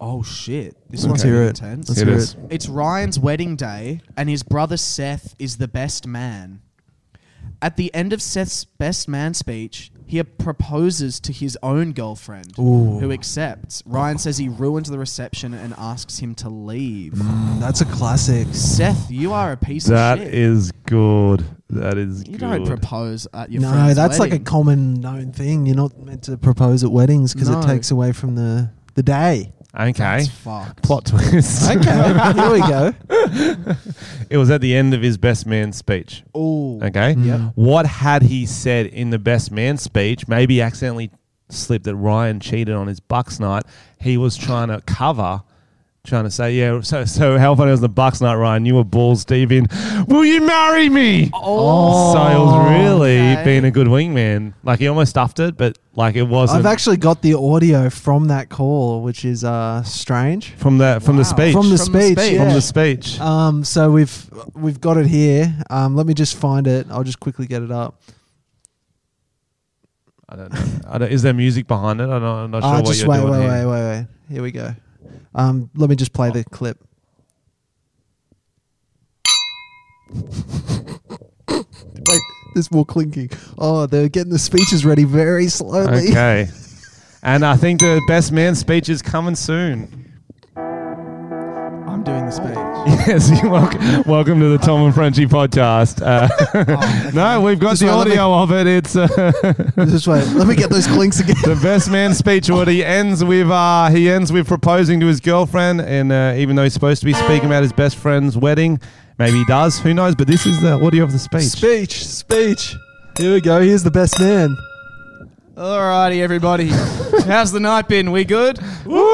Speaker 3: Oh shit! This
Speaker 1: Let's
Speaker 3: one's
Speaker 1: hear it.
Speaker 3: intense.
Speaker 1: Let's
Speaker 2: It
Speaker 1: hear
Speaker 2: is.
Speaker 1: it.
Speaker 3: It's Ryan's wedding day, and his brother Seth is the best man. At the end of Seth's best man speech, he proposes to his own girlfriend, who accepts. Ryan says he ruined the reception and asks him to leave.
Speaker 1: That's a classic.
Speaker 3: Seth, you are a piece
Speaker 2: That
Speaker 3: of shit.
Speaker 2: is good. That is
Speaker 3: you
Speaker 2: good.
Speaker 3: don't propose at your
Speaker 1: No,
Speaker 3: friend's
Speaker 1: that's like a
Speaker 3: wedding.
Speaker 1: common known thing. You're not meant to propose at weddings because
Speaker 3: No.
Speaker 1: it takes away from the, the day.
Speaker 2: okay.
Speaker 3: That's fucked.
Speaker 2: Plot
Speaker 3: <laughs>
Speaker 2: twist.
Speaker 1: <laughs> Okay, here we go.
Speaker 2: it was at the end of his best man speech.
Speaker 3: Ooh.
Speaker 2: Okay.
Speaker 3: Yep.
Speaker 2: What had he said in the best man speech? Maybe he accidentally slipped that Ryan cheated on his Bucks night. He was trying to cover, trying to say, yeah. So, so how funny was the Bucks night, Ryan? You were balls deep in. Will you marry me?
Speaker 3: Oh.
Speaker 2: so he was really
Speaker 3: okay.
Speaker 2: being a good wingman. Like he almost stuffed it, but like it wasn't
Speaker 1: I've actually got the audio from that call, which is uh, strange.
Speaker 2: from the from the
Speaker 3: Wow.
Speaker 2: speech
Speaker 1: From the
Speaker 3: From the
Speaker 1: speech,
Speaker 3: speech.
Speaker 1: yeah.
Speaker 2: From the speech.
Speaker 1: Um, so we've we've got it here. Um, let me just find it. I'll just quickly get it up.
Speaker 2: I don't know. I don't, is there music behind it? I don't, I'm not sure
Speaker 1: Ah,
Speaker 2: what
Speaker 1: just
Speaker 2: you're
Speaker 1: wait,
Speaker 2: doing
Speaker 1: wait,
Speaker 2: here.
Speaker 1: wait, wait, wait. Here we go. Um, let me just play the clip. <laughs> wait, there's more clinking. Oh, they're getting the speeches ready very <laughs> slowly.
Speaker 2: Okay. And I think the best man speech is coming soon. <laughs>
Speaker 1: Oh.
Speaker 3: I'm doing the speech.
Speaker 2: Yes, you're welcome, welcome to the Tom and Frenchie podcast. Uh, <laughs> no, we've got
Speaker 1: Just
Speaker 2: the
Speaker 1: wait, let me-
Speaker 2: audio of it. It's uh,
Speaker 1: Just wait. Let me get those
Speaker 2: <laughs>
Speaker 1: clinks again.
Speaker 2: the best man speech. What he ends with, uh, he ends with proposing to his girlfriend, and uh, even though he's supposed to be speaking about his best friend's wedding, maybe he does. Who knows? But this is the audio of the speech.
Speaker 1: Speech, speech. Here we go. Here's the best man.
Speaker 3: Alrighty, everybody. <laughs> How's the night been? We good?
Speaker 2: Woo!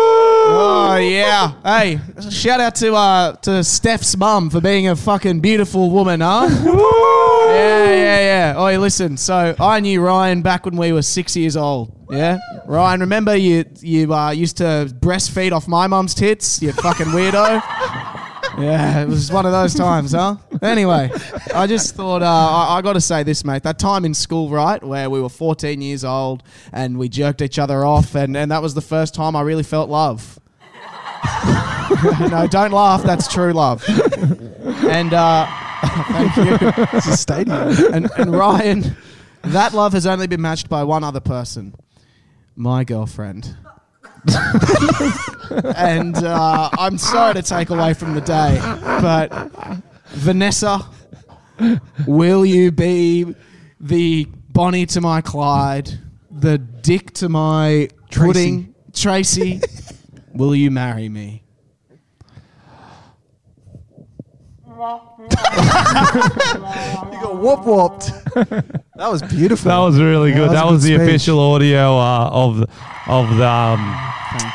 Speaker 3: Oh yeah. Hey, shout out to uh to Steph's mum for being a fucking beautiful woman, huh?
Speaker 2: Woo!
Speaker 3: Yeah, yeah, yeah. Oi, listen. So I knew Ryan back when we were six years old. Yeah, Ryan. Remember you you uh, used to breastfeed off my mum's tits. You fucking weirdo. <laughs> Yeah, it was one of those times, huh? Anyway, I just thought uh, I, I got to say this, mate. That time in school, right, where we were 14 years old and we jerked each other off, and, and that was the first time I really felt love. <laughs> no, don't laugh. That's true love. And uh, thank you
Speaker 1: It's a stadium.
Speaker 3: and, and Ryan, that love has only been matched by one other person, my girlfriend. <laughs> and uh, I'm sorry to take away from the day, but Vanessa, will you be the Bonnie to my Clyde, the Dick to my
Speaker 1: Tracy.
Speaker 3: pudding, Tracy? will you marry me?
Speaker 1: You got whoop whopped. <laughs> That was beautiful. <laughs>
Speaker 2: That was really
Speaker 1: Yeah,
Speaker 2: good.
Speaker 1: that's
Speaker 2: That
Speaker 1: a
Speaker 2: was
Speaker 1: good
Speaker 2: the
Speaker 1: speech.
Speaker 2: official audio uh, of the, of the um,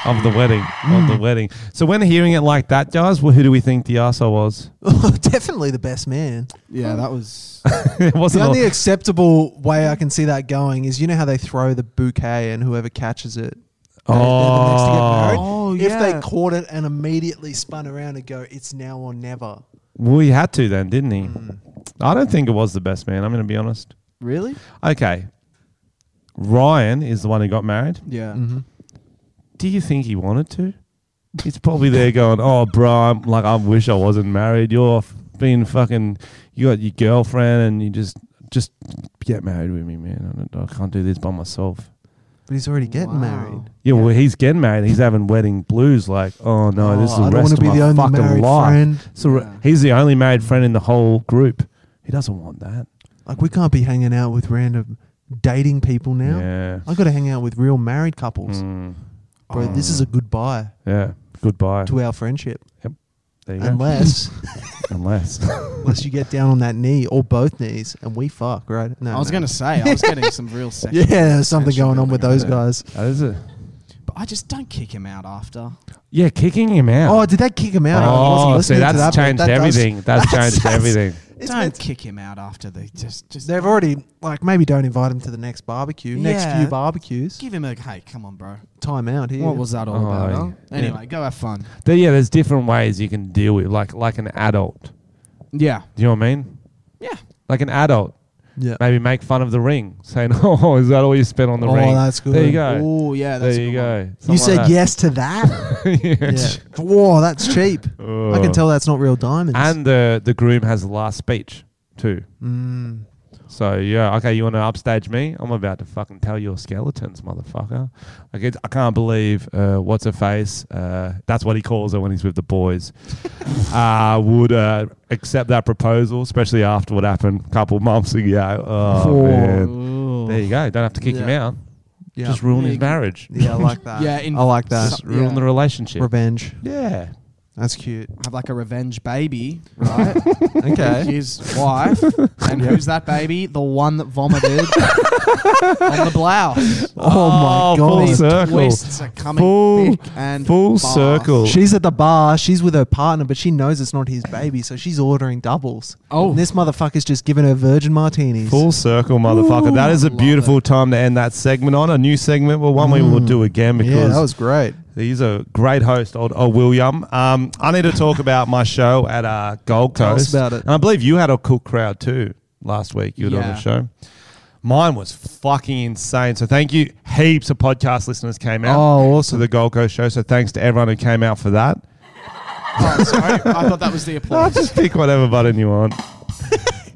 Speaker 2: of the wedding of
Speaker 1: Mm.
Speaker 2: the wedding. So when hearing it like that, guys, well, who do we think the arsehole was?
Speaker 1: definitely the best man.
Speaker 3: Yeah, that was.
Speaker 1: <laughs>
Speaker 2: it
Speaker 1: The
Speaker 2: wasn't.
Speaker 1: only
Speaker 2: all-
Speaker 1: acceptable way I can see that going is you know how they throw the bouquet and whoever catches it. they- they're the next to get
Speaker 2: Oh.
Speaker 1: married?
Speaker 3: Oh,
Speaker 1: If
Speaker 3: yeah.
Speaker 1: they caught it and immediately spun around and go, it's now or never.
Speaker 2: well, he Oh, had to then, didn't he? I don't think it was the best man. I'm going to be honest.
Speaker 3: Really?
Speaker 2: Okay, Ryan is the one who got married.
Speaker 3: Yeah.
Speaker 1: Mm-hmm.
Speaker 2: Do you think he wanted to? He's probably there going, "Oh, bro, I'm like, I wish I wasn't married. You're f- being fucking, you got your girlfriend, and you just, just get married with me, man. I, don't, I can't do this by myself."
Speaker 1: But he's already getting
Speaker 3: Wow.
Speaker 1: married.
Speaker 2: Yeah, well, he's getting married. He's having wedding blues. Like, oh no, this is
Speaker 1: Oh,
Speaker 2: the
Speaker 1: I don't wanna
Speaker 2: rest of
Speaker 1: be
Speaker 2: my
Speaker 1: the only
Speaker 2: fucking
Speaker 1: married
Speaker 2: life.
Speaker 1: friend.
Speaker 2: So re-
Speaker 3: Yeah.
Speaker 2: he's the only married friend in the whole group. He doesn't want that.
Speaker 1: Like, we can't be hanging out with random dating people now.
Speaker 2: Yeah,
Speaker 1: i got to hang out with real married couples.
Speaker 2: Mm.
Speaker 1: Bro, this is a goodbye
Speaker 2: yeah. Goodbye.
Speaker 1: to our friendship.
Speaker 2: There you go.
Speaker 1: Unless
Speaker 2: Unless. <laughs>
Speaker 1: unless you get down on that knee or both knees and we fuck, right? No.
Speaker 3: I was
Speaker 1: no.
Speaker 3: going to say, I was getting
Speaker 1: <laughs>
Speaker 3: some real
Speaker 1: Yeah,
Speaker 3: sexual
Speaker 1: there's something
Speaker 3: tension
Speaker 1: going on with
Speaker 3: building
Speaker 1: those guys.
Speaker 2: that is it.
Speaker 3: But I just don't kick him out after.
Speaker 2: Yeah, kicking him out.
Speaker 1: Oh, did that kick him out? I wasn't
Speaker 2: Oh, see,
Speaker 1: listening to
Speaker 2: that's
Speaker 1: that, but
Speaker 2: changed
Speaker 1: that does- <laughs>
Speaker 2: everything. that's, changed
Speaker 1: that's-
Speaker 2: everything.
Speaker 1: It's
Speaker 3: don't
Speaker 1: meant to-
Speaker 3: kick him out after they just just
Speaker 1: They've already like maybe don't invite him to the next barbecue, next
Speaker 3: Yeah.
Speaker 1: few barbecues.
Speaker 3: give him a hey, come on, bro.
Speaker 1: Time out here.
Speaker 3: What was that
Speaker 2: Oh,
Speaker 3: all about?
Speaker 2: yeah.
Speaker 3: huh?
Speaker 2: Yeah.
Speaker 3: Anyway, go have fun.
Speaker 2: There- yeah, there's different ways you can deal with, like like an adult.
Speaker 3: Yeah,
Speaker 2: Do you know what I mean?
Speaker 3: yeah.
Speaker 2: Like an adult,
Speaker 1: Yeah.
Speaker 2: maybe make fun of the ring, saying, <laughs> "Oh, is that all you spent on the
Speaker 1: Oh,
Speaker 2: ring?"
Speaker 1: that's good.
Speaker 2: There you go.
Speaker 3: Oh, yeah. That's
Speaker 2: there you go.
Speaker 1: You said
Speaker 2: Something like
Speaker 1: yes to that.
Speaker 2: <laughs> that.
Speaker 1: yeah. Whoa, that's cheap. I can tell that's not real diamonds.
Speaker 2: And the the groom has the last speech too.
Speaker 1: Mm.
Speaker 2: So yeah, okay, you want to upstage me? I'm about to fucking tell your skeletons, motherfucker. Like it's, I can't believe uh, what's her face. Uh, that's what he calls her when he's with
Speaker 1: <laughs>
Speaker 2: the boys. uh, would uh, accept that proposal, especially after what happened a couple months ago. Oh,
Speaker 1: Oh.
Speaker 2: man. There you go. Don't have to kick him
Speaker 1: Yeah.
Speaker 2: out.
Speaker 1: Yeah.
Speaker 2: Just ruin
Speaker 3: Yeah,
Speaker 2: his
Speaker 3: you-
Speaker 2: marriage.
Speaker 1: yeah, I like that.
Speaker 3: <laughs> Yeah, in-
Speaker 1: I like that.
Speaker 2: Just ruin the relationship.
Speaker 1: Revenge.
Speaker 2: yeah.
Speaker 1: That's cute.
Speaker 3: Have like a revenge baby, right?
Speaker 1: Okay.
Speaker 3: His
Speaker 1: <laughs>
Speaker 3: wife. And who's that baby? The one that vomited on the blouse.
Speaker 1: Oh,
Speaker 2: Oh,
Speaker 1: my
Speaker 2: full
Speaker 1: god.
Speaker 3: These
Speaker 2: circle.
Speaker 3: twists are coming
Speaker 2: Full-
Speaker 3: thick and
Speaker 2: full
Speaker 3: fast.
Speaker 2: circle.
Speaker 1: She's at the bar. She's with her partner, but she knows it's not his baby, so she's ordering doubles.
Speaker 3: Oh.
Speaker 1: And this motherfucker's just giving her virgin martinis.
Speaker 2: Full circle, motherfucker. that is a beautiful time to end that segment on. A new segment, well, one we will do again because
Speaker 1: Mm. Yeah, that was great.
Speaker 2: he's a great host, old, old William. Um, I need
Speaker 1: <laughs>
Speaker 2: to talk about my show at uh, Gold Coast.
Speaker 1: Tell us about it.
Speaker 2: And I believe you had a cool crowd too last week. You were on
Speaker 3: Yeah.
Speaker 2: the show. Mine was fucking insane. So thank you. Heaps of podcast listeners came out
Speaker 1: Oh,
Speaker 2: to
Speaker 1: awesome.
Speaker 2: the Gold Coast show. So thanks to everyone who came out for that.
Speaker 3: Oh, sorry. I thought that
Speaker 1: <laughs>
Speaker 3: was the
Speaker 2: I'll <laughs>
Speaker 3: applause.
Speaker 2: just pick whatever button you want.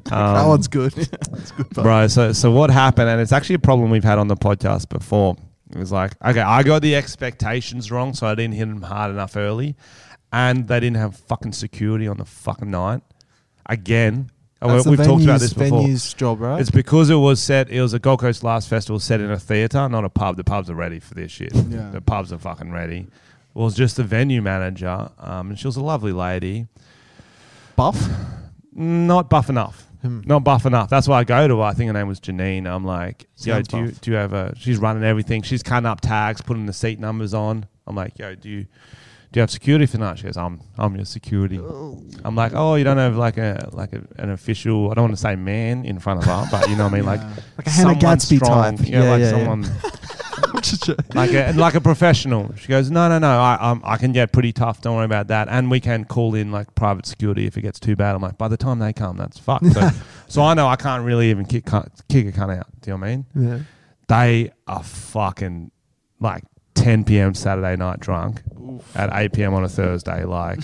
Speaker 1: that one's good.
Speaker 3: <laughs>
Speaker 1: That's good. bud.
Speaker 2: Bro, so so what happened, and it's actually a problem we've had on the podcast before. It was like, okay, I got the expectations wrong, so I didn't hit them hard enough early, and they didn't have fucking security on the fucking night. Again, And we-
Speaker 1: That's the
Speaker 2: Oh, we've talked
Speaker 1: venue's-
Speaker 2: about this before.
Speaker 1: venue's job, right?
Speaker 2: It's because it was set. It was a Gold Coast Last Festival set in a theater, not a pub. The pubs are ready for this shit.
Speaker 3: Yeah.
Speaker 2: The pubs are fucking ready. It was just the venue manager, um, and she was a lovely lady
Speaker 1: buff.
Speaker 2: not buff enough. Not buff enough. That's why I go to her. I think her name was Janine. I'm like, yo,
Speaker 1: Sounds
Speaker 2: do you,
Speaker 1: buff.
Speaker 2: do you have a? She's running everything. She's cutting up tags, putting the seat numbers on. I'm like, yo, do you do you have security for that? She goes, I'm I'm your security. I'm like, oh, you don't have like a like a, an official. I don't want to say man in front of her, but you know what I mean, like
Speaker 1: Like a Hannah
Speaker 2: someone
Speaker 1: Gadsby
Speaker 2: strong.
Speaker 1: type.
Speaker 2: Yeah,
Speaker 1: Yeah,
Speaker 2: like
Speaker 1: yeah, yeah.
Speaker 2: someone <laughs> like a like a professional. She goes, no, no, no. I um, I can get pretty tough. Don't worry about that. And we can call in like private security if it gets too bad. I'm like, by the time they come, that's fucked. <laughs> So, so I know I can't really even kick cunt, kick a cunt out. Do you know what I mean?
Speaker 1: yeah.
Speaker 2: They are fucking like 10 p.m. Saturday night drunk at 8 p.m. on a
Speaker 1: <laughs>
Speaker 2: Thursday. Like,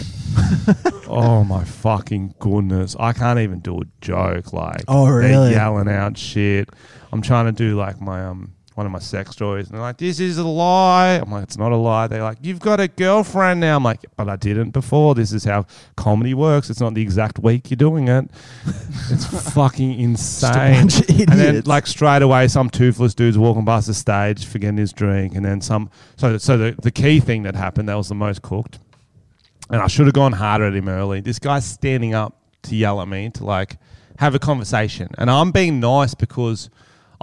Speaker 2: oh my fucking goodness. I can't even do a joke. Like,
Speaker 1: Oh,
Speaker 2: they're
Speaker 1: really?
Speaker 2: yelling out shit. I'm trying to do like my, um, one of my sex stories, and they're like, "This is a lie." I'm like, "It's not a lie." They're like, "You've got a girlfriend now." I'm like, "But I didn't before. This is how comedy works. It's not the exact week you're doing it. It's
Speaker 1: <laughs>
Speaker 2: fucking insane."
Speaker 1: bunch of
Speaker 2: And then,
Speaker 1: idiots.
Speaker 2: like straight away, some toothless dude's walking past the stage, forgetting his drink, and then some. So, so the, the key thing that happened that was the most cooked, and I should have gone harder at him early. This guy's standing up to yell at me to like have a conversation, and I'm being nice because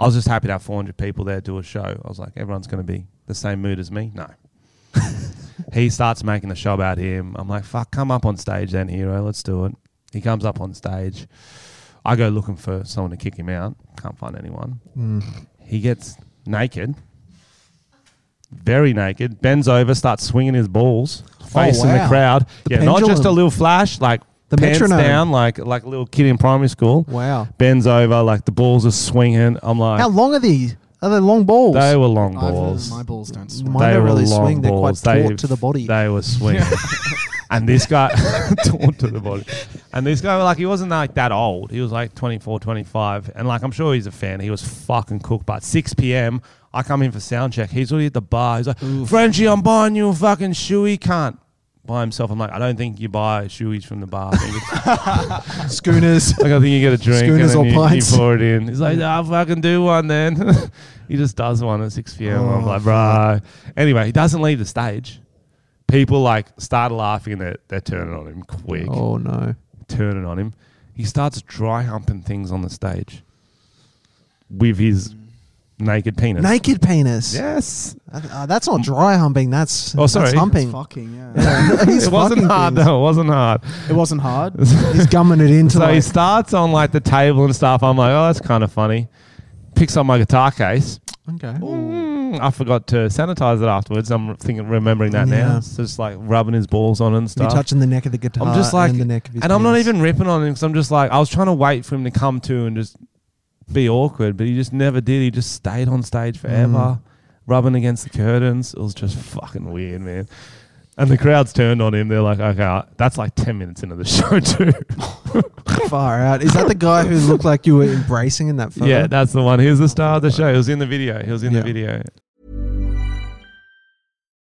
Speaker 2: I was just happy to have 400 people there do a show. I was like, everyone's going to be the same mood as me.
Speaker 1: <laughs>
Speaker 2: No. he starts making the show about him. I'm like, fuck, come up on stage then, hero. Let's do it. He comes up on stage. I go looking for someone to kick him out. Can't find anyone.
Speaker 1: Mm.
Speaker 2: He gets naked, very naked, bends over, starts swinging his balls, facing
Speaker 1: Oh, wow.
Speaker 2: the crowd.
Speaker 1: The
Speaker 2: yeah, not just a
Speaker 1: pendulum.
Speaker 2: little flash, like
Speaker 1: The
Speaker 2: pants
Speaker 1: metronome.
Speaker 2: down, like like a little kid in primary school.
Speaker 1: Wow.
Speaker 2: Bends over, like the balls are swinging. I'm like,
Speaker 1: How long are these? Are they long balls? <laughs>
Speaker 2: they were long
Speaker 3: I've-
Speaker 2: balls.
Speaker 3: My balls don't swim.
Speaker 1: Mine
Speaker 2: They
Speaker 1: don't
Speaker 2: were
Speaker 1: really
Speaker 2: long
Speaker 1: swing. They're quite
Speaker 2: balls.
Speaker 1: taut
Speaker 2: They-
Speaker 1: to the body.
Speaker 2: They
Speaker 1: <laughs>
Speaker 2: were swinging. and this guy, <laughs> taut to the body. And this guy, like, he wasn't like that old. He was like 24, 25. And like, I'm sure he's a fan. He was fucking cooked. But 6 p.m., I come in for sound check. He's already at the bar. He's like, Frenchie, I'm buying you a fucking shoey cunt. By himself, I'm like, I don't think you buy shoeys from the bar. <laughs> I think it's <laughs>
Speaker 1: Schooners.
Speaker 2: like I think you get a drink
Speaker 1: Schooners
Speaker 2: and
Speaker 1: or
Speaker 2: then you, you
Speaker 1: pints?
Speaker 2: pour it in. He's like, I'll fucking do one then. <laughs> he just does one at 6 p.m.
Speaker 1: Oh,
Speaker 2: I'm like, bro. Anyway, he doesn't leave the stage. People like start laughing and they're, they're turning on him quick,
Speaker 1: oh no.
Speaker 2: turning on him. He starts dry humping things on the stage with his naked penis.
Speaker 1: Naked penis.
Speaker 2: Yes.
Speaker 1: Uh, uh, that's not dry humping. That's
Speaker 2: Oh, sorry.
Speaker 1: That's humping.
Speaker 3: Fucking, yeah.
Speaker 1: He's
Speaker 2: <laughs> it wasn't
Speaker 1: fucking
Speaker 2: hard,
Speaker 1: things.
Speaker 2: though. It wasn't hard.
Speaker 3: It wasn't hard.
Speaker 1: He's gumming
Speaker 2: <laughs>
Speaker 1: it into
Speaker 2: So he
Speaker 1: like,
Speaker 2: starts on like the table and stuff. I'm like, oh, that's kind of funny. Picks up my guitar case.
Speaker 1: okay.
Speaker 2: Mm, I forgot to sanitize it afterwards. I'm thinking, remembering that
Speaker 1: Yeah.
Speaker 2: now. So just like rubbing his balls on and
Speaker 1: You're
Speaker 2: stuff.
Speaker 1: touching the neck of the guitar.
Speaker 2: I'm just like,
Speaker 1: and
Speaker 2: and,
Speaker 1: the neck of his
Speaker 2: I'm not
Speaker 1: penis.
Speaker 2: even ripping on him because I'm just like, I was trying to wait for him to come to and just be awkward, but he just never did. He just
Speaker 1: Mm.
Speaker 2: stayed on stage forever, rubbing against the curtains. It was just fucking weird, man. And the crowd's turned on him. They're like, okay, uh, that's like 10 minutes into the <laughs> show, too.
Speaker 1: <laughs> Far out. Is that the guy who looked like you were embracing in that photo?
Speaker 2: yeah, that's the one. He was the star of the show. He was in the video. He was in
Speaker 1: Yeah.
Speaker 2: the video.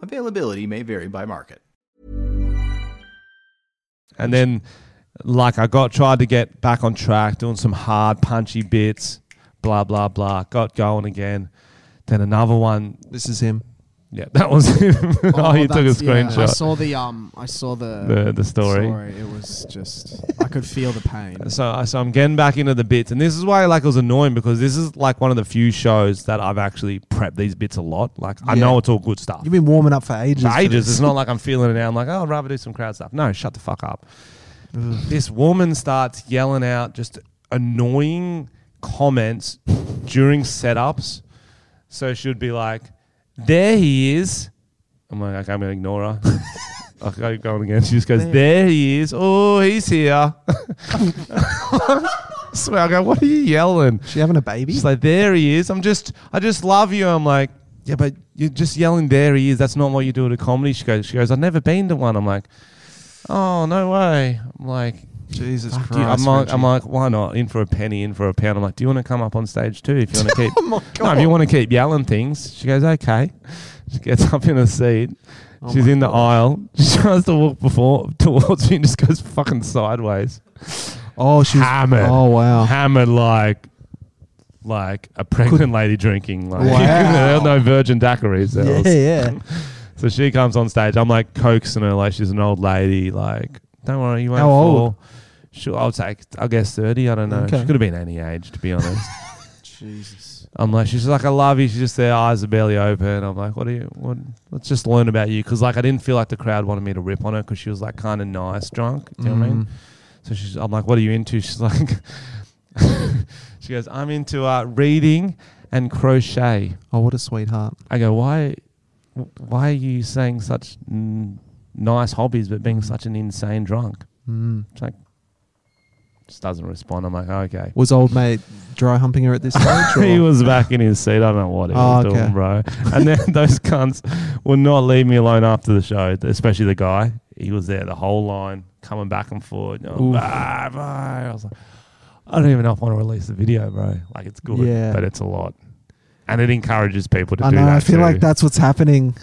Speaker 5: Availability may vary by market.
Speaker 2: And then, like, I got tried to get back on track, doing some hard, punchy bits, blah, blah, blah. Got going again. Then another one.
Speaker 1: This is him.
Speaker 2: Yeah, <laughs> that was him. Oh, he took a
Speaker 3: that's- yeah, I
Speaker 2: screenshot.
Speaker 3: saw the um. I saw the
Speaker 2: The- the story.
Speaker 3: It was just I could feel the pain.
Speaker 2: So, I- so I'm getting back into the bits, and this is why like it was annoying because this is like one of the few shows that I've actually prepped these bits a lot. Like I know it's all good stuff.
Speaker 1: You've been warming up for ages.
Speaker 2: For
Speaker 1: for
Speaker 2: ages.
Speaker 1: this.
Speaker 2: It's not like I'm feeling it now. I'm like, oh, I'd rather do some crowd stuff. No, shut the fuck up. this woman starts yelling out just annoying comments during setups. So she would be like, there he is. I'm like, okay, I'm going to ignore her. I keep going again. She just goes, there he is. Oh, he's here. <laughs> swear, I go, what are you yelling?
Speaker 1: She having a baby?
Speaker 2: She's like, there he is. I'm just, I just love you. I'm like, yeah, but you're just yelling, there he is. That's not what you do at a comedy. She goes, she goes, I've never been to one. I'm like, oh, no way. I'm like,
Speaker 1: Jesus
Speaker 2: "Fuck you." I'm like, I'm like, why not? In for a penny, in for a pound. I'm like, do you want to come up on stage too? If
Speaker 1: <laughs>
Speaker 2: you want to
Speaker 1: Oh
Speaker 2: keep, no, if you want to keep yelling things. She goes, okay. <laughs> She gets up in a seat.
Speaker 1: Oh
Speaker 2: She's in the aisle. <laughs> She tries to walk before <laughs> towards me and just goes fucking sideways
Speaker 1: oh, she was.
Speaker 2: hammered.
Speaker 1: Oh, wow.
Speaker 2: hammered like like a pregnant lady drinking. Like <laughs>
Speaker 1: Wow.
Speaker 2: no virgin daiquiris. There
Speaker 1: Yeah,
Speaker 2: was-
Speaker 1: yeah.
Speaker 2: So she comes on stage. I'm like coaxing her like she's an old lady. Like don't worry, you won't
Speaker 1: How
Speaker 2: fall.
Speaker 1: old?
Speaker 2: She'll, I'll take, I guess thirty. I don't know.
Speaker 1: Okay.
Speaker 2: She could have been any age, to be honest.
Speaker 1: <laughs>
Speaker 3: Jesus.
Speaker 2: I'm like, she's like, I love you. She's just there, eyes are barely open. I'm like, what are you? What? Let's just learn about you, because like I didn't feel like the crowd wanted me to rip on her, because she was like kind of nice, drunk. Do you know what I
Speaker 1: Mm.
Speaker 2: mean? So she's, I'm like, what are you into? <laughs> She's like, she goes, I'm into uh, reading and crochet.
Speaker 1: Oh, what a sweetheart.
Speaker 2: I go, why, why are you saying such n- nice hobbies, but being such an insane drunk?
Speaker 1: Mm.
Speaker 2: She's like, just doesn't respond. I'm like, okay.
Speaker 1: Was old mate dry humping her at
Speaker 2: <laughs>
Speaker 1: this stage? Or?
Speaker 2: he was back in his seat. I don't know what he was
Speaker 1: Oh, okay.
Speaker 2: doing, bro. And then <laughs> those cunts would not leave me alone after the show, especially the guy. He was there the whole line, coming back and forth. You know,
Speaker 1: Oof.
Speaker 2: "Bye, bye." I was like, I don't even know if I want to release the video, bro. Like, it's good,
Speaker 1: Yeah.
Speaker 2: but it's a lot. And it encourages people to
Speaker 1: I
Speaker 2: do
Speaker 1: know.
Speaker 2: that.
Speaker 1: I feel
Speaker 2: too.
Speaker 1: like that's what's happening.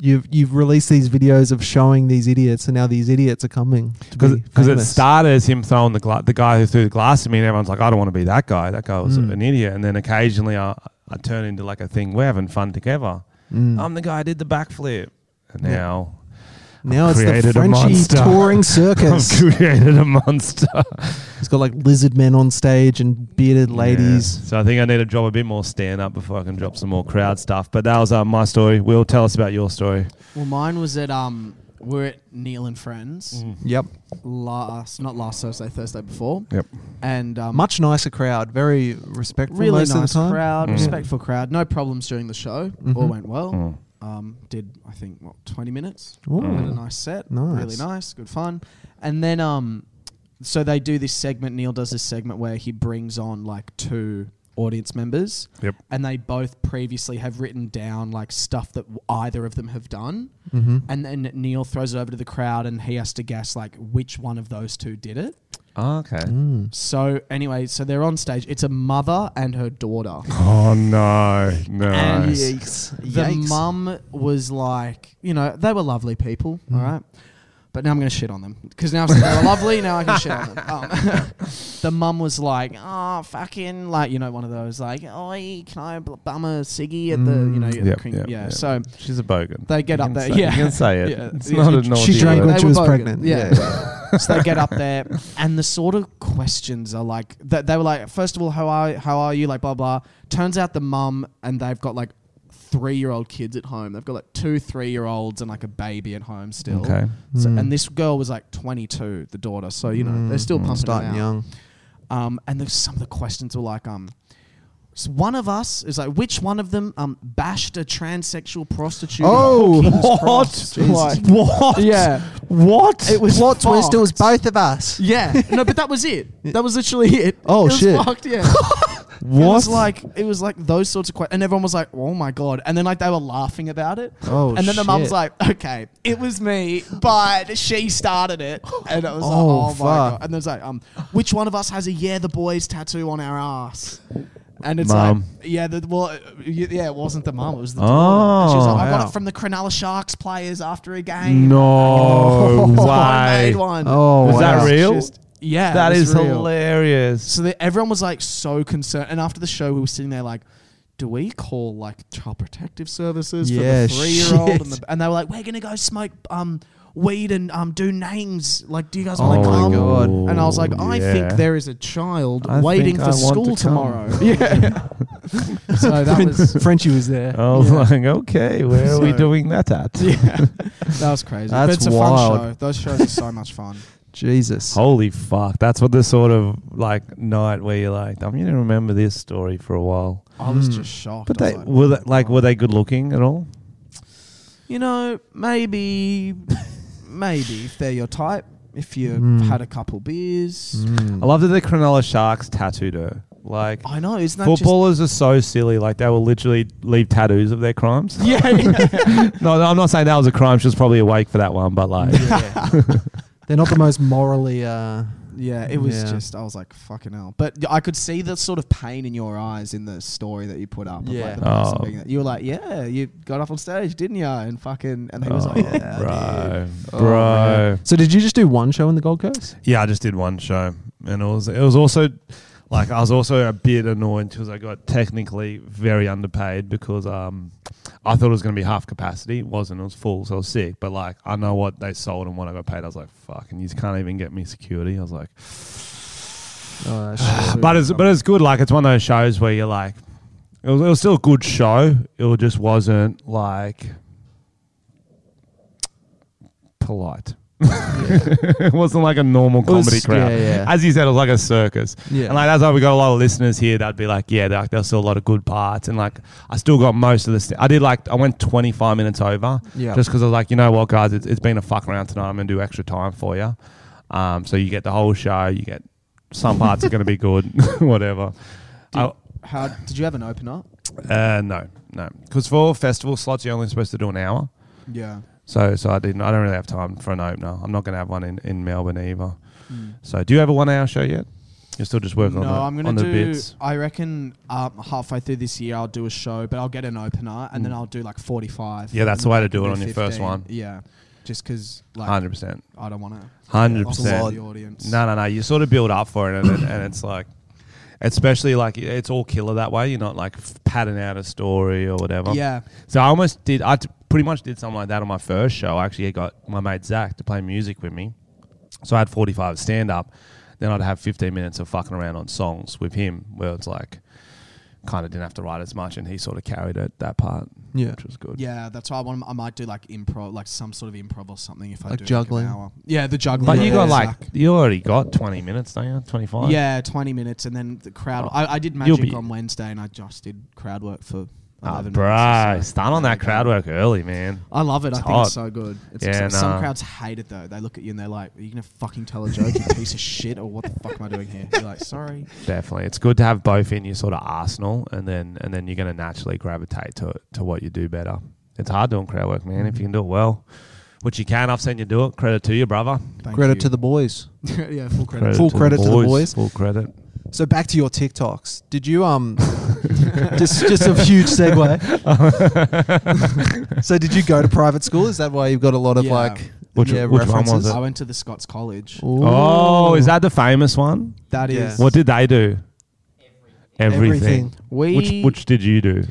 Speaker 1: You've you've released these videos of showing these idiots, and now these idiots are coming to be
Speaker 2: because it
Speaker 1: famous.
Speaker 2: started as him throwing the gla- the guy who threw the glass at me, and everyone's like, "I don't want to be that guy. That guy was an idiot." And then occasionally, I, I turn into like a thing. We're having fun together. I'm the guy who did the backflip. And now
Speaker 1: Now it's the
Speaker 2: created a
Speaker 1: Frenchy
Speaker 2: monster. <laughs> Oh,
Speaker 1: touring
Speaker 2: I've
Speaker 1: circus.
Speaker 2: created a monster.
Speaker 1: It's got like lizard men on stage and bearded
Speaker 2: Yeah.
Speaker 1: ladies.
Speaker 2: So I think I need to drop a bit more stand up before I can drop some more crowd stuff. But that was uh, my story. Will tell us about your story.
Speaker 3: Well, mine was at um. We're at Neil and Friends
Speaker 1: Yep.
Speaker 3: last, not last Thursday, Thursday before,
Speaker 2: Yep.
Speaker 3: and um,
Speaker 1: Much nicer crowd. Very respectful
Speaker 3: really
Speaker 1: most of
Speaker 3: nice
Speaker 1: the time.
Speaker 3: crowd, respectful crowd. No problems during the show. All went well. Um, did I think what twenty minutes?
Speaker 1: Ooh.
Speaker 3: Had a nice set. Really
Speaker 1: Mm. Nice.
Speaker 3: nice. Good fun. And then um, so they do this segment. Neil does this segment where he brings on like two audience members.
Speaker 2: Yep.
Speaker 3: And they both previously have written down like stuff that w- either of them have done.
Speaker 1: Mm-hmm.
Speaker 3: And then Neil throws it over to the crowd, and he has to guess like which one of those two did it.
Speaker 2: okay.
Speaker 1: Mm.
Speaker 3: So anyway, so they're on stage. It's a mother and her daughter.
Speaker 2: Oh no, no.
Speaker 3: And
Speaker 1: Yikes.
Speaker 3: The
Speaker 1: Yikes.
Speaker 3: mum was like, you know, they were lovely people,
Speaker 2: Mm.
Speaker 3: all right? But now I'm going to shit on them. Because now I've said they were lovely, now I can
Speaker 2: <laughs>
Speaker 3: shit on them. Um, <laughs> the mum was like, oh, fucking, like, you know, one of those, like, oi, can I bl- bum a ciggy at the, you know, at the
Speaker 2: Mm. Yep,
Speaker 3: cring-
Speaker 2: yep,
Speaker 3: yeah.
Speaker 2: yep.
Speaker 3: So
Speaker 2: She's a bogan.
Speaker 3: they get
Speaker 2: You
Speaker 3: up
Speaker 2: can
Speaker 3: there.
Speaker 2: say-
Speaker 3: yeah.
Speaker 2: You can say it.
Speaker 3: <laughs> Yeah.
Speaker 2: It's not a naughty
Speaker 1: She drank
Speaker 2: word.
Speaker 1: when
Speaker 3: They
Speaker 1: she
Speaker 3: were
Speaker 1: was
Speaker 3: bogan.
Speaker 1: pregnant.
Speaker 3: Yeah. so they get
Speaker 2: <laughs>
Speaker 3: up there, and the sort of questions are like that. They were like, first of all, how are how are you? Like blah blah. Turns out the mum and they've got like three year old kids at home. They've got like two three year olds and like a baby at home still.
Speaker 2: Okay. Mm.
Speaker 3: So, And this girl was like 22, the daughter. So, you know, they're still
Speaker 2: Mm.
Speaker 3: pumping it
Speaker 1: Mm, Starting
Speaker 3: out.
Speaker 1: young.
Speaker 3: Um, and there's some of the questions were like, um, s- one of us is like, which one of them um, bashed a transsexual prostitute? at <laughs>
Speaker 6: Oh.
Speaker 3: King's
Speaker 2: What?
Speaker 3: Cross?
Speaker 6: Like-
Speaker 2: What?
Speaker 6: Yeah.
Speaker 2: What?
Speaker 3: It was
Speaker 1: Plot twist, it was
Speaker 3: fucked.
Speaker 1: both of us.
Speaker 3: Yeah, no, but that was it. That was literally it.
Speaker 1: Oh,
Speaker 3: It was
Speaker 1: shit.
Speaker 3: fucked, yeah.
Speaker 2: what?
Speaker 3: It was like it was like those sorts of questions, and everyone was like, "Oh my god!" And then like they were laughing about it.
Speaker 1: Oh,
Speaker 3: and then the mum's
Speaker 1: shit.
Speaker 3: like, "Okay, it was me, but she started it." And it was
Speaker 1: Oh,
Speaker 3: like, "Oh my
Speaker 1: fuck.
Speaker 3: god!" And there's like, "Um, which one of us has a yeah the boys tattoo on our ass?" And it's
Speaker 2: Mum.
Speaker 3: like, "Yeah, the, well, uh, y- yeah, it wasn't the mum, it was the
Speaker 2: Oh,
Speaker 3: daughter." And she was like, "I
Speaker 1: wow.
Speaker 3: got it from the Cronulla Sharks players after a game."
Speaker 2: no
Speaker 3: So I
Speaker 2: way.
Speaker 3: made one.
Speaker 1: Oh,
Speaker 2: Was that
Speaker 1: wow.
Speaker 2: real?
Speaker 3: yeah,
Speaker 2: that
Speaker 3: it was
Speaker 2: is
Speaker 3: real.
Speaker 2: hilarious.
Speaker 3: So the, everyone was like so concerned, and after the show, we were sitting there like, "Do we call like child protective services
Speaker 1: Yeah,
Speaker 3: for the three-year-old?" And,
Speaker 1: shit.
Speaker 3: the, and they were like, "We're gonna go smoke um weed and um do names. Like, do you guys want
Speaker 2: Oh
Speaker 3: to
Speaker 2: my
Speaker 3: come?"
Speaker 2: God.
Speaker 3: And I was like, "I
Speaker 2: Yeah.
Speaker 3: think there is a child
Speaker 2: I think
Speaker 3: waiting for
Speaker 2: I want
Speaker 3: school
Speaker 2: to come."
Speaker 3: tomorrow."
Speaker 1: <laughs>
Speaker 3: yeah. so that <laughs>
Speaker 2: <laughs>
Speaker 3: was
Speaker 1: Frenchie was there.
Speaker 2: <laughs> Oh, like okay, where are we
Speaker 3: So-
Speaker 2: doing that at?
Speaker 3: yeah, that was crazy.
Speaker 1: That's
Speaker 3: but it's a
Speaker 1: wild.
Speaker 3: fun show. Those shows are so much fun.
Speaker 1: Jesus.
Speaker 2: Holy fuck! That's what the sort of like night where you're like, I'm gonna remember this story for a while.
Speaker 3: I was just shocked.
Speaker 2: Hmm. But
Speaker 3: I was
Speaker 2: they were they, like were they good looking at all?
Speaker 3: you know, maybe, maybe if they're your type, if you
Speaker 1: Hmm.
Speaker 3: had a couple beers.
Speaker 1: Mm.
Speaker 2: I love that the Cronulla Sharks tattooed her. Like
Speaker 3: I know, isn't Oh, that
Speaker 2: footballers are so silly. Like they will literally leave tattoos of their crimes.
Speaker 1: <laughs>
Speaker 3: just? <laughs> Yeah,
Speaker 2: no, no, I'm not saying that was a crime. She was probably awake for that one, but
Speaker 3: <laughs>
Speaker 2: like, <laughs>
Speaker 1: They're not the most morally. Uh,
Speaker 3: yeah. It was
Speaker 1: Yeah.
Speaker 3: just, I was like, fucking hell. But y- I could see the sort of pain in your eyes in the story that you put up. Of
Speaker 1: Yeah.
Speaker 3: like the person
Speaker 2: Oh.
Speaker 3: being that- you were like, yeah, you got up on stage, didn't you? And fucking, and he
Speaker 1: Oh,
Speaker 3: was like, yeah, Oh, I did."
Speaker 2: oh, bro, bro.
Speaker 1: so did you just do one show in the Gold Coast?
Speaker 2: Yeah, I just did one show, and it was it was also like I was also a bit annoyed because I got technically very underpaid because um I thought it was going to be half capacity. It wasn't. It was full, so I was sick. But like I know what they sold and what I got paid. I was like, fuck, and you can't even get me security. I was like,
Speaker 1: Oh, that's shit.
Speaker 2: but it's but it's good. Like it's one of those shows where you're like, it was, it was still a good show. It just wasn't like polite. <laughs> it wasn't like a normal
Speaker 1: was-
Speaker 2: comedy crowd.
Speaker 1: yeah, yeah.
Speaker 2: As you said, it was like a circus.
Speaker 1: Yeah.
Speaker 2: And like that's why we got a lot of listeners here that'd be like, yeah, there- there's still a lot of good parts. And like I still got most of the st- I did like I went 25 minutes over.
Speaker 1: Yeah.
Speaker 2: Just because I was like, you know what, guys, it's, it's been a fuck around tonight. I'm gonna do extra time for you. Um, so you get the whole show. You get some parts are gonna be good, <laughs> whatever. I-
Speaker 3: How did you have an opener?
Speaker 2: uh, no, no, because for festival slots you're only supposed to do an hour.
Speaker 3: Yeah.
Speaker 2: So, so I didn't. I don't really have time for an opener. I'm not going to have one in, in Melbourne either.
Speaker 3: Hmm.
Speaker 2: So, do you have a one hour show yet? You're still just working
Speaker 3: No,
Speaker 2: on the,
Speaker 3: I'm gonna
Speaker 2: on the
Speaker 3: do.
Speaker 2: bits.
Speaker 3: I reckon um, halfway through this year I'll do a show, but I'll get an opener and then I'll do like 45.
Speaker 2: Mm. Yeah, that's the
Speaker 3: and
Speaker 2: way
Speaker 3: then
Speaker 2: to
Speaker 3: I can
Speaker 2: do it on your first
Speaker 3: 15.
Speaker 2: one.
Speaker 3: Yeah, just because like
Speaker 2: Hundred percent,
Speaker 3: I don't want to.
Speaker 2: hundred
Speaker 3: Lots of love
Speaker 2: percent.
Speaker 3: the audience.
Speaker 2: No, no, no. You sort of build up for it, and, and, and it's like, especially like it's all killer that way. You're not like f- padding out a story or whatever.
Speaker 3: Yeah.
Speaker 2: So I almost did. I t- pretty much did something like that on my first show. I actually got my mate Zach to play music with me. So I had 45 stand up. Then I'd have 15 minutes of fucking around on songs with him, where it's like, kind of didn't have to write as much, and he sort of carried it that part.
Speaker 1: Yeah.
Speaker 2: Which was good.
Speaker 3: Yeah, that's why I want. I might do like improv, like some sort of improv or something. If I
Speaker 1: Like
Speaker 3: do
Speaker 1: juggling?
Speaker 3: Like an hour. Yeah, the juggling.
Speaker 2: But you
Speaker 3: Yeah.
Speaker 2: got like
Speaker 3: Zach.
Speaker 2: you already got 20 minutes, don't you? 25.
Speaker 3: Yeah, twenty minutes, and then the crowd. I, I did
Speaker 2: Oh. You'll
Speaker 3: magic
Speaker 2: be-
Speaker 3: on Wednesday, and I just did crowd work for.
Speaker 2: Oh,
Speaker 3: 11
Speaker 2: bro,
Speaker 3: minutes or so.
Speaker 2: start on that crowd work early, man.
Speaker 3: I love it. I
Speaker 2: It's
Speaker 3: think
Speaker 2: hot.
Speaker 3: it's so good. It's
Speaker 2: Yeah,
Speaker 3: ex- Some
Speaker 2: nah.
Speaker 3: crowds hate it though. They look at you and they're like, "Are you gonna fucking tell a joke, you piece of shit, or what the fuck am I doing here?" You're like, "Sorry."
Speaker 2: Definitely, it's good to have both in your sort of arsenal, and then and then you're going to naturally gravitate to to what you do better. It's hard doing crowd work, man. If you can do it well, which you can, I've seen you do it. Credit to you, brother.
Speaker 3: Thank
Speaker 1: Credit
Speaker 3: you.
Speaker 1: to the boys.
Speaker 3: <laughs> yeah, full credit.
Speaker 1: Full credit to the boys.
Speaker 2: Full
Speaker 1: <laughs>
Speaker 2: credit.
Speaker 1: So back to your TikToks. Did you um just just a huge segue? so did you go to private school? Is that why you've got a lot of
Speaker 3: Yeah.
Speaker 1: like
Speaker 2: Which-
Speaker 1: yeah,
Speaker 2: which one was
Speaker 1: references?
Speaker 2: it?
Speaker 3: I went to the Scots College.
Speaker 1: Ooh.
Speaker 2: <laughs> Oh, is that the famous one?
Speaker 3: That is
Speaker 1: Yeah.
Speaker 2: What did they do? Everything.
Speaker 1: Everything.
Speaker 3: we.
Speaker 2: Which which did you do?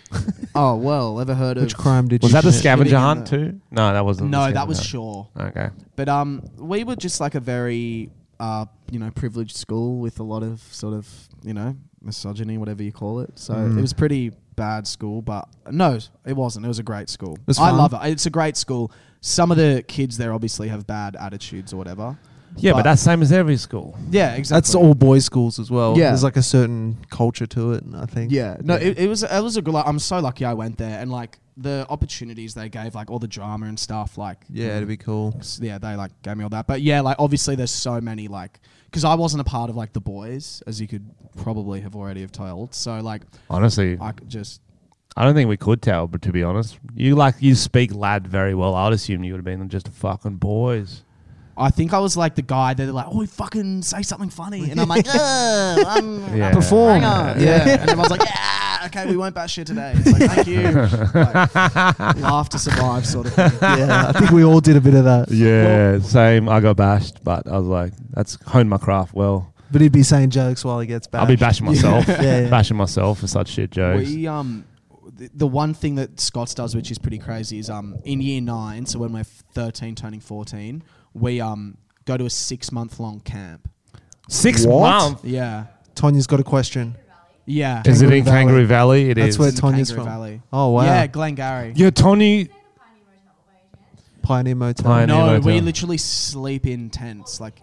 Speaker 3: oh well, ever heard of?
Speaker 1: Which crime did
Speaker 2: Was
Speaker 1: you
Speaker 2: that the
Speaker 1: commit?
Speaker 2: scavenger
Speaker 3: Shitting in
Speaker 2: hunt
Speaker 3: the-
Speaker 2: too? No, that wasn't. the
Speaker 3: No, that
Speaker 2: scavenger
Speaker 3: was
Speaker 2: hunt.
Speaker 3: Sure.
Speaker 2: Okay.
Speaker 3: But um, we were just like a very uh, you know,
Speaker 1: Mm.
Speaker 3: privileged school with a lot of sort of you know misogyny, whatever you call it. So it was pretty bad school, but no, it wasn't. It was a great school.
Speaker 1: was
Speaker 3: I
Speaker 1: fun.
Speaker 3: love it. It's a great school. Some of the kids there obviously have bad attitudes or whatever.
Speaker 2: Yeah, but,
Speaker 3: But-
Speaker 2: that's same as every school.
Speaker 3: Yeah, exactly.
Speaker 1: That's all boys' schools as well.
Speaker 3: Yeah.
Speaker 1: There's like a certain culture to it, and I think.
Speaker 3: Yeah, no, It, it was it was a good. Like, I'm so lucky I went there, and like the opportunities they gave, like all the drama and stuff, like
Speaker 1: yeah, it'd be cool.
Speaker 3: s- yeah, they like gave me all that. But yeah, like obviously there's so many like because I wasn't a part of like the boys, as you could probably have already have told. So like
Speaker 2: Honestly,
Speaker 3: I could just
Speaker 2: I don't think we could tell. But to be honest, you like you speak lad very well. I'd assume you would have been just a fucking boys.
Speaker 3: I think I was like the guy that they're like, oh, fucking say something funny, and I'm like, "Ugh, <laughs> I'm
Speaker 2: Yeah.
Speaker 3: I perform,
Speaker 2: Hang on.
Speaker 3: yeah. And everyone's like, yeah, okay, we won't bash shit today. It's like, thank <laughs> you, like, laugh to survive, sort of. thing.
Speaker 1: <laughs> yeah, I think we all did a bit of that.
Speaker 2: Yeah, same. I got bashed, but I was like, that's honed my craft well.
Speaker 1: But he'd be saying jokes while he gets back.
Speaker 2: I'll be <laughs> bashing myself,
Speaker 1: Yeah, yeah.
Speaker 2: bashing myself for such shit jokes.
Speaker 3: We um, the, the one thing that Scott's does, which is pretty crazy, is um, in year nine, so when we're thirteen, turning fourteen, we um go to a six month long camp.
Speaker 2: Six
Speaker 1: What?
Speaker 2: months.
Speaker 3: Yeah,
Speaker 1: Tonya's got a question.
Speaker 3: yeah.
Speaker 2: Is it
Speaker 1: Kangaroo
Speaker 2: in
Speaker 1: Valley.
Speaker 2: Kangaroo Valley? It
Speaker 1: That's
Speaker 2: is.
Speaker 1: where
Speaker 3: It's in
Speaker 1: Tonya's
Speaker 3: Kangaroo
Speaker 1: from.
Speaker 3: Valley.
Speaker 1: Oh wow.
Speaker 3: Yeah, Glengarry.
Speaker 2: yeah, Tony.
Speaker 1: Pioneer Motel.
Speaker 2: Pioneer.
Speaker 3: no,
Speaker 2: Motel.
Speaker 3: we literally sleep in tents, like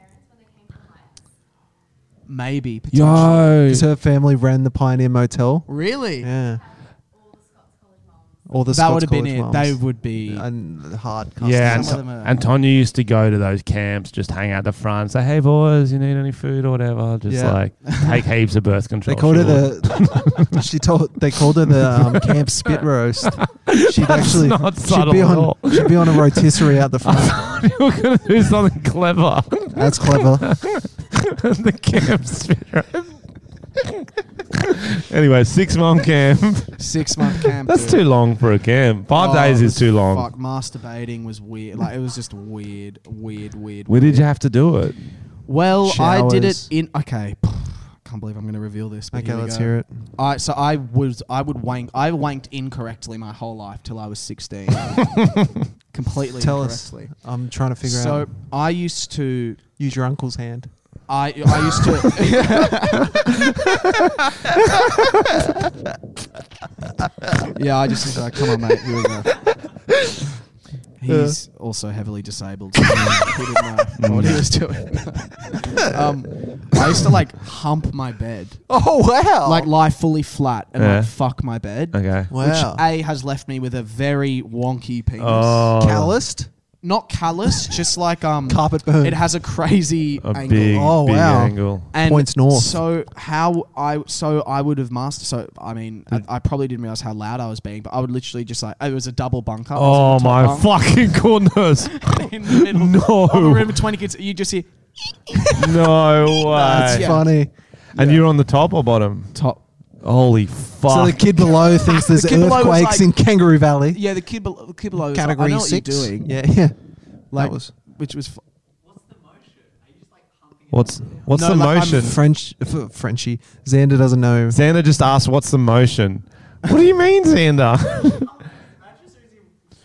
Speaker 3: maybe. potentially.
Speaker 2: Yo,
Speaker 1: Because her family ran the Pioneer Motel.
Speaker 3: really?
Speaker 1: Yeah. All the
Speaker 3: that
Speaker 1: Scots
Speaker 3: would have been it.
Speaker 1: College
Speaker 3: They
Speaker 1: mums.
Speaker 3: would be.
Speaker 1: And hard.
Speaker 2: Yeah,
Speaker 1: customers.
Speaker 2: and,
Speaker 3: Some of them are-
Speaker 2: and Tonya used to go to those camps, just hang out the front, say, "Hey boys, you need any food or whatever?" Just
Speaker 1: Yeah.
Speaker 2: like
Speaker 1: <laughs>
Speaker 2: take heaps of birth control.
Speaker 1: They called her
Speaker 2: shit.
Speaker 1: the. <laughs> she told they called her the um, camp spit roast. She'd actually
Speaker 2: not
Speaker 1: she'd
Speaker 2: subtle
Speaker 1: be
Speaker 2: at
Speaker 1: on
Speaker 2: all.
Speaker 1: she'd be on a rotisserie out the <laughs> front.
Speaker 2: you <laughs> were gonna do something clever. <laughs>
Speaker 1: That's clever.
Speaker 2: the camp spirit. <laughs> anyway, six month camp.
Speaker 3: Six month
Speaker 2: <laughs>
Speaker 3: camp.
Speaker 2: That's
Speaker 3: dude.
Speaker 2: too long for a camp. Five
Speaker 3: Oh,
Speaker 2: days
Speaker 3: it
Speaker 2: is
Speaker 3: was
Speaker 2: too long.
Speaker 3: Fuck, masturbating was weird. Like it was just weird, weird, weird.
Speaker 2: Where did you have to do it?
Speaker 3: Well, I did it
Speaker 1: Showers.
Speaker 3: in. Okay, <sighs> I can't believe I'm going to reveal this. But
Speaker 1: Okay,
Speaker 3: we
Speaker 1: let's
Speaker 3: go.
Speaker 1: hear it.
Speaker 3: I so I was I would wank I wanked incorrectly my whole life till I
Speaker 1: <laughs>
Speaker 3: was 16. Completely
Speaker 1: Tell us.
Speaker 3: incorrectly.
Speaker 1: I'm trying to figure
Speaker 3: So
Speaker 1: out.
Speaker 3: I used to
Speaker 1: Use your uncle's hand.
Speaker 3: I I
Speaker 2: <laughs>
Speaker 3: used to. yeah, I just was like, come on, mate. Here we go.
Speaker 2: <laughs>
Speaker 3: He's also heavily disabled. So he didn't
Speaker 2: <laughs>
Speaker 3: know what he
Speaker 2: Mm.
Speaker 3: was doing. um, I used to like hump my bed,
Speaker 1: Oh wow!
Speaker 3: like lie fully flat and
Speaker 2: Yeah.
Speaker 3: like fuck my bed.
Speaker 2: Okay.
Speaker 1: wow.
Speaker 3: A has left me with a very wonky penis.
Speaker 2: Oh,
Speaker 1: Calloused.
Speaker 3: Not callous, just like um
Speaker 1: Carpet burn.
Speaker 3: It has a crazy
Speaker 2: a
Speaker 3: angle.
Speaker 2: big,
Speaker 1: Oh,
Speaker 2: big
Speaker 1: wow.
Speaker 2: angle.
Speaker 3: and
Speaker 1: Points north.
Speaker 3: So how I so I would have mastered. So I mean, I,
Speaker 1: Mm.
Speaker 3: I probably didn't realize how loud I was being, but I would literally just like it was a double bunker. I
Speaker 2: Oh
Speaker 3: was in the
Speaker 2: my
Speaker 3: top
Speaker 2: fucking
Speaker 1: <laughs>
Speaker 2: goodness!
Speaker 3: bunk <laughs> In the middle
Speaker 2: No.
Speaker 3: of a room of twenty kids. You just hear
Speaker 2: <laughs> no way.
Speaker 1: That's
Speaker 3: yeah.
Speaker 1: funny.
Speaker 2: And you're on the top or bottom?
Speaker 3: top.
Speaker 2: Holy fuck!
Speaker 1: So <laughs> the kid below thinks there's
Speaker 3: kid below was
Speaker 1: earthquakes
Speaker 3: like-
Speaker 1: in Kangaroo Valley.
Speaker 3: Yeah, the kid below, the kid below was
Speaker 1: Category
Speaker 3: like, I know
Speaker 1: six.
Speaker 3: What you're doing
Speaker 1: Yeah, yeah.
Speaker 3: like
Speaker 1: that was
Speaker 3: which was f-
Speaker 2: what's what's
Speaker 3: No,
Speaker 2: the
Speaker 3: like, I'm
Speaker 2: motion?
Speaker 1: French. F- Frenchie. Xander doesn't know.
Speaker 2: Xander just asked, "What's the motion?" What do you mean, Xander? <laughs>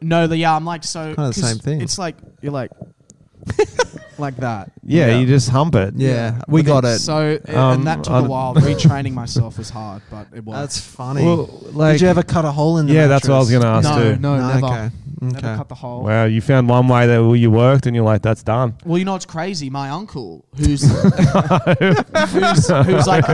Speaker 3: no the yeah. I'm like so
Speaker 1: Kinda the
Speaker 3: 'cause
Speaker 1: same thing.
Speaker 3: It's like
Speaker 1: <laughs>
Speaker 3: you're like like that.
Speaker 2: yeah, you just hump it.
Speaker 1: Yeah, we
Speaker 3: But
Speaker 1: got
Speaker 3: then-
Speaker 1: it.
Speaker 3: So a-
Speaker 2: Um,
Speaker 3: and that took
Speaker 2: I
Speaker 3: a
Speaker 2: d-
Speaker 3: while. Retraining myself was hard, but it was.
Speaker 1: That's funny.
Speaker 2: Well, like,
Speaker 1: Did you ever cut a hole in the
Speaker 2: yeah, that's what I was
Speaker 1: mattress?
Speaker 2: gonna ask
Speaker 3: no,
Speaker 2: too.
Speaker 3: no, never.
Speaker 1: Okay.
Speaker 3: Never
Speaker 1: Okay.
Speaker 3: cut the hole.
Speaker 2: Wow, you found one way that you worked, and you're like, "That's done."
Speaker 3: Well, you know what's crazy? My uncle,
Speaker 2: <laughs>
Speaker 3: who's who's, who's like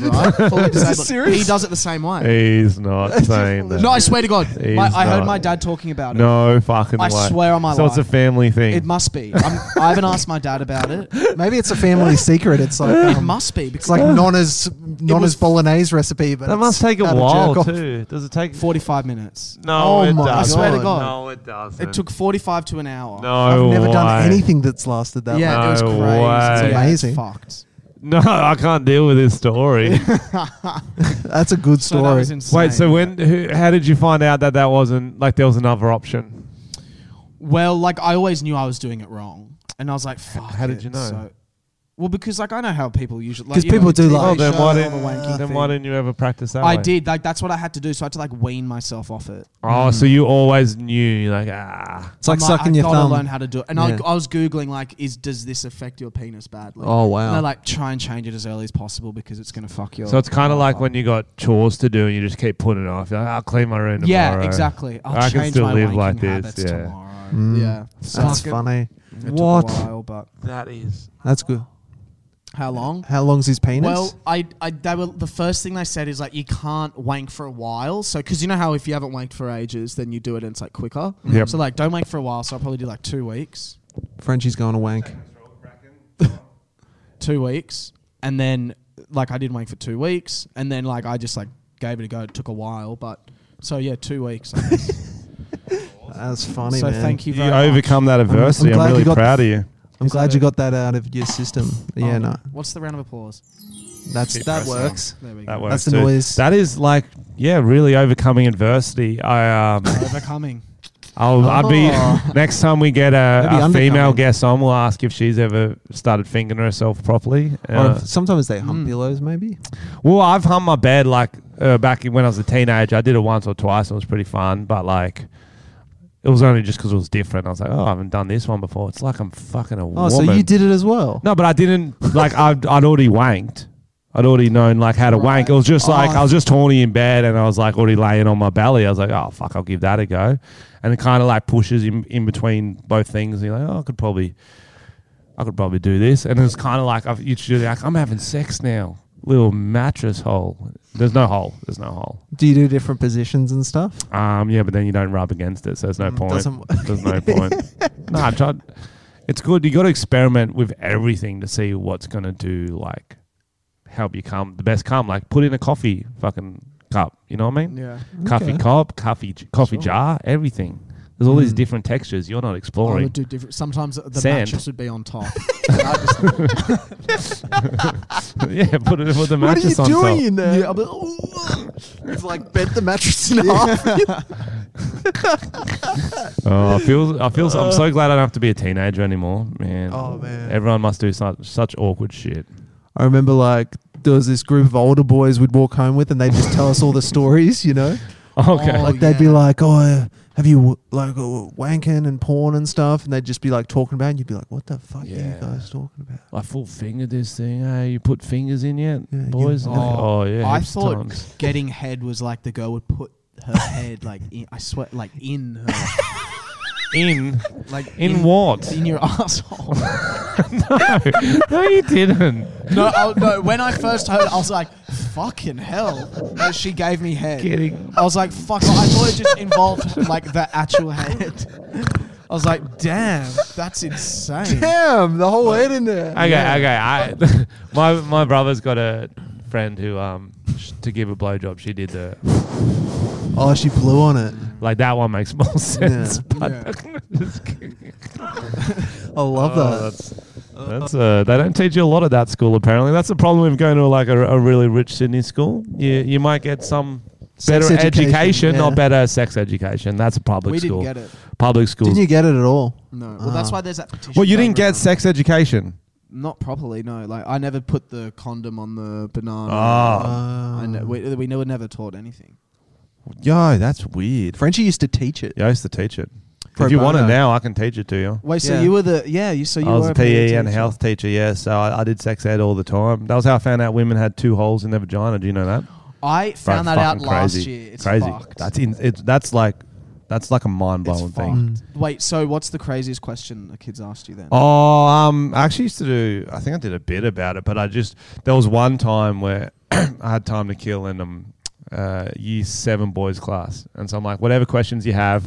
Speaker 2: <laughs>
Speaker 3: right? Fully disabled.
Speaker 1: serious?
Speaker 3: He does it the same way.
Speaker 2: He's
Speaker 3: <laughs>
Speaker 2: not saying that.
Speaker 3: No, I swear to God,
Speaker 2: He's
Speaker 3: my, I heard
Speaker 2: not.
Speaker 3: my dad talking about it.
Speaker 2: No fucking
Speaker 3: I
Speaker 2: way.
Speaker 3: swear on my
Speaker 2: so So
Speaker 3: life.
Speaker 2: it's a family thing.
Speaker 3: It must be. I'm, I haven't asked my dad about it.
Speaker 2: <laughs>
Speaker 1: Maybe it's a
Speaker 3: <laughs>
Speaker 1: family secret. It's like
Speaker 3: It
Speaker 1: um,
Speaker 3: must be
Speaker 1: it's
Speaker 3: because
Speaker 1: like
Speaker 3: like
Speaker 1: Nonna's Nonna's
Speaker 3: was-
Speaker 1: bolognese recipe, but
Speaker 2: that
Speaker 1: it's
Speaker 2: must take a
Speaker 1: how to jerk
Speaker 2: while
Speaker 1: off.
Speaker 2: too. Does it take?
Speaker 3: 45 minutes.
Speaker 2: No,
Speaker 1: Oh
Speaker 2: it
Speaker 1: my
Speaker 2: doesn't.
Speaker 1: God.
Speaker 3: I swear to God.
Speaker 2: No, it doesn't.
Speaker 3: It took 45 to an hour.
Speaker 2: No,
Speaker 1: I've never
Speaker 2: way.
Speaker 1: done anything that's lasted that
Speaker 3: Yeah,
Speaker 1: long.
Speaker 3: it was
Speaker 2: No
Speaker 3: crazy.
Speaker 2: way.
Speaker 3: It's
Speaker 1: Amazing.
Speaker 3: Fucked.
Speaker 2: <laughs> No, I can't deal with this
Speaker 3: <laughs>
Speaker 2: story.
Speaker 1: That's a good
Speaker 3: So that
Speaker 1: story.
Speaker 3: was insane.
Speaker 2: Wait, so when? Who, how did you find out that that wasn't like there was another option?
Speaker 3: Well, like I always knew I was doing it wrong, and I was like, "Fuck."
Speaker 2: how did
Speaker 3: it."
Speaker 2: you know?
Speaker 3: So Well, because like I know how people usually like,
Speaker 1: 'Cause
Speaker 3: you know,
Speaker 1: people
Speaker 3: the
Speaker 1: do
Speaker 3: TV
Speaker 1: like-
Speaker 2: Oh,
Speaker 1: Well,
Speaker 2: then
Speaker 3: show
Speaker 2: why
Speaker 3: and all
Speaker 2: didn't
Speaker 3: the wanky
Speaker 2: then
Speaker 3: thing.
Speaker 2: why didn't you ever practice that?
Speaker 3: I
Speaker 2: way?
Speaker 3: did like that's what I had to do, so I had to like wean myself off it.
Speaker 2: Oh, so you always knew you're like ah.
Speaker 1: It's like
Speaker 3: I'm
Speaker 1: sucking
Speaker 3: I
Speaker 1: your
Speaker 3: gotta
Speaker 1: thumb.
Speaker 3: learn how to do it. And
Speaker 1: Yeah.
Speaker 3: I, I was googling like, is does this affect your penis badly?
Speaker 6: Oh, wow.
Speaker 3: And they're like, try and change it as early as possible because it's gonna fuck your.
Speaker 2: So it's kind of like when you got chores to do and you just keep putting it off. You're like, I'll clean my room
Speaker 3: yeah,
Speaker 2: tomorrow.
Speaker 3: exactly. I'll
Speaker 2: I can
Speaker 3: change
Speaker 2: still
Speaker 3: my
Speaker 2: live
Speaker 3: wanking
Speaker 2: like this,
Speaker 3: habits
Speaker 2: yeah.
Speaker 3: tomorrow.
Speaker 1: Mm.
Speaker 3: Yeah, so
Speaker 1: That's
Speaker 3: fuck it.
Speaker 1: funny.
Speaker 3: It took a
Speaker 1: What?
Speaker 3: while, but
Speaker 2: That is.
Speaker 1: That's good.
Speaker 3: how long?
Speaker 1: How long's his penis?
Speaker 3: Well, I, I they were the first thing they said is like you can't wank for a while. So because you know how if you haven't wanked for ages, then you do it and it's like quicker.
Speaker 2: Yep.
Speaker 3: So like don't wank for a while. So I'll probably do like two weeks,
Speaker 1: Frenchie's going to wank.
Speaker 3: two weeks, and then like I did wank for two weeks, and then like I just like gave it a go. It took a while, but so yeah, two weeks. I guess.
Speaker 1: That's funny,
Speaker 3: so
Speaker 1: man.
Speaker 3: thank you
Speaker 2: You
Speaker 3: very much.
Speaker 2: overcome that adversity. I'm,
Speaker 1: glad you
Speaker 2: really
Speaker 1: got
Speaker 2: proud
Speaker 1: the-
Speaker 2: of you.
Speaker 1: I'm
Speaker 3: Is
Speaker 1: glad
Speaker 3: that
Speaker 1: you
Speaker 3: it?
Speaker 1: got that out of your system. Yeah,
Speaker 3: Oh,
Speaker 1: no,
Speaker 3: What's the round of applause?
Speaker 1: that's
Speaker 2: Keep
Speaker 1: that
Speaker 2: pressing
Speaker 1: works.
Speaker 3: There we go.
Speaker 2: That works.
Speaker 1: the
Speaker 2: too.
Speaker 1: noise.
Speaker 2: That is like yeah, really overcoming adversity.
Speaker 3: <laughs>
Speaker 2: I um,
Speaker 3: Overcoming.
Speaker 2: I'll, I'll be
Speaker 1: Oh.
Speaker 2: <laughs> next time we get a, a
Speaker 1: Maybe
Speaker 2: female
Speaker 1: undercoming.
Speaker 2: guest on, we'll ask if she's ever started fingering herself properly.
Speaker 1: Or
Speaker 2: Uh,
Speaker 1: if- sometimes they
Speaker 3: Mm.
Speaker 1: hump pillows, maybe.
Speaker 2: Well, I've hung my bed like uh, back when I was a teenager. I did it once or twice. It was pretty fun, but like it was only just because it was different. I was like, oh, I haven't done this one before. It's like I'm fucking a
Speaker 1: Oh,
Speaker 2: woman.
Speaker 1: so you did it as well.
Speaker 2: No, but I didn't. Like I'd, I'd already wanked. I'd already known like how to wank. It was just like I was just tawny in bed, and I was like already laying on my belly. I was like, oh fuck, I'll give that a go, and it kind of like pushes in, in between both things. And you're like, oh, I could probably, I could probably do this, and it's kind of like I've, you should like I'm having sex now, little mattress hole. There's no hole. There's no hole.
Speaker 1: Do you do different positions and stuff?
Speaker 2: Um, yeah, but then you don't rub against it, so there's no point.
Speaker 1: doesn't work.
Speaker 2: There's no point. no, I tried. It's good. You got to experiment with everything to see what's gonna do. Like, help you come the best come. Like, put in a coffee fucking cup. You know what I mean?
Speaker 3: Yeah.
Speaker 2: Coffee cup, coffee j- coffee jar, everything. There's all these different textures you're not
Speaker 3: I
Speaker 2: exploring.
Speaker 3: would do different. Sometimes the
Speaker 2: Sand.
Speaker 3: mattress would be on top.
Speaker 2: <laughs> yeah, put it with the mattress on top.
Speaker 1: in there?
Speaker 3: Yeah, I'll be like, "Ooh."
Speaker 1: It's like bent the mattress in half.
Speaker 2: Oh, I feel, I feel, so- I'm so glad I don't have to be a teenager anymore, man.
Speaker 1: Oh, man.
Speaker 2: everyone must do such such awkward shit.
Speaker 1: I remember like there was this group of older boys we'd walk home with, and they'd just tell us all the stories, you know.
Speaker 2: Okay,
Speaker 3: Oh,
Speaker 1: Like they'd be
Speaker 3: yeah.
Speaker 1: like, "Oh, uh, have you w- like uh, wanking and porn and stuff?" And they'd just be like talking about, it, and you'd be like, "What the fuck are
Speaker 2: Yeah.
Speaker 1: you guys talking about?"
Speaker 2: I full fingered this thing. Hey, you put fingers in yet,
Speaker 1: Yeah, you-
Speaker 2: boys?
Speaker 1: Oh,
Speaker 2: oh, yeah.
Speaker 3: I
Speaker 2: heaps
Speaker 1: <laughs>
Speaker 2: <laughs>
Speaker 3: thought
Speaker 2: times.
Speaker 3: getting head was like the girl would put her head like in, I sweat like in her
Speaker 2: in
Speaker 3: like
Speaker 2: in, what?
Speaker 1: <laughs>
Speaker 3: in your <laughs> asshole.
Speaker 2: no, you didn't.
Speaker 3: no, I, no. When I first heard, it, I was like, "Fucking hell!" No, she gave me head.
Speaker 2: Kidding.
Speaker 3: I was like, "Fuck!" I thought it just involved like the actual head. I was like, "Damn, that's insane."
Speaker 1: Damn, the whole head in there.
Speaker 2: Okay, okay. I <laughs> my my brother's got a friend who um sh- to give a blowjob. She did the
Speaker 1: Oh, she blew on it.
Speaker 2: like that one makes more <laughs> sense. But
Speaker 3: Yeah.
Speaker 2: Just kidding.
Speaker 1: I love
Speaker 2: Oh,
Speaker 1: that.
Speaker 2: that's that's uh, they don't teach you a lot at that school apparently. That's the problem with going to like a, a really rich Sydney school. You you might get some better
Speaker 1: Sex
Speaker 2: education,
Speaker 1: education, yeah.
Speaker 2: not better sex education. That's a public
Speaker 3: we
Speaker 2: school.
Speaker 3: didn't get it.
Speaker 2: Public school.
Speaker 1: Didn't you get it at all?
Speaker 3: No. Well, that's
Speaker 1: Ah.
Speaker 3: why there's that petition.
Speaker 2: well, you
Speaker 3: going
Speaker 2: didn't get
Speaker 3: around.
Speaker 2: sex education.
Speaker 3: Not properly. No. Like I never put the condom on the banana.
Speaker 2: Ah.
Speaker 3: I ne-
Speaker 1: Um,
Speaker 3: we we were never taught anything.
Speaker 2: Yo, that's weird.
Speaker 1: Frenchie used to teach it.
Speaker 2: Yeah, I used to teach it.
Speaker 1: Pro
Speaker 2: if you want it
Speaker 1: bono.
Speaker 2: now, I can teach it to you.
Speaker 3: Wait, so
Speaker 1: Yeah.
Speaker 3: you were the yeah? You so you
Speaker 2: I was
Speaker 3: were E
Speaker 2: a PE and
Speaker 3: teacher.
Speaker 2: health teacher, yeah. So I, I did sex ed all the time. That was how I found out women had two holes in their vagina. Do you know that?
Speaker 3: I
Speaker 2: Bro,
Speaker 3: found that out
Speaker 2: fucking
Speaker 3: last
Speaker 2: crazy.
Speaker 3: year. It's
Speaker 2: crazy.
Speaker 3: fucked.
Speaker 2: That's in, it's that's like that's like a mind
Speaker 3: It's
Speaker 2: blowing thing.
Speaker 3: fucked. Wait, so what's the craziest question the kids asked you then?
Speaker 2: Oh, um, I actually used to do. I think I did a bit about it, but I just there was one time where <clears throat> I had time to kill in um, uh, year seven boys class, and so I'm like, whatever questions
Speaker 1: <laughs>
Speaker 2: you have,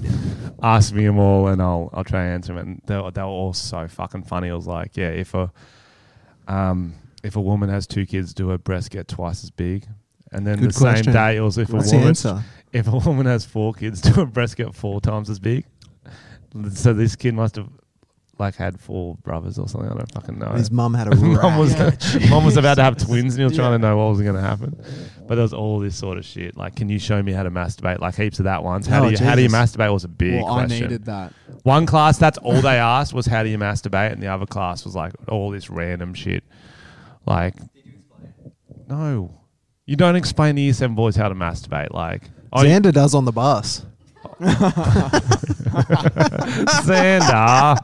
Speaker 2: ask me them all, and I'll I'll try and answer them. And they were, they were all so fucking funny. I was like, yeah, if a um, if a woman has two kids, do her breasts get twice as big? And then
Speaker 1: Good
Speaker 2: the same
Speaker 1: question.
Speaker 2: day, it was if
Speaker 1: What's
Speaker 2: a
Speaker 1: the
Speaker 2: woman
Speaker 1: answer?
Speaker 2: if a <laughs> woman has four kids, <laughs> do her breasts get four times as big? So this kid must have like had four brothers or something. I don't <laughs> fucking know.
Speaker 1: His mum had a
Speaker 2: mom was
Speaker 1: rack.
Speaker 2: mom was about to have twins, and he was trying to know what was going to happen. But there was all this sort of shit. Like, can you show me how to masturbate? Like heaps of that ones. How
Speaker 1: Oh,
Speaker 2: do you how do you
Speaker 1: Jesus.
Speaker 2: masturbate was a big
Speaker 3: Well, I
Speaker 2: question.
Speaker 3: needed that.
Speaker 2: One class, that's all they <laughs> asked was how do you masturbate, and the other class was like all this random shit. Like, no, you don't explain to year seven boys how to masturbate. Like, oh, you-
Speaker 1: Xander does on the bus.
Speaker 2: Xander.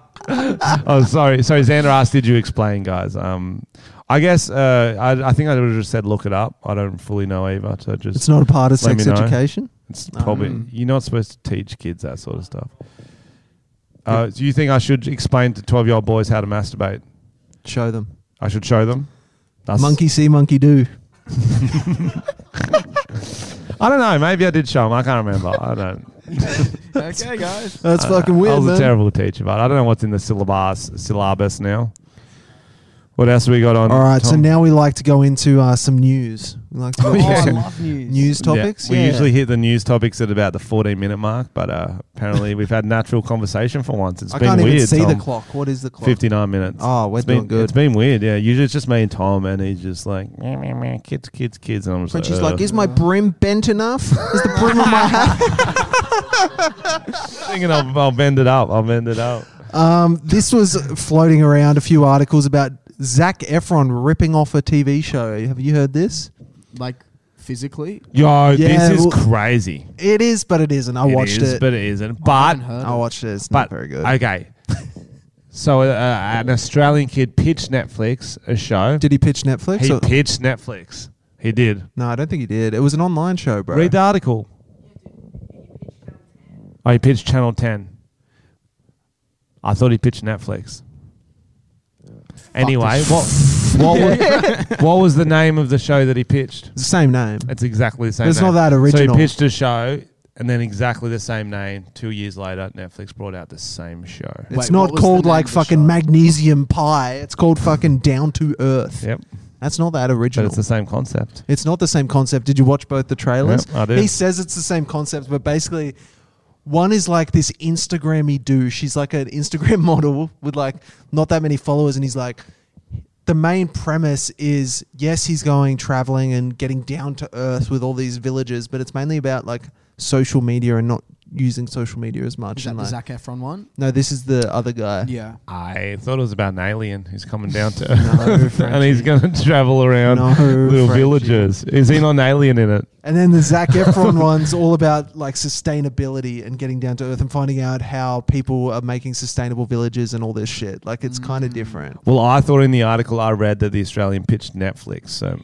Speaker 2: oh, sorry, sorry. Xander asked, "Did you explain, guys?" Um, I guess uh, I, I think I would have just said, "Look it up." I don't fully know either. So just
Speaker 1: It's not Mm. a part of
Speaker 2: Let me
Speaker 1: sex
Speaker 2: know.
Speaker 1: education.
Speaker 2: It's probably you're not supposed to teach kids that sort of stuff. Uh, do you think I should explain to twelve-year-old boys how to masturbate?
Speaker 1: Show them.
Speaker 2: I should show them. That's-
Speaker 1: Monkey see, monkey do.
Speaker 2: I don't know. Maybe I did show them. I can't remember.
Speaker 1: <laughs>
Speaker 2: I don't.
Speaker 3: okay, guys.
Speaker 1: That's
Speaker 2: I-
Speaker 1: fucking weird,
Speaker 2: I Uh, was
Speaker 1: man.
Speaker 2: a terrible teacher, but I don't know what's in the syllabus syllabus now. What else we got on?
Speaker 1: All right, so
Speaker 2: Tom?
Speaker 1: now we like to go into uh, some news. We like to go
Speaker 2: Oh,
Speaker 1: into
Speaker 2: <laughs> yeah.
Speaker 1: some
Speaker 2: I
Speaker 3: love news.
Speaker 1: news
Speaker 2: Yeah,
Speaker 1: topics.
Speaker 2: we
Speaker 1: Yeah.
Speaker 2: usually hit the news topics at about the 14 minute mark, but uh, apparently we've had natural conversation for once. It's
Speaker 1: I
Speaker 2: been
Speaker 1: can't
Speaker 2: weird.
Speaker 1: even see the
Speaker 2: Tom.
Speaker 1: clock. What is the clock?
Speaker 2: 59 minutes.
Speaker 1: Oh, we're
Speaker 2: It's been,
Speaker 1: doing good.
Speaker 2: It's been weird, yeah. Usually it's just me and Tom, and he's just like, meh, meh, meh, kids, kids, kids. And I'm just
Speaker 1: But she's
Speaker 2: uh,
Speaker 1: like, is my brim bent enough? Is the brim of <laughs> my hat?
Speaker 2: thinking I'll, I'll bend it up. I'll bend it up.
Speaker 1: Um, this was floating around a few articles about Zach Efron ripping off a TV show. Have you heard this?
Speaker 3: Like physically,
Speaker 2: Yo,
Speaker 1: Yeah,
Speaker 2: this is
Speaker 1: well-
Speaker 2: crazy.
Speaker 1: It is, but it isn't. I watched
Speaker 2: is,
Speaker 1: it.
Speaker 2: But it isn't. But
Speaker 3: heard
Speaker 1: I watched it. It's
Speaker 2: but
Speaker 1: not very good. <laughs>
Speaker 2: Okay. so uh, an Australian kid pitched Netflix a show.
Speaker 1: did he pitch Netflix?
Speaker 2: he
Speaker 1: or-
Speaker 2: pitched Netflix. He did.
Speaker 1: no, I don't think he did. It was an online show, bro.
Speaker 2: Read the article. Oh, he pitched Channel 10. I thought he pitched Netflix. Anyway, what what,
Speaker 1: <laughs>
Speaker 2: was, what was the name of the show that he pitched?
Speaker 1: It's the same name.
Speaker 2: It's exactly the same.
Speaker 1: It's
Speaker 2: name.
Speaker 1: not that
Speaker 2: So
Speaker 1: original.
Speaker 2: he pitched a show, and then exactly the same name. Two years later, Netflix brought out the same show.
Speaker 1: It's
Speaker 3: Wait, what
Speaker 1: not
Speaker 3: was
Speaker 1: called
Speaker 3: the name
Speaker 1: like
Speaker 3: of the
Speaker 1: fucking
Speaker 3: show?
Speaker 1: magnesium pie. It's called fucking down to earth.
Speaker 2: Yep,
Speaker 1: That's not that
Speaker 2: but
Speaker 1: original.
Speaker 2: it's the same concept.
Speaker 1: It's not the same concept. Did you watch both the trailers?
Speaker 2: Yeah, I did.
Speaker 1: He says it's the same concept, but basically, one is like this Instagrammy do. She's like an Instagram <laughs> model with like not that many followers, and he's like, the main premise is yes, he's going traveling and getting down to earth with all these villages, but it's mainly about like social media and not using social media as much.
Speaker 3: is that
Speaker 1: and,
Speaker 3: the
Speaker 1: like,
Speaker 3: Zac Efron one?
Speaker 1: no, this is the other guy.
Speaker 3: Yeah.
Speaker 2: I thought it was about an alien who's coming down to
Speaker 1: <laughs> No,
Speaker 2: <laughs> and he's going to travel around
Speaker 1: No,
Speaker 2: little
Speaker 1: Frenchie.
Speaker 2: villages. Is he not an alien in it?
Speaker 1: And then the
Speaker 2: <laughs>
Speaker 1: Zach Efron one's all about like sustainability and getting down to earth and finding out how people are making sustainable villages and all this shit. Like it's kind
Speaker 2: Mm.
Speaker 1: of different.
Speaker 2: Well, I thought in the article I read that the Australian pitched Netflix. So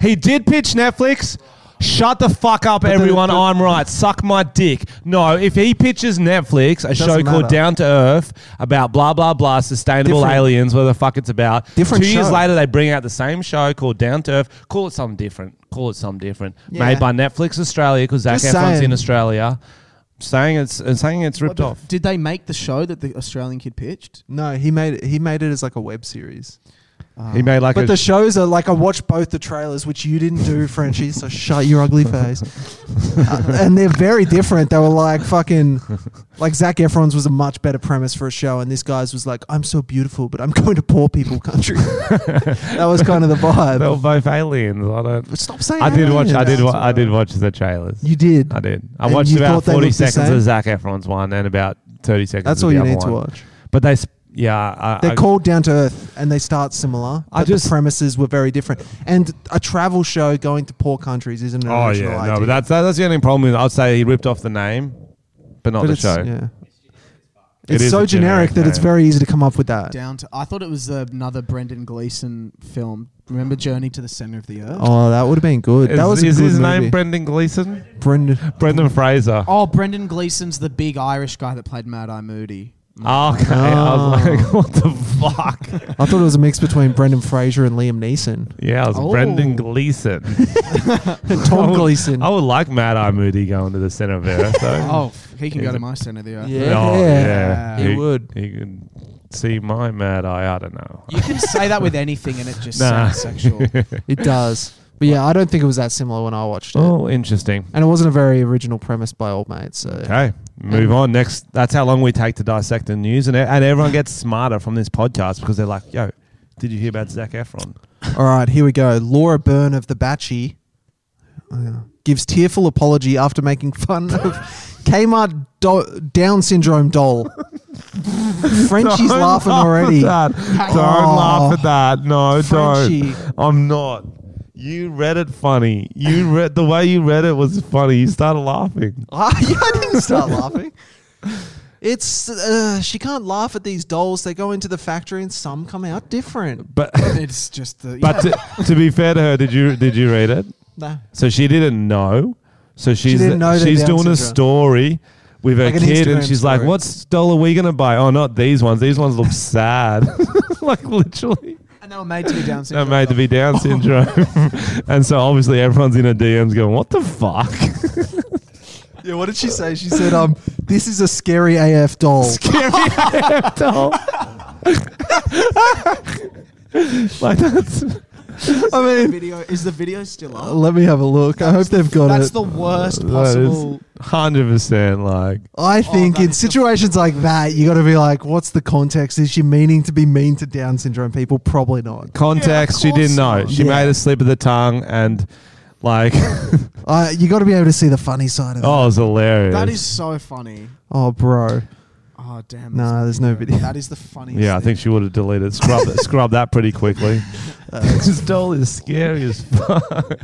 Speaker 2: he did pitch Netflix. Shut the fuck up,
Speaker 1: the-
Speaker 2: everyone!
Speaker 1: but-
Speaker 2: I'm right. Suck my dick. No, if he pitches Netflix, a show
Speaker 1: doesn't
Speaker 2: called
Speaker 1: matter.
Speaker 2: Down to Earth about blah blah blah sustainable
Speaker 1: Different.
Speaker 2: aliens, whatever the fuck it's about.
Speaker 1: Different
Speaker 2: Two years
Speaker 1: show.
Speaker 2: later, they bring out the same show called Down to Earth. Call it something different. Call it something different.
Speaker 1: Yeah.
Speaker 2: Made by Netflix Australia because Zach
Speaker 1: Just
Speaker 2: Efron's
Speaker 1: saying.
Speaker 2: in Australia. Saying it's saying it's ripped off.
Speaker 3: Did they make the show that the Australian kid pitched?
Speaker 1: No, he made it, he made it as like a web series.
Speaker 2: He made like
Speaker 1: But
Speaker 2: a
Speaker 1: the shows are like I watched both the trailers, which you didn't do, Frenchie. So shut your ugly
Speaker 2: <laughs>
Speaker 1: face. Uh, and they're very different. They were like fucking, like Zach Efron's was a much better premise for a show, and this guy's was like, I'm so beautiful, but I'm going to poor people country. <laughs> that was kind of the vibe.
Speaker 2: they were both aliens. I don't.
Speaker 1: But stop saying.
Speaker 2: I did watch. I did.
Speaker 1: aliens.
Speaker 2: Wa- I did watch the trailers.
Speaker 1: You did.
Speaker 2: I did. I
Speaker 1: And
Speaker 2: watched
Speaker 1: you thought
Speaker 2: about
Speaker 1: they
Speaker 2: forty
Speaker 1: looked the
Speaker 2: seconds
Speaker 1: same?
Speaker 2: of Zac Efron's one and about thirty seconds.
Speaker 1: That's
Speaker 2: of
Speaker 1: all
Speaker 2: the
Speaker 1: you
Speaker 2: other
Speaker 1: need to
Speaker 2: one.
Speaker 1: watch.
Speaker 2: But they, sp- yeah, I,
Speaker 1: They're
Speaker 2: I,
Speaker 1: called Down to Earth, and they start similar.
Speaker 2: I
Speaker 1: But
Speaker 2: just-
Speaker 1: the premises were very different. And a travel show going to poor countries isn't an
Speaker 2: Oh
Speaker 1: original
Speaker 2: yeah,
Speaker 1: idea.
Speaker 2: no, but that's that, that's the only problem. With, I'd say he ripped off the name, but not
Speaker 1: But
Speaker 2: the
Speaker 1: it's,
Speaker 2: show.
Speaker 1: yeah.
Speaker 2: It
Speaker 1: It's
Speaker 2: is
Speaker 1: so
Speaker 2: a
Speaker 1: generic,
Speaker 2: generic
Speaker 1: that it's
Speaker 2: name.
Speaker 1: very easy to come up with that.
Speaker 3: Down to I thought it was another Brendan Gleeson film. Remember Journey to the Center of the Earth?
Speaker 1: Oh, that would have been good.
Speaker 2: Is,
Speaker 1: that was a
Speaker 2: is
Speaker 1: good
Speaker 2: his
Speaker 1: movie.
Speaker 2: name Brendan Gleeson?
Speaker 1: Brendan.
Speaker 2: Brendan Fraser.
Speaker 3: Oh, Brendan Gleeson's the big Irish guy that played Mad Eye Moody.
Speaker 2: Oh, okay. I was like, <laughs> what the fuck?
Speaker 1: I thought it was a mix between Brendan Fraser and Liam
Speaker 2: <laughs>
Speaker 1: Neeson. <laughs>
Speaker 2: yeah, it was
Speaker 3: Oh.
Speaker 2: Brendan Gleeson. I
Speaker 1: Tom
Speaker 2: would-
Speaker 1: Gleeson.
Speaker 2: I would like Mad Eye Moody going to the center of Earth. though.
Speaker 3: Oh, he can
Speaker 2: He's
Speaker 3: go
Speaker 2: a-
Speaker 3: to my center of the earth.
Speaker 1: Yeah.
Speaker 2: Oh, yeah.
Speaker 1: He would.
Speaker 2: He could see my mad eye. I don't know.
Speaker 3: You can say that with anything and it just
Speaker 2: Nah. <laughs>
Speaker 3: sounds sexual.
Speaker 1: It does. But yeah, I don't think it was that similar when I watched it.
Speaker 2: Oh, interesting.
Speaker 1: And it wasn't a very original premise by old mates. So.
Speaker 2: Okay, move on. Next, that's how long we take to dissect the news, and and everyone gets smarter from this podcast because they're like, "Yo, did you hear about Zach Efron?"
Speaker 1: All right, here we go. Laura Byrne of The Batchy gives tearful apology after making fun
Speaker 2: <laughs>
Speaker 1: of Kmart do- Down syndrome doll. Frenchie's
Speaker 2: Don't
Speaker 1: laughing
Speaker 2: laugh at
Speaker 1: already.
Speaker 2: that. Don't
Speaker 1: Oh.
Speaker 2: laugh at that. No,
Speaker 1: Frenchie. <laughs>
Speaker 2: don't. I'm not. You read it funny. You read the way you read it was funny. You started laughing.
Speaker 1: Ah, yeah, I didn't start laughing. It's uh, she can't laugh at these dolls. They go into the factory and some come out different.
Speaker 2: But
Speaker 3: It's just the.
Speaker 2: but to, to be fair to her, did you did you read it?
Speaker 1: Nah.
Speaker 2: So she didn't know. So she's
Speaker 1: didn't know that
Speaker 2: she's
Speaker 1: Down
Speaker 2: doing a
Speaker 1: syndrome.
Speaker 2: story with her
Speaker 1: Like an
Speaker 2: kid,
Speaker 1: Instagram
Speaker 2: and she's like,
Speaker 1: story.
Speaker 2: "What's doll are we gonna buy? Oh, not these ones. These ones look sad. <laughs> like literally."
Speaker 3: and they were made to be Down
Speaker 2: They're
Speaker 3: syndrome.
Speaker 2: made to be Down syndrome, <laughs> and so obviously everyone's in her DMs going, "What the fuck?" <laughs>
Speaker 1: Yeah, what did she say? She said, um, this is a <laughs> scary AF doll.
Speaker 2: <laughs> like that's
Speaker 1: I
Speaker 3: The
Speaker 1: mean,
Speaker 3: video is the video still up?
Speaker 1: let me have a look. I hope they've got
Speaker 3: That's
Speaker 1: it.
Speaker 3: the worst
Speaker 2: that is
Speaker 3: possible.
Speaker 2: hundred percent like
Speaker 1: I think
Speaker 3: that
Speaker 1: in
Speaker 3: is the-
Speaker 1: situations like that, you got to be like, what's the context? Is she meaning to be mean to Down syndrome people? Probably not.
Speaker 2: context. she
Speaker 3: course
Speaker 2: didn't know.
Speaker 3: not.
Speaker 2: She
Speaker 1: Yeah.
Speaker 2: made a slip of the tongue, and like, <laughs>
Speaker 1: Uh, you got to be able to see the funny side of it.
Speaker 2: oh, it's hilarious.
Speaker 3: That is so funny.
Speaker 1: Oh, bro.
Speaker 3: Oh damn.
Speaker 1: Nah,
Speaker 3: that's
Speaker 1: there's no video.
Speaker 3: That is the funniest.
Speaker 2: Yeah, I think she would have deleted, scrubbed, scrubbed that pretty quickly. <laughs> this doll is scary as fuck.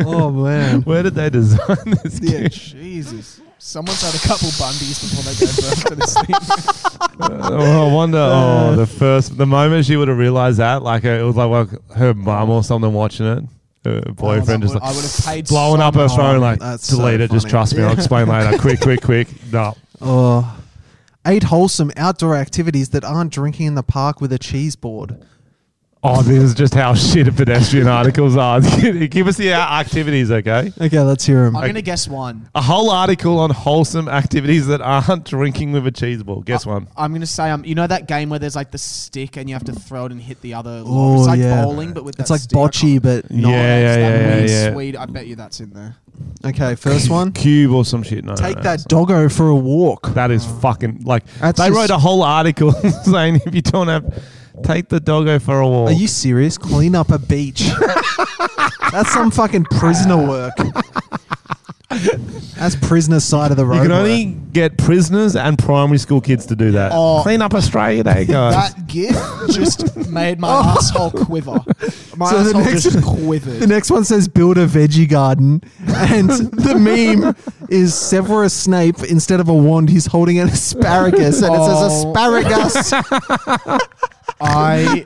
Speaker 1: Oh, man.
Speaker 2: Where did they design this?
Speaker 3: thing. Yeah,
Speaker 2: kid?
Speaker 3: Jesus. Someone's had a couple bundies before they gave birth to this thing.
Speaker 2: <laughs> oh, I wonder. Oh, the first, the moment she would have realized that, like her, it was like, like her mum or something watching it. Her <laughs> boyfriend just
Speaker 3: would-
Speaker 2: like
Speaker 3: I would have paid
Speaker 2: blowing up her
Speaker 3: someone.
Speaker 2: phone, like delete
Speaker 1: that's so
Speaker 2: it. Just
Speaker 1: funny.
Speaker 2: trust me. I'll explain later. quick, quick, quick. No.
Speaker 1: Oh. Eight wholesome outdoor activities that aren't drinking in the park with a cheese board.
Speaker 2: Oh, this is just how shit pedestrian articles are. <laughs> Give us the activities, okay?
Speaker 1: Okay, let's hear them.
Speaker 3: I'm gonna guess one.
Speaker 2: A whole article on wholesome activities that aren't drinking with a cheese ball. Guess one.
Speaker 3: I'm gonna say um, you know that game where there's like the stick and you have to throw it and hit the other.
Speaker 1: Oh,
Speaker 3: log? it's like
Speaker 1: yeah.
Speaker 3: bowling, but with
Speaker 1: It's
Speaker 3: that
Speaker 1: like
Speaker 3: stick. I
Speaker 1: bocce,
Speaker 3: can't-
Speaker 1: but
Speaker 2: Yeah,
Speaker 1: not.
Speaker 2: yeah,
Speaker 3: It's that
Speaker 2: yeah,
Speaker 3: weird
Speaker 2: yeah.
Speaker 3: Swede. I bet you that's in there.
Speaker 1: Okay, first one.
Speaker 2: Cube or some shit. No,
Speaker 1: Take
Speaker 2: no,
Speaker 1: that
Speaker 2: it's not.
Speaker 1: doggo for a walk.
Speaker 2: That is fucking like
Speaker 1: That's
Speaker 2: they
Speaker 1: just-
Speaker 2: wrote a whole article <laughs> saying if you don't have, take the doggo for a walk.
Speaker 1: Are you serious? Clean up a
Speaker 2: <laughs>
Speaker 1: beach. That's some fucking prisoner work. That's prisoner side of the road.
Speaker 2: You can
Speaker 1: work.
Speaker 2: only get prisoners and primary school kids to do that.
Speaker 3: Oh.
Speaker 2: Clean up Australia Day,
Speaker 1: <laughs>
Speaker 2: guys.
Speaker 3: That gift just made my asshole quiver. My
Speaker 1: Oh. So the
Speaker 3: asshole
Speaker 1: next-
Speaker 3: just
Speaker 1: The
Speaker 3: quivered.
Speaker 1: next one says build a veggie garden, and the meme is Severus Snape instead of a wand, he's holding an asparagus, and
Speaker 3: Oh.
Speaker 1: it says asparagus.
Speaker 3: <laughs> I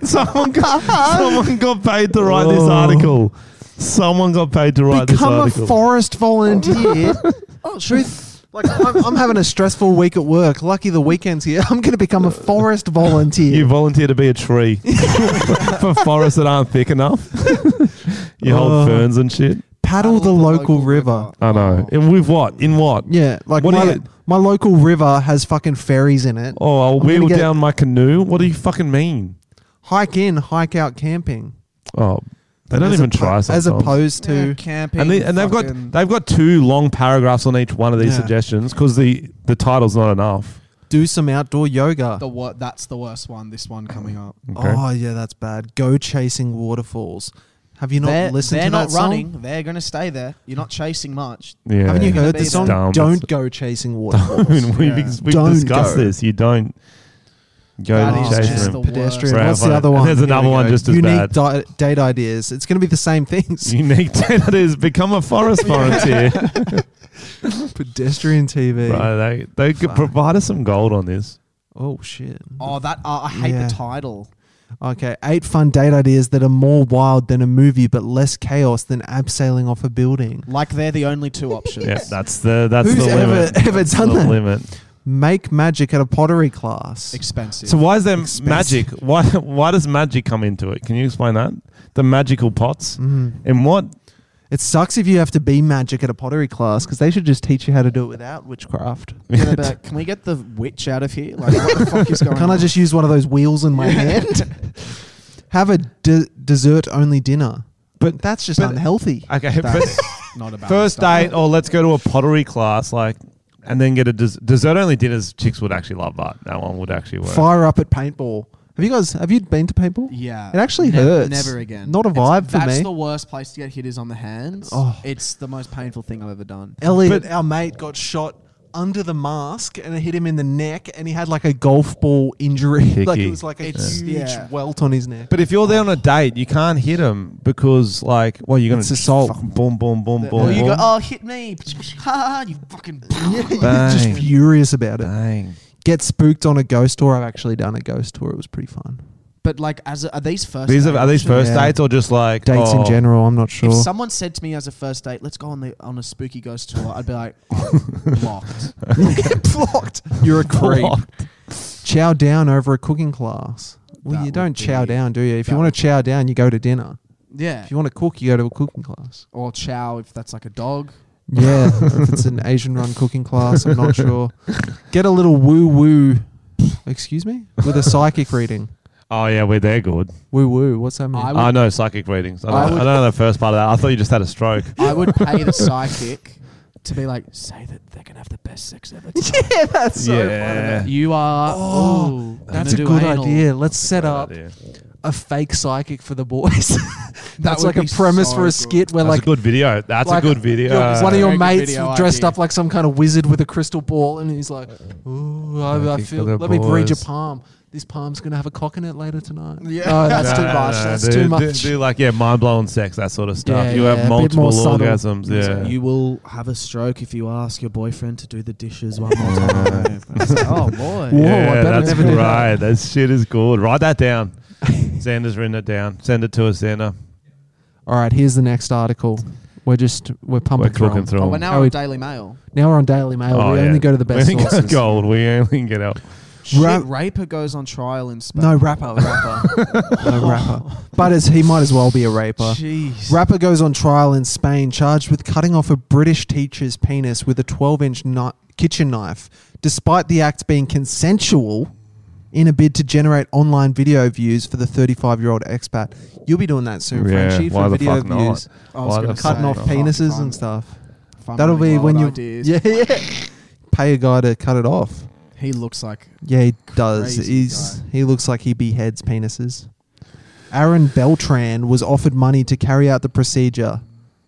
Speaker 1: <laughs>
Speaker 2: someone, got, someone got paid to write this
Speaker 1: Oh.
Speaker 2: article. Someone got paid to <laughs> write this
Speaker 1: Become a
Speaker 2: article.
Speaker 1: forest
Speaker 2: <laughs>
Speaker 1: volunteer. oh, truth. Like I'm, I'm having a stressful week at work. Lucky the weekend's here. I'm going to become a forest volunteer.
Speaker 2: You volunteer to be a tree <laughs> for forests that aren't thick enough. <laughs> you
Speaker 1: Oh.
Speaker 2: hold ferns and shit.
Speaker 1: paddle, the, local, river.
Speaker 2: I know. And with what? In what?
Speaker 1: Yeah, like
Speaker 2: What do
Speaker 1: my,
Speaker 2: you-
Speaker 1: my local river has fucking ferries in it.
Speaker 2: Oh, I'll
Speaker 1: I'm gonna
Speaker 2: wheel
Speaker 1: get-
Speaker 2: down my canoe. What do you fucking mean?
Speaker 1: Hike in, hike out camping.
Speaker 2: Oh, they don't
Speaker 1: As
Speaker 2: even
Speaker 1: oppo-
Speaker 2: try sometimes.
Speaker 1: As opposed to
Speaker 3: Yeah, camping.
Speaker 2: and, they, and they've got
Speaker 3: fucking-
Speaker 2: they've got two long paragraphs on each one of these
Speaker 1: Yeah.
Speaker 2: suggestions because the the title's not enough.
Speaker 1: do some outdoor yoga.
Speaker 3: the wor- That's the worst one. This one coming up.
Speaker 2: Okay.
Speaker 1: Oh yeah, that's bad. Go chasing waterfalls. Have you not
Speaker 3: they're
Speaker 1: listened
Speaker 3: they're
Speaker 1: to
Speaker 3: not
Speaker 1: that
Speaker 3: running.
Speaker 1: song?
Speaker 3: They're going to stay there. You're not chasing much.
Speaker 2: Yeah,
Speaker 1: Haven't
Speaker 2: <laughs>
Speaker 1: you heard
Speaker 3: Be
Speaker 1: the song?
Speaker 2: dumb. It's-
Speaker 1: Don't go
Speaker 2: <laughs>
Speaker 1: chasing waterfalls.
Speaker 2: Dude, we've,
Speaker 3: Yeah.
Speaker 2: we've
Speaker 1: Don't
Speaker 2: discussed
Speaker 1: go.
Speaker 2: this. You don't go
Speaker 3: That
Speaker 2: to
Speaker 3: is
Speaker 2: chase them.
Speaker 3: just the
Speaker 1: pedestrian. What's
Speaker 2: worst. Right,
Speaker 1: the other one?
Speaker 2: there's
Speaker 1: Here we
Speaker 2: another one
Speaker 1: go.
Speaker 2: just as
Speaker 1: Unique di- date ideas. It's going to be the same
Speaker 2: <laughs>
Speaker 1: things.
Speaker 2: Unique tenant is become
Speaker 1: <laughs>
Speaker 2: a forest volunteer.
Speaker 1: Pedestrian TV.
Speaker 2: right, they they could provide us some gold on this.
Speaker 1: Oh shit.
Speaker 3: Oh, that uh, I hate
Speaker 1: Yeah.
Speaker 3: the title.
Speaker 1: Okay, eight fun date ideas that are more wild than a movie, but less chaos than abseiling off a building.
Speaker 3: Like they're the only two options.
Speaker 2: Yeah, that's the that's
Speaker 1: Who's
Speaker 2: the
Speaker 1: ever-
Speaker 2: limit.
Speaker 1: ever
Speaker 2: That's
Speaker 1: <laughs> done
Speaker 2: the
Speaker 1: that?
Speaker 2: limit.
Speaker 1: Make magic at a pottery class.
Speaker 3: Expensive.
Speaker 2: So why is there
Speaker 1: Expensive.
Speaker 2: magic? <laughs> Why why does magic come into it? Can you explain that? The magical pots
Speaker 3: Mm-hmm.
Speaker 2: and what?
Speaker 1: It sucks if you have to be magic at a pottery class because they should just teach you how to do it without witchcraft.
Speaker 3: Yeah, they'd
Speaker 1: <laughs>
Speaker 3: be like, can we get the witch out of here? Like, what the fuck is going
Speaker 1: Can't I
Speaker 3: on?
Speaker 1: just use one of those wheels
Speaker 2: <laughs>
Speaker 1: in my hand? <laughs> Have a de- dessert only dinner. But that's just
Speaker 2: but-
Speaker 1: unhealthy.
Speaker 2: <laughs> Okay,
Speaker 3: That's not about
Speaker 2: first date or let's go to a pottery class, like, and then get a des- dessert only dinners. Chicks would actually love that. That one would actually work.
Speaker 1: Fire up at paintball. Have you guys? Have you been to paintball?
Speaker 3: Yeah,
Speaker 1: It actually
Speaker 3: Ne-
Speaker 1: hurts.
Speaker 3: Never again.
Speaker 1: Not a
Speaker 3: It's-
Speaker 1: vibe for
Speaker 3: That's
Speaker 1: me.
Speaker 3: the worst place to get hit is on the hands.
Speaker 1: Oh.
Speaker 3: It's the most painful thing I've ever done.
Speaker 1: Elliot, our mate, got shot under the mask and it hit him in the neck, and he had like a golf ball injury. <laughs> like
Speaker 2: Hickey.
Speaker 1: it was like a
Speaker 3: It's-
Speaker 1: huge
Speaker 3: yeah.
Speaker 1: welt on his neck.
Speaker 2: But if you're there on a date, you can't hit them because, like, well, you're gonna
Speaker 1: It's assault.
Speaker 2: fucking Boom, boom, boom, boom.
Speaker 3: Or you
Speaker 2: boom.
Speaker 3: go, oh, hit me. <laughs> Ha, you
Speaker 1: <laughs>
Speaker 3: fucking. <laughs>
Speaker 1: He's
Speaker 2: Bang.
Speaker 1: just furious about it.
Speaker 2: Dang.
Speaker 1: Get spooked on a ghost tour. I've actually done a ghost tour. It was pretty fun.
Speaker 3: But like, as a, are these first?
Speaker 2: These
Speaker 3: date
Speaker 2: are, are these
Speaker 3: options?
Speaker 2: first
Speaker 1: Yeah.
Speaker 2: dates or just like
Speaker 1: Dates
Speaker 2: oh,
Speaker 1: in general, I'm not sure.
Speaker 3: If someone said to me as a first date, "Let's go on the on a spooky ghost tour," I'd
Speaker 1: <laughs>
Speaker 3: be like, blocked. <laughs>
Speaker 1: blocked. <laughs> You're a creep.
Speaker 2: Blocked.
Speaker 1: Chow down over a cooking class. Well,
Speaker 3: That
Speaker 1: you
Speaker 3: would
Speaker 1: don't chow
Speaker 3: be-
Speaker 1: down, do you? If you
Speaker 3: that
Speaker 1: want
Speaker 3: would-
Speaker 1: to chow down, you go to dinner.
Speaker 3: Yeah.
Speaker 1: If you want to cook, you go to a cooking class.
Speaker 3: Or chow if that's like a dog.
Speaker 1: <laughs> Yeah, or if it's an Asian run cooking class, I'm not sure. Get a little woo woo. Excuse me? With a psychic reading.
Speaker 2: Oh yeah, we're there. Good.
Speaker 1: Woo woo. What's that mean?
Speaker 3: I would-
Speaker 2: I know psychic readings. I don't,
Speaker 3: I
Speaker 2: I
Speaker 3: would-
Speaker 2: don't know the first part of that. I thought you just had a stroke.
Speaker 3: I would pay
Speaker 1: <laughs>
Speaker 3: the psychic to be like, say that they're gonna have the best sex ever. tonight."
Speaker 1: <laughs> yeah, that's so
Speaker 2: yeah.
Speaker 3: You are.
Speaker 1: Oh,
Speaker 3: ooh, gonna
Speaker 1: That's a
Speaker 3: do
Speaker 1: good
Speaker 3: anal.
Speaker 1: idea. Let's set
Speaker 2: Bad
Speaker 1: up
Speaker 2: idea.
Speaker 1: a fake psychic for the boys. <laughs> that's like
Speaker 3: would
Speaker 1: a
Speaker 3: be
Speaker 1: premise
Speaker 3: so
Speaker 1: for a
Speaker 3: good.
Speaker 1: skit where
Speaker 2: That's
Speaker 1: like
Speaker 2: a good video. That's
Speaker 1: like,
Speaker 2: a good video.
Speaker 1: your- one of your
Speaker 3: Very good
Speaker 1: mates
Speaker 3: video
Speaker 1: dressed
Speaker 3: idea.
Speaker 1: up like some kind of wizard with a crystal ball, and he's like, "Ooh, I, I
Speaker 2: Lucky for
Speaker 1: feel.
Speaker 2: the
Speaker 1: Let me read your
Speaker 2: boys."
Speaker 1: palm. This palm's gonna have a cock in it later tonight."
Speaker 3: Yeah.
Speaker 1: no, that's
Speaker 2: No,
Speaker 1: too
Speaker 2: no,
Speaker 1: much.
Speaker 2: no,
Speaker 1: that's
Speaker 2: do,
Speaker 1: too
Speaker 2: do-
Speaker 1: much.
Speaker 2: Do, like yeah, mind blowing sex, that sort of stuff.
Speaker 1: Yeah,
Speaker 2: you
Speaker 1: yeah, a
Speaker 2: have
Speaker 1: bit
Speaker 2: multiple
Speaker 1: more subtle.
Speaker 2: orgasms. Yeah.
Speaker 3: You will have a stroke if you ask your boyfriend to do the dishes one
Speaker 1: <laughs>
Speaker 3: more time. It's like, oh boy.
Speaker 1: Whoa, I
Speaker 2: yeah,
Speaker 1: better
Speaker 2: that's
Speaker 1: never do that.
Speaker 2: right. That shit is good. Write
Speaker 1: <laughs>
Speaker 2: that down. Xander's written it down. Send it to us, Xander.
Speaker 1: All right, here's the next article. We're just we're pumping
Speaker 2: We're cooking
Speaker 1: through.
Speaker 2: through.
Speaker 3: Oh,
Speaker 2: 'em.
Speaker 3: we're now
Speaker 1: Are we-
Speaker 3: on Daily Mail.
Speaker 1: Now we're on Daily Mail.
Speaker 2: Oh,
Speaker 1: we
Speaker 2: yeah.
Speaker 1: only go to the best
Speaker 2: <laughs> we only go to
Speaker 1: sources.
Speaker 2: gold. We only can get out.
Speaker 3: Shit,
Speaker 1: Ra-
Speaker 3: Raper goes on trial in Spain.
Speaker 1: No rapper, <laughs> rapper, <laughs> no rapper. But as he might as well be a raper.
Speaker 3: Jeez.
Speaker 1: Rapper goes on trial in Spain charged with cutting off a British teacher's penis with a 12 inch kni- kitchen knife, despite the act being consensual in a bid to generate online video views for the 35 year old expat. You'll be doing that soon,
Speaker 2: Yeah,
Speaker 1: Frenchie,
Speaker 2: why
Speaker 1: for
Speaker 2: the
Speaker 1: video
Speaker 2: fuck not?
Speaker 1: views.
Speaker 3: I was
Speaker 2: Why the
Speaker 3: gonna
Speaker 2: fuck
Speaker 1: Cutting
Speaker 3: say,
Speaker 1: off
Speaker 3: fuck, if
Speaker 1: penises
Speaker 3: I'm-
Speaker 1: and stuff.
Speaker 3: if I'm
Speaker 1: That'll
Speaker 3: running
Speaker 1: be
Speaker 3: low
Speaker 1: when
Speaker 3: on
Speaker 1: you <laughs>
Speaker 3: ideas.
Speaker 1: yeah, yeah. pay a guy to cut it off.
Speaker 3: He looks like
Speaker 1: Yeah, he does.
Speaker 3: Crazy
Speaker 1: He's,
Speaker 3: guy.
Speaker 1: he looks like he beheads penises. Aaron Beltran was offered money to carry out the procedure.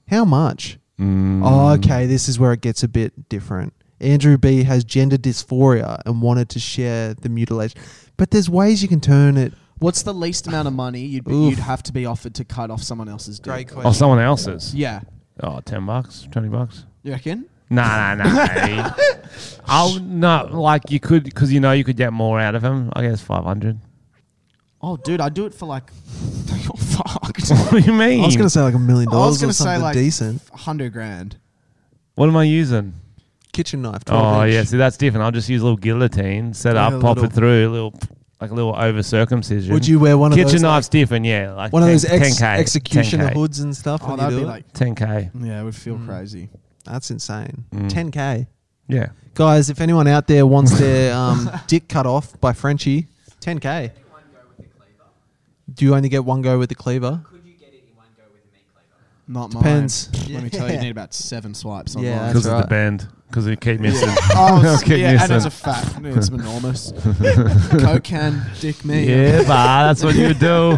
Speaker 1: How much?
Speaker 2: Mm.
Speaker 1: Oh, okay, this is where it gets a bit different. Andrew B has gender dysphoria and wanted to share the mutilation. But there's ways you can turn it.
Speaker 3: what's the least amount of money you'd be,
Speaker 1: Oof.
Speaker 3: you'd have to be offered to cut off someone else's dick?
Speaker 2: Oh, someone else's.
Speaker 3: Yeah.
Speaker 2: Oh, 10 bucks, 20 bucks.
Speaker 3: You reckon?
Speaker 2: Nah,
Speaker 1: <laughs>
Speaker 2: nah, nah. I'll no, like you could, because you know you could get more out of him. I guess 500.
Speaker 3: Oh, dude, I do it for like. <laughs> You're
Speaker 2: <laughs>
Speaker 3: fucked.
Speaker 2: What do you mean?
Speaker 1: I was going to say like a million
Speaker 3: I
Speaker 1: dollars
Speaker 3: was gonna
Speaker 1: or
Speaker 3: say
Speaker 1: something
Speaker 3: like
Speaker 1: decent.
Speaker 3: hundred grand.
Speaker 2: what am I using?
Speaker 1: Kitchen knife. 12
Speaker 2: Oh,
Speaker 1: inch.
Speaker 2: yeah, see, that's different. I'll just use a little guillotine, set
Speaker 1: Yeah,
Speaker 2: up,
Speaker 1: a
Speaker 2: pop
Speaker 1: little-
Speaker 2: it through, a little, like a little over circumcision.
Speaker 1: Would you wear one of
Speaker 2: Kitchen
Speaker 1: those?
Speaker 2: knife's different, yeah.
Speaker 1: like,
Speaker 2: Like
Speaker 1: one of
Speaker 2: 10,
Speaker 1: those ex-
Speaker 2: 10K,
Speaker 1: executioner
Speaker 2: 10K,
Speaker 1: hoods and stuff?
Speaker 3: Oh,
Speaker 1: when
Speaker 3: that
Speaker 1: you
Speaker 3: would
Speaker 1: do it?
Speaker 3: be like.
Speaker 2: 10K.
Speaker 3: Yeah, it would feel crazy.
Speaker 1: That's insane. 10K.
Speaker 2: Yeah.
Speaker 1: Guys, if anyone out there wants
Speaker 2: <laughs>
Speaker 1: their um, dick cut off by Frenchie, 10K. Do you only get one go with the cleaver?
Speaker 3: Not
Speaker 1: Depends.
Speaker 3: mine. Let me tell you, you need about seven swipes on
Speaker 1: Yeah,
Speaker 3: mine.
Speaker 1: that's
Speaker 2: Because of the
Speaker 1: right.
Speaker 2: band. Because you keep missing.
Speaker 3: <laughs>
Speaker 1: <laughs>
Speaker 3: Oh,
Speaker 2: Okay,
Speaker 3: yeah, and
Speaker 2: listen.
Speaker 3: it's a fat. It's enormous. Coke can dick me.
Speaker 2: Yeah, bah, that's what
Speaker 1: <laughs>
Speaker 2: you do.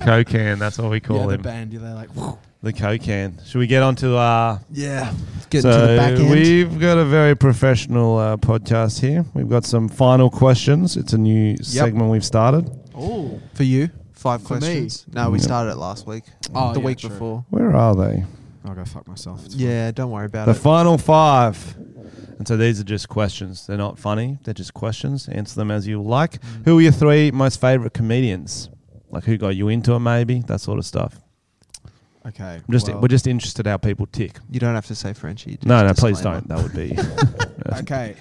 Speaker 2: Cocan, that's what we
Speaker 3: Yeah,
Speaker 2: call
Speaker 3: the
Speaker 2: him.
Speaker 3: band. Yeah, they're like.
Speaker 2: The Cocan. Should we get on to uh
Speaker 1: Yeah. Get
Speaker 2: so
Speaker 1: to the back end.
Speaker 2: We've got a very professional uh, podcast here. We've got some final questions. It's a new segment we've started.
Speaker 3: Oh.
Speaker 1: For you, five
Speaker 3: For me?
Speaker 1: questions. No, we started it last week.
Speaker 3: Oh,
Speaker 1: the
Speaker 3: yeah,
Speaker 1: week
Speaker 3: true.
Speaker 1: before.
Speaker 2: Where are they?
Speaker 3: I'll go fuck myself. It's
Speaker 1: Yeah, don't worry about
Speaker 2: The
Speaker 1: it.
Speaker 2: final five. And so these are just questions. They're not funny. They're just questions. Answer them as you like.
Speaker 1: Mm.
Speaker 2: Who are your three most favorite comedians? Like who got you into it? Maybe that sort of stuff.
Speaker 3: fine. Okay.
Speaker 2: I'm just
Speaker 3: well,
Speaker 2: we're just interested how people tick.
Speaker 1: You don't have to say Frenchie. just
Speaker 2: No, no, please
Speaker 1: disclaimer.
Speaker 2: don't. That would
Speaker 1: <laughs>
Speaker 2: be.
Speaker 3: okay.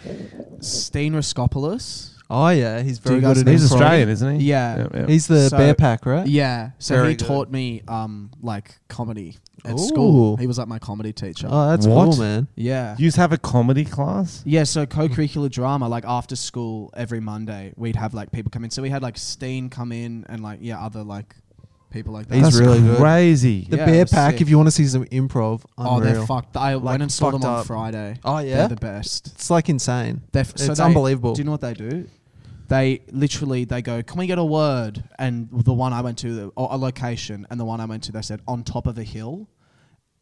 Speaker 3: Steen Raskopoulos.
Speaker 1: Oh, yeah, he's very
Speaker 3: you
Speaker 1: good
Speaker 3: guys
Speaker 1: at
Speaker 3: know-
Speaker 2: He's
Speaker 1: improv.
Speaker 2: Australian, isn't he?
Speaker 3: Yeah.
Speaker 1: He's the
Speaker 3: So-
Speaker 1: bear pack, right?
Speaker 3: Yeah. So
Speaker 1: Very
Speaker 3: he
Speaker 1: good.
Speaker 3: taught me um like comedy at
Speaker 1: Ooh.
Speaker 3: school. He was like my comedy teacher.
Speaker 1: Oh, that's
Speaker 2: What?
Speaker 1: cool, man.
Speaker 3: yeah.
Speaker 2: You have a comedy class?
Speaker 3: yeah, so co-curricular drama, like after school every Monday, we'd have like people come in. So we had like Steen come in and like yeah, other like people like that.
Speaker 1: He's
Speaker 2: That's
Speaker 1: really good.
Speaker 2: crazy.
Speaker 1: The
Speaker 3: Yeah, it
Speaker 1: bear
Speaker 3: was
Speaker 1: pack,
Speaker 3: sick.
Speaker 1: if you want to see some improv, unreal.
Speaker 3: oh, they're fucked. I went and saw them
Speaker 1: fucked
Speaker 3: on
Speaker 1: up.
Speaker 3: Friday.
Speaker 1: Oh, yeah?
Speaker 3: They're the best.
Speaker 1: It's like insane.
Speaker 3: They're f- so
Speaker 1: It's
Speaker 3: they-
Speaker 1: unbelievable.
Speaker 3: Do you know what they do? They literally they go, "Can we get a word?" And the one I went to, the, or a location, and the one I went to, they said on top of a hill,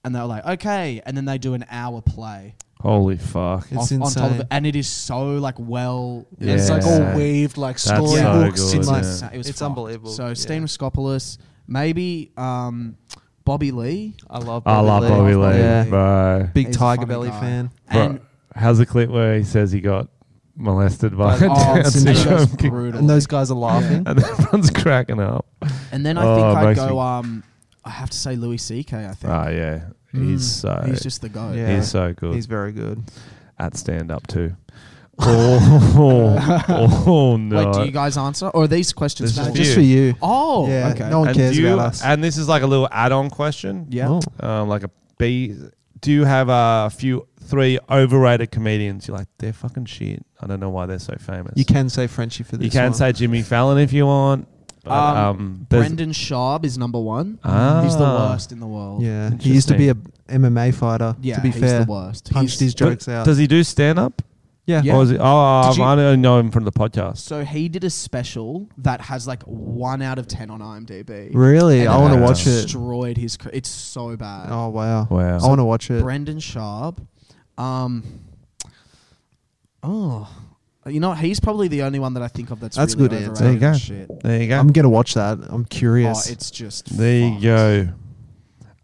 Speaker 3: and they were like, "Okay," and then they do an hour play.
Speaker 2: Holy fuck.
Speaker 1: It's
Speaker 3: on, on top of
Speaker 1: insane.
Speaker 3: it, and it is so like well,
Speaker 2: Yeah.
Speaker 1: It's like
Speaker 2: Yeah.
Speaker 1: all weaved, like
Speaker 2: That's
Speaker 1: story
Speaker 2: so
Speaker 1: hooks.
Speaker 2: good,
Speaker 1: in like,
Speaker 2: yeah.
Speaker 3: it was
Speaker 1: it's
Speaker 3: fucked.
Speaker 1: unbelievable.
Speaker 3: So
Speaker 1: yeah.
Speaker 3: Steen Raskopoulos, maybe um, Bobby Lee,
Speaker 1: I love.
Speaker 2: I love Bobby Lee, bro.
Speaker 1: Big
Speaker 3: He's a
Speaker 1: Tiger
Speaker 3: funny
Speaker 1: Belly
Speaker 3: guy.
Speaker 1: fan. <laughs>
Speaker 2: bro.
Speaker 3: and
Speaker 2: How's the clip where he says he got molested by
Speaker 1: By-
Speaker 2: a
Speaker 1: oh,
Speaker 2: Down
Speaker 1: it's
Speaker 3: that
Speaker 2: syndrome
Speaker 3: show's
Speaker 2: kid?
Speaker 3: brutal.
Speaker 1: And those guys are laughing.
Speaker 2: <laughs> And everyone's cracking up.
Speaker 3: And then I
Speaker 2: Oh,
Speaker 3: think I'd
Speaker 2: amazing.
Speaker 3: go. Um, I have to say Louis C.K. I think
Speaker 2: Oh, yeah. He's so
Speaker 3: he's just the go.
Speaker 1: Mm. Yeah.
Speaker 2: he's so good
Speaker 1: He's very good.
Speaker 2: at stand up
Speaker 1: <laughs>
Speaker 2: too. oh, oh, oh, no.
Speaker 3: Wait, do you guys answer or are these questions?
Speaker 2: This is
Speaker 3: for
Speaker 2: for you.
Speaker 1: Just for you.
Speaker 3: Oh,
Speaker 1: yeah.
Speaker 3: okay.
Speaker 1: No one
Speaker 2: and,
Speaker 1: cares
Speaker 2: do you-
Speaker 1: about us.
Speaker 2: and this is like a little add-on question.
Speaker 3: yeah.
Speaker 1: Oh.
Speaker 2: um, like a B. Do you have a few, three overrated comedians? You're like, they're fucking shit. I don't know why they're so famous.
Speaker 1: You can say Frenchie for this.
Speaker 2: you can
Speaker 1: one.
Speaker 2: say Jimmy Fallon if you want. But,
Speaker 3: Um,
Speaker 2: um, there's-
Speaker 3: Brendan Schaub is number one.
Speaker 2: Ah.
Speaker 3: He's the worst in the world.
Speaker 1: Yeah, he used to be a MMA fighter.
Speaker 3: Yeah,
Speaker 1: to be
Speaker 3: he's
Speaker 1: fair,
Speaker 3: the worst.
Speaker 1: punched
Speaker 3: He's-
Speaker 1: his jokes
Speaker 2: But
Speaker 1: out.
Speaker 2: Does he do stand up?
Speaker 1: yeah,
Speaker 3: Yeah.
Speaker 2: Or is he, oh, I've-
Speaker 3: you-
Speaker 2: I don't know him from the podcast.
Speaker 3: So he did a special that has like one out of ten on IMDb.
Speaker 1: really?
Speaker 3: And
Speaker 1: I want to
Speaker 2: Yeah.
Speaker 1: watch it.
Speaker 3: Destroyed his. Cr- it's so bad.
Speaker 1: Oh wow,
Speaker 2: Wow.
Speaker 1: I want to watch it.
Speaker 3: Brendan Sharp. Um, oh, you know what? He's probably the only one that I think of that's
Speaker 1: That's
Speaker 3: really
Speaker 1: good answer.
Speaker 3: overrated
Speaker 2: There you go.
Speaker 3: and Shit.
Speaker 2: There you go.
Speaker 1: I'm gonna watch that. I'm
Speaker 3: Oh,
Speaker 1: curious.
Speaker 3: it's just
Speaker 2: there you
Speaker 3: fucked.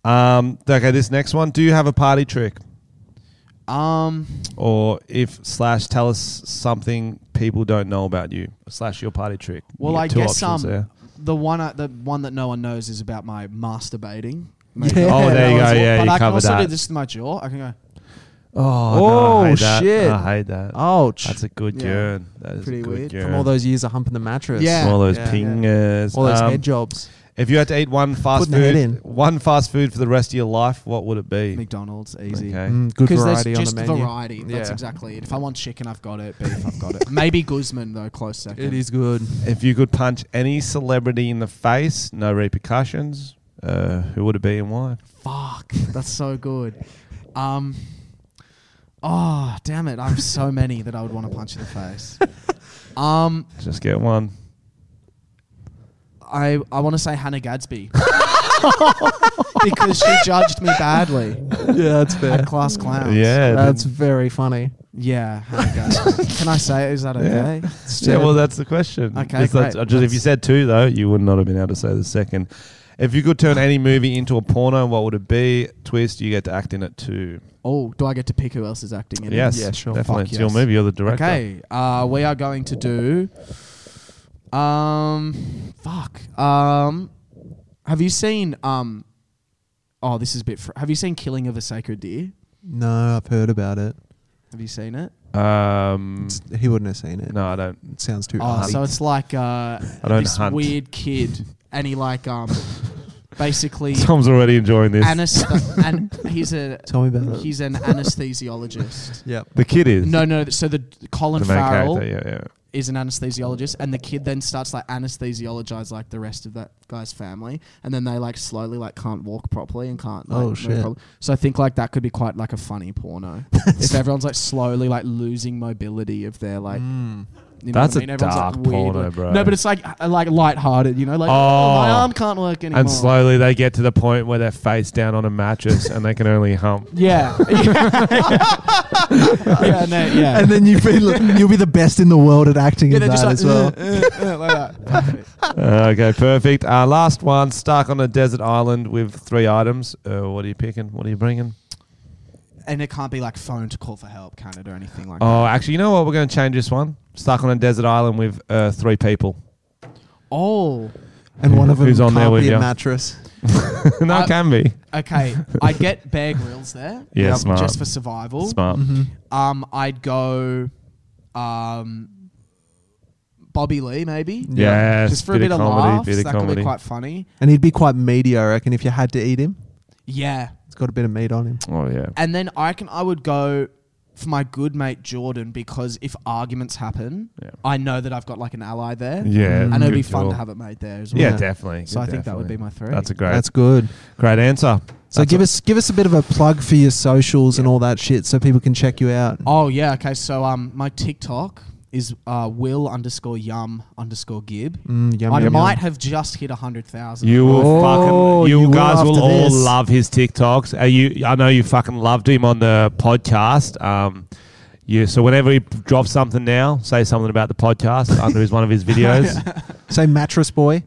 Speaker 2: go. Um, okay, this next one. Do you have a party trick?
Speaker 3: Um,
Speaker 2: Or if slash tell us something people don't know about you slash your party trick. You
Speaker 3: well,
Speaker 2: get
Speaker 3: I
Speaker 2: two
Speaker 3: guess um,
Speaker 2: options there.
Speaker 3: the one I, the one that no one knows is about my masturbating.
Speaker 1: Yeah. Oh,
Speaker 2: there you
Speaker 3: that was
Speaker 2: go.
Speaker 3: it.
Speaker 2: Yeah,
Speaker 3: but
Speaker 2: you
Speaker 3: I can
Speaker 2: covered
Speaker 3: also do
Speaker 2: that.
Speaker 3: this to my jaw. I can go.
Speaker 2: Oh, no, I
Speaker 1: Oh,
Speaker 2: hate that.
Speaker 1: shit. Oh,
Speaker 2: I hate that.
Speaker 1: Ouch!
Speaker 2: That's a good
Speaker 3: Yeah.
Speaker 2: yearn. That is
Speaker 3: Pretty
Speaker 2: a good
Speaker 3: weird.
Speaker 2: yearn.
Speaker 1: From all those years of humping the mattress.
Speaker 3: Yeah.
Speaker 2: From all those
Speaker 1: Yeah.
Speaker 2: pingers.
Speaker 1: All those
Speaker 2: Um,
Speaker 1: head jobs.
Speaker 2: If you had to eat one fast
Speaker 1: Putting the head
Speaker 2: food,
Speaker 1: in.
Speaker 2: one fast food for the rest of your life, what would it be?
Speaker 3: McDonald's easy.
Speaker 2: Okay.
Speaker 1: Mm, good
Speaker 3: Because there's
Speaker 1: variety on
Speaker 3: just
Speaker 1: the menu.
Speaker 3: variety. That's
Speaker 1: Yeah.
Speaker 3: exactly it. If I want chicken, I've got it. Beef, I've got
Speaker 1: <laughs>
Speaker 3: it. Maybe Guzman though, close second.
Speaker 1: It is
Speaker 2: <laughs>
Speaker 1: good.
Speaker 2: If you could punch any celebrity in the face, no repercussions, uh, who would it be and why?
Speaker 3: Fuck, that's so good. Um, oh damn it! I have so many that I would want to punch in the face. Um,
Speaker 2: Just get one.
Speaker 3: I I want to say
Speaker 1: <laughs>
Speaker 3: Hannah Gadsby because she judged me badly
Speaker 1: yeah, <laughs> that's fair.
Speaker 3: at class clowns.
Speaker 2: Yeah.
Speaker 1: That's
Speaker 2: then-
Speaker 1: very funny.
Speaker 3: yeah. Hannah Gadsby. Can I say it? Is that okay?
Speaker 2: yeah, well, that's the question.
Speaker 3: Okay,
Speaker 2: Just that's-
Speaker 3: great.
Speaker 2: just if you said two, though, you would not have been able to say the second. If you could turn any movie into a porno, what would it be? Twist, you get to act in it too.
Speaker 3: Oh, do I get to pick who else is acting in it?
Speaker 2: Yes,
Speaker 1: Yeah, sure.
Speaker 2: definitely.
Speaker 3: Fuck
Speaker 2: it's your
Speaker 3: yes.
Speaker 2: movie. You're the director.
Speaker 3: Okay, uh, we are going to do. Um, fuck. Um, have you seen um? Oh, this is a bit. Fr- have you seen Killing of a Sacred Deer?
Speaker 1: No, I've heard about it.
Speaker 3: Have you seen it?
Speaker 2: Um,
Speaker 1: It's- He wouldn't have seen it.
Speaker 2: no, I don't.
Speaker 1: It sounds too.
Speaker 3: Oh,
Speaker 1: arty.
Speaker 3: so it's like uh,
Speaker 2: I don't
Speaker 3: this
Speaker 2: hunt. <laughs>
Speaker 3: weird kid, and he like um, basically
Speaker 2: Tom's already enjoying this.
Speaker 3: anest- and he's a
Speaker 2: <laughs>
Speaker 1: Tell me about it.
Speaker 3: he's an anesthesiologist.
Speaker 1: Yep.
Speaker 2: the kid is
Speaker 3: No, no. So the Colin
Speaker 2: the main
Speaker 3: Farrell
Speaker 2: character. Yeah, yeah.
Speaker 3: is an anesthesiologist and the kid then starts like anesthesiologize like the rest of that guy's family and then they like slowly like can't walk properly and can't like
Speaker 1: Oh,
Speaker 3: move
Speaker 1: shit.
Speaker 3: properly. so i think like that could be quite like a funny porno if everyone's like slowly like losing mobility of their like you know
Speaker 2: That's
Speaker 3: what I
Speaker 2: a
Speaker 3: mean? Everyone's, like,
Speaker 2: dark
Speaker 3: weird,
Speaker 2: porno,
Speaker 3: like-
Speaker 2: bro.
Speaker 3: no but it's like uh, like lighthearted you know like oh,
Speaker 2: Oh.
Speaker 3: my arm can't work anymore
Speaker 2: And slowly they get to the point where they're face down on a mattress and they can only hump.
Speaker 3: <laughs> yeah yeah yeah, no, yeah.
Speaker 1: And then you feel
Speaker 3: <laughs>
Speaker 1: you'll be the best in the world at acting
Speaker 3: yeah,
Speaker 1: in
Speaker 3: they're
Speaker 1: that
Speaker 3: just like,
Speaker 1: as
Speaker 3: <laughs>
Speaker 1: well.
Speaker 3: uh, uh, uh, like that.
Speaker 2: okay, perfect. Uh, last one. Stuck on a desert island with three items. Uh, what are you picking? What are you bringing?
Speaker 3: And it can't be like phone to call for help, can it, or anything like that.
Speaker 2: Oh, actually, you know what? We're going to change this one. Stuck on a desert island with uh, three people. <laughs>
Speaker 3: Oh,
Speaker 1: And one of them
Speaker 2: Who's on
Speaker 1: can't
Speaker 2: there with
Speaker 1: be
Speaker 2: you?
Speaker 1: a mattress.
Speaker 2: no,
Speaker 3: Uh,
Speaker 2: it can be.
Speaker 3: Okay,
Speaker 2: <laughs>
Speaker 3: I get Bear Grylls there. um,
Speaker 2: Yeah, smart.
Speaker 3: Just for survival.
Speaker 2: Smart.
Speaker 3: Um, I'd go, um, Bobby Lee maybe.
Speaker 2: Yes,
Speaker 3: Just for a bit, of,
Speaker 2: comedy,
Speaker 3: laughs.
Speaker 2: bit of
Speaker 3: that could
Speaker 2: comedy.
Speaker 3: be quite funny.
Speaker 1: And he'd be quite meaty, I reckon, if you had to eat him.
Speaker 3: Yeah,
Speaker 1: It's got a bit of meat on him.
Speaker 2: Oh, yeah.
Speaker 3: and then I reckon I would go for my good mate Jordan because if arguments happen,
Speaker 2: Yeah.
Speaker 3: I know that I've got like an ally there.
Speaker 2: Yeah.
Speaker 3: and it'd be
Speaker 2: good
Speaker 3: fun
Speaker 2: call.
Speaker 3: to have it made there as well.
Speaker 2: Yeah,
Speaker 1: Yeah.
Speaker 2: definitely.
Speaker 3: So I think that would
Speaker 2: Definitely.
Speaker 3: be my three.
Speaker 2: That's a great,
Speaker 1: That's good.
Speaker 2: great answer.
Speaker 1: So
Speaker 2: That's
Speaker 1: give
Speaker 2: a-
Speaker 1: us give us a bit of a plug for your socials and all that shit so people can check you out.
Speaker 3: Oh yeah, okay. So um, my TikTok is uh, Will underscore Yum underscore Gib.
Speaker 1: Mm, yum,
Speaker 3: I
Speaker 1: yum,
Speaker 3: might
Speaker 1: yum.
Speaker 3: have just hit hundred thousand. <laughs>
Speaker 2: You will
Speaker 1: Oh,
Speaker 2: fucking. You,
Speaker 1: you will
Speaker 2: guys will
Speaker 1: after
Speaker 2: all
Speaker 1: this.
Speaker 2: love his TikToks. Are you? I know you fucking loved him on the podcast. Um, yeah. So whenever he p- drops something now, say something about the podcast under his one of his videos.
Speaker 1: <laughs> Say mattress boy.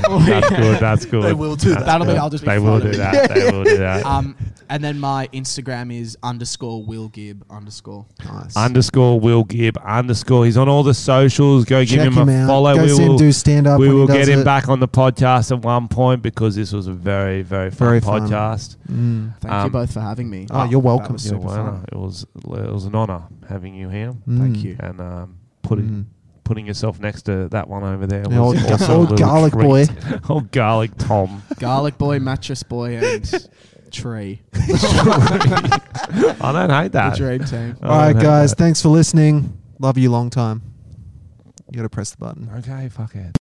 Speaker 2: That's good. That's good.
Speaker 1: They will do that.
Speaker 3: That'll be. I'll just. Be
Speaker 2: They will do
Speaker 3: flooded.
Speaker 2: that. They will do
Speaker 1: <laughs>
Speaker 2: that.
Speaker 3: Um, and then my Instagram is underscore Will Gib underscore.
Speaker 1: Nice.
Speaker 2: underscore Will Gibb underscore. He's on all the socials. Go give
Speaker 1: Check
Speaker 2: him,
Speaker 1: him
Speaker 2: a
Speaker 1: out.
Speaker 2: follow.
Speaker 1: Go
Speaker 2: we
Speaker 1: see him
Speaker 2: will
Speaker 1: do stand-up
Speaker 2: We
Speaker 1: when he
Speaker 2: will
Speaker 1: does
Speaker 2: get him
Speaker 1: it.
Speaker 2: back on the podcast at one point because this was a very very fun
Speaker 1: Very fun.
Speaker 2: podcast.
Speaker 3: Thank you
Speaker 2: Um,
Speaker 3: both for having me.
Speaker 1: Mm. Oh, you're welcome.
Speaker 2: Yeah, well, It was it was an honor having you here
Speaker 1: Mm.
Speaker 3: Thank you.
Speaker 2: and um, putting putting yourself next to that one over there.
Speaker 1: Yeah,
Speaker 2: was
Speaker 1: Mm. old-
Speaker 2: also a
Speaker 1: old
Speaker 2: little
Speaker 1: garlic
Speaker 2: treat. <laughs> old garlic Tom.
Speaker 3: Garlic boy, mattress boy,
Speaker 1: <laughs>
Speaker 3: and tree.
Speaker 2: I don't hate
Speaker 3: The
Speaker 2: that.
Speaker 3: <laughs> dream team.
Speaker 2: I
Speaker 1: All
Speaker 2: don't
Speaker 1: right,
Speaker 2: hate
Speaker 1: guys.
Speaker 2: that.
Speaker 1: Thanks for listening. Love you long time. You got to press the button.
Speaker 2: Okay, fuck it.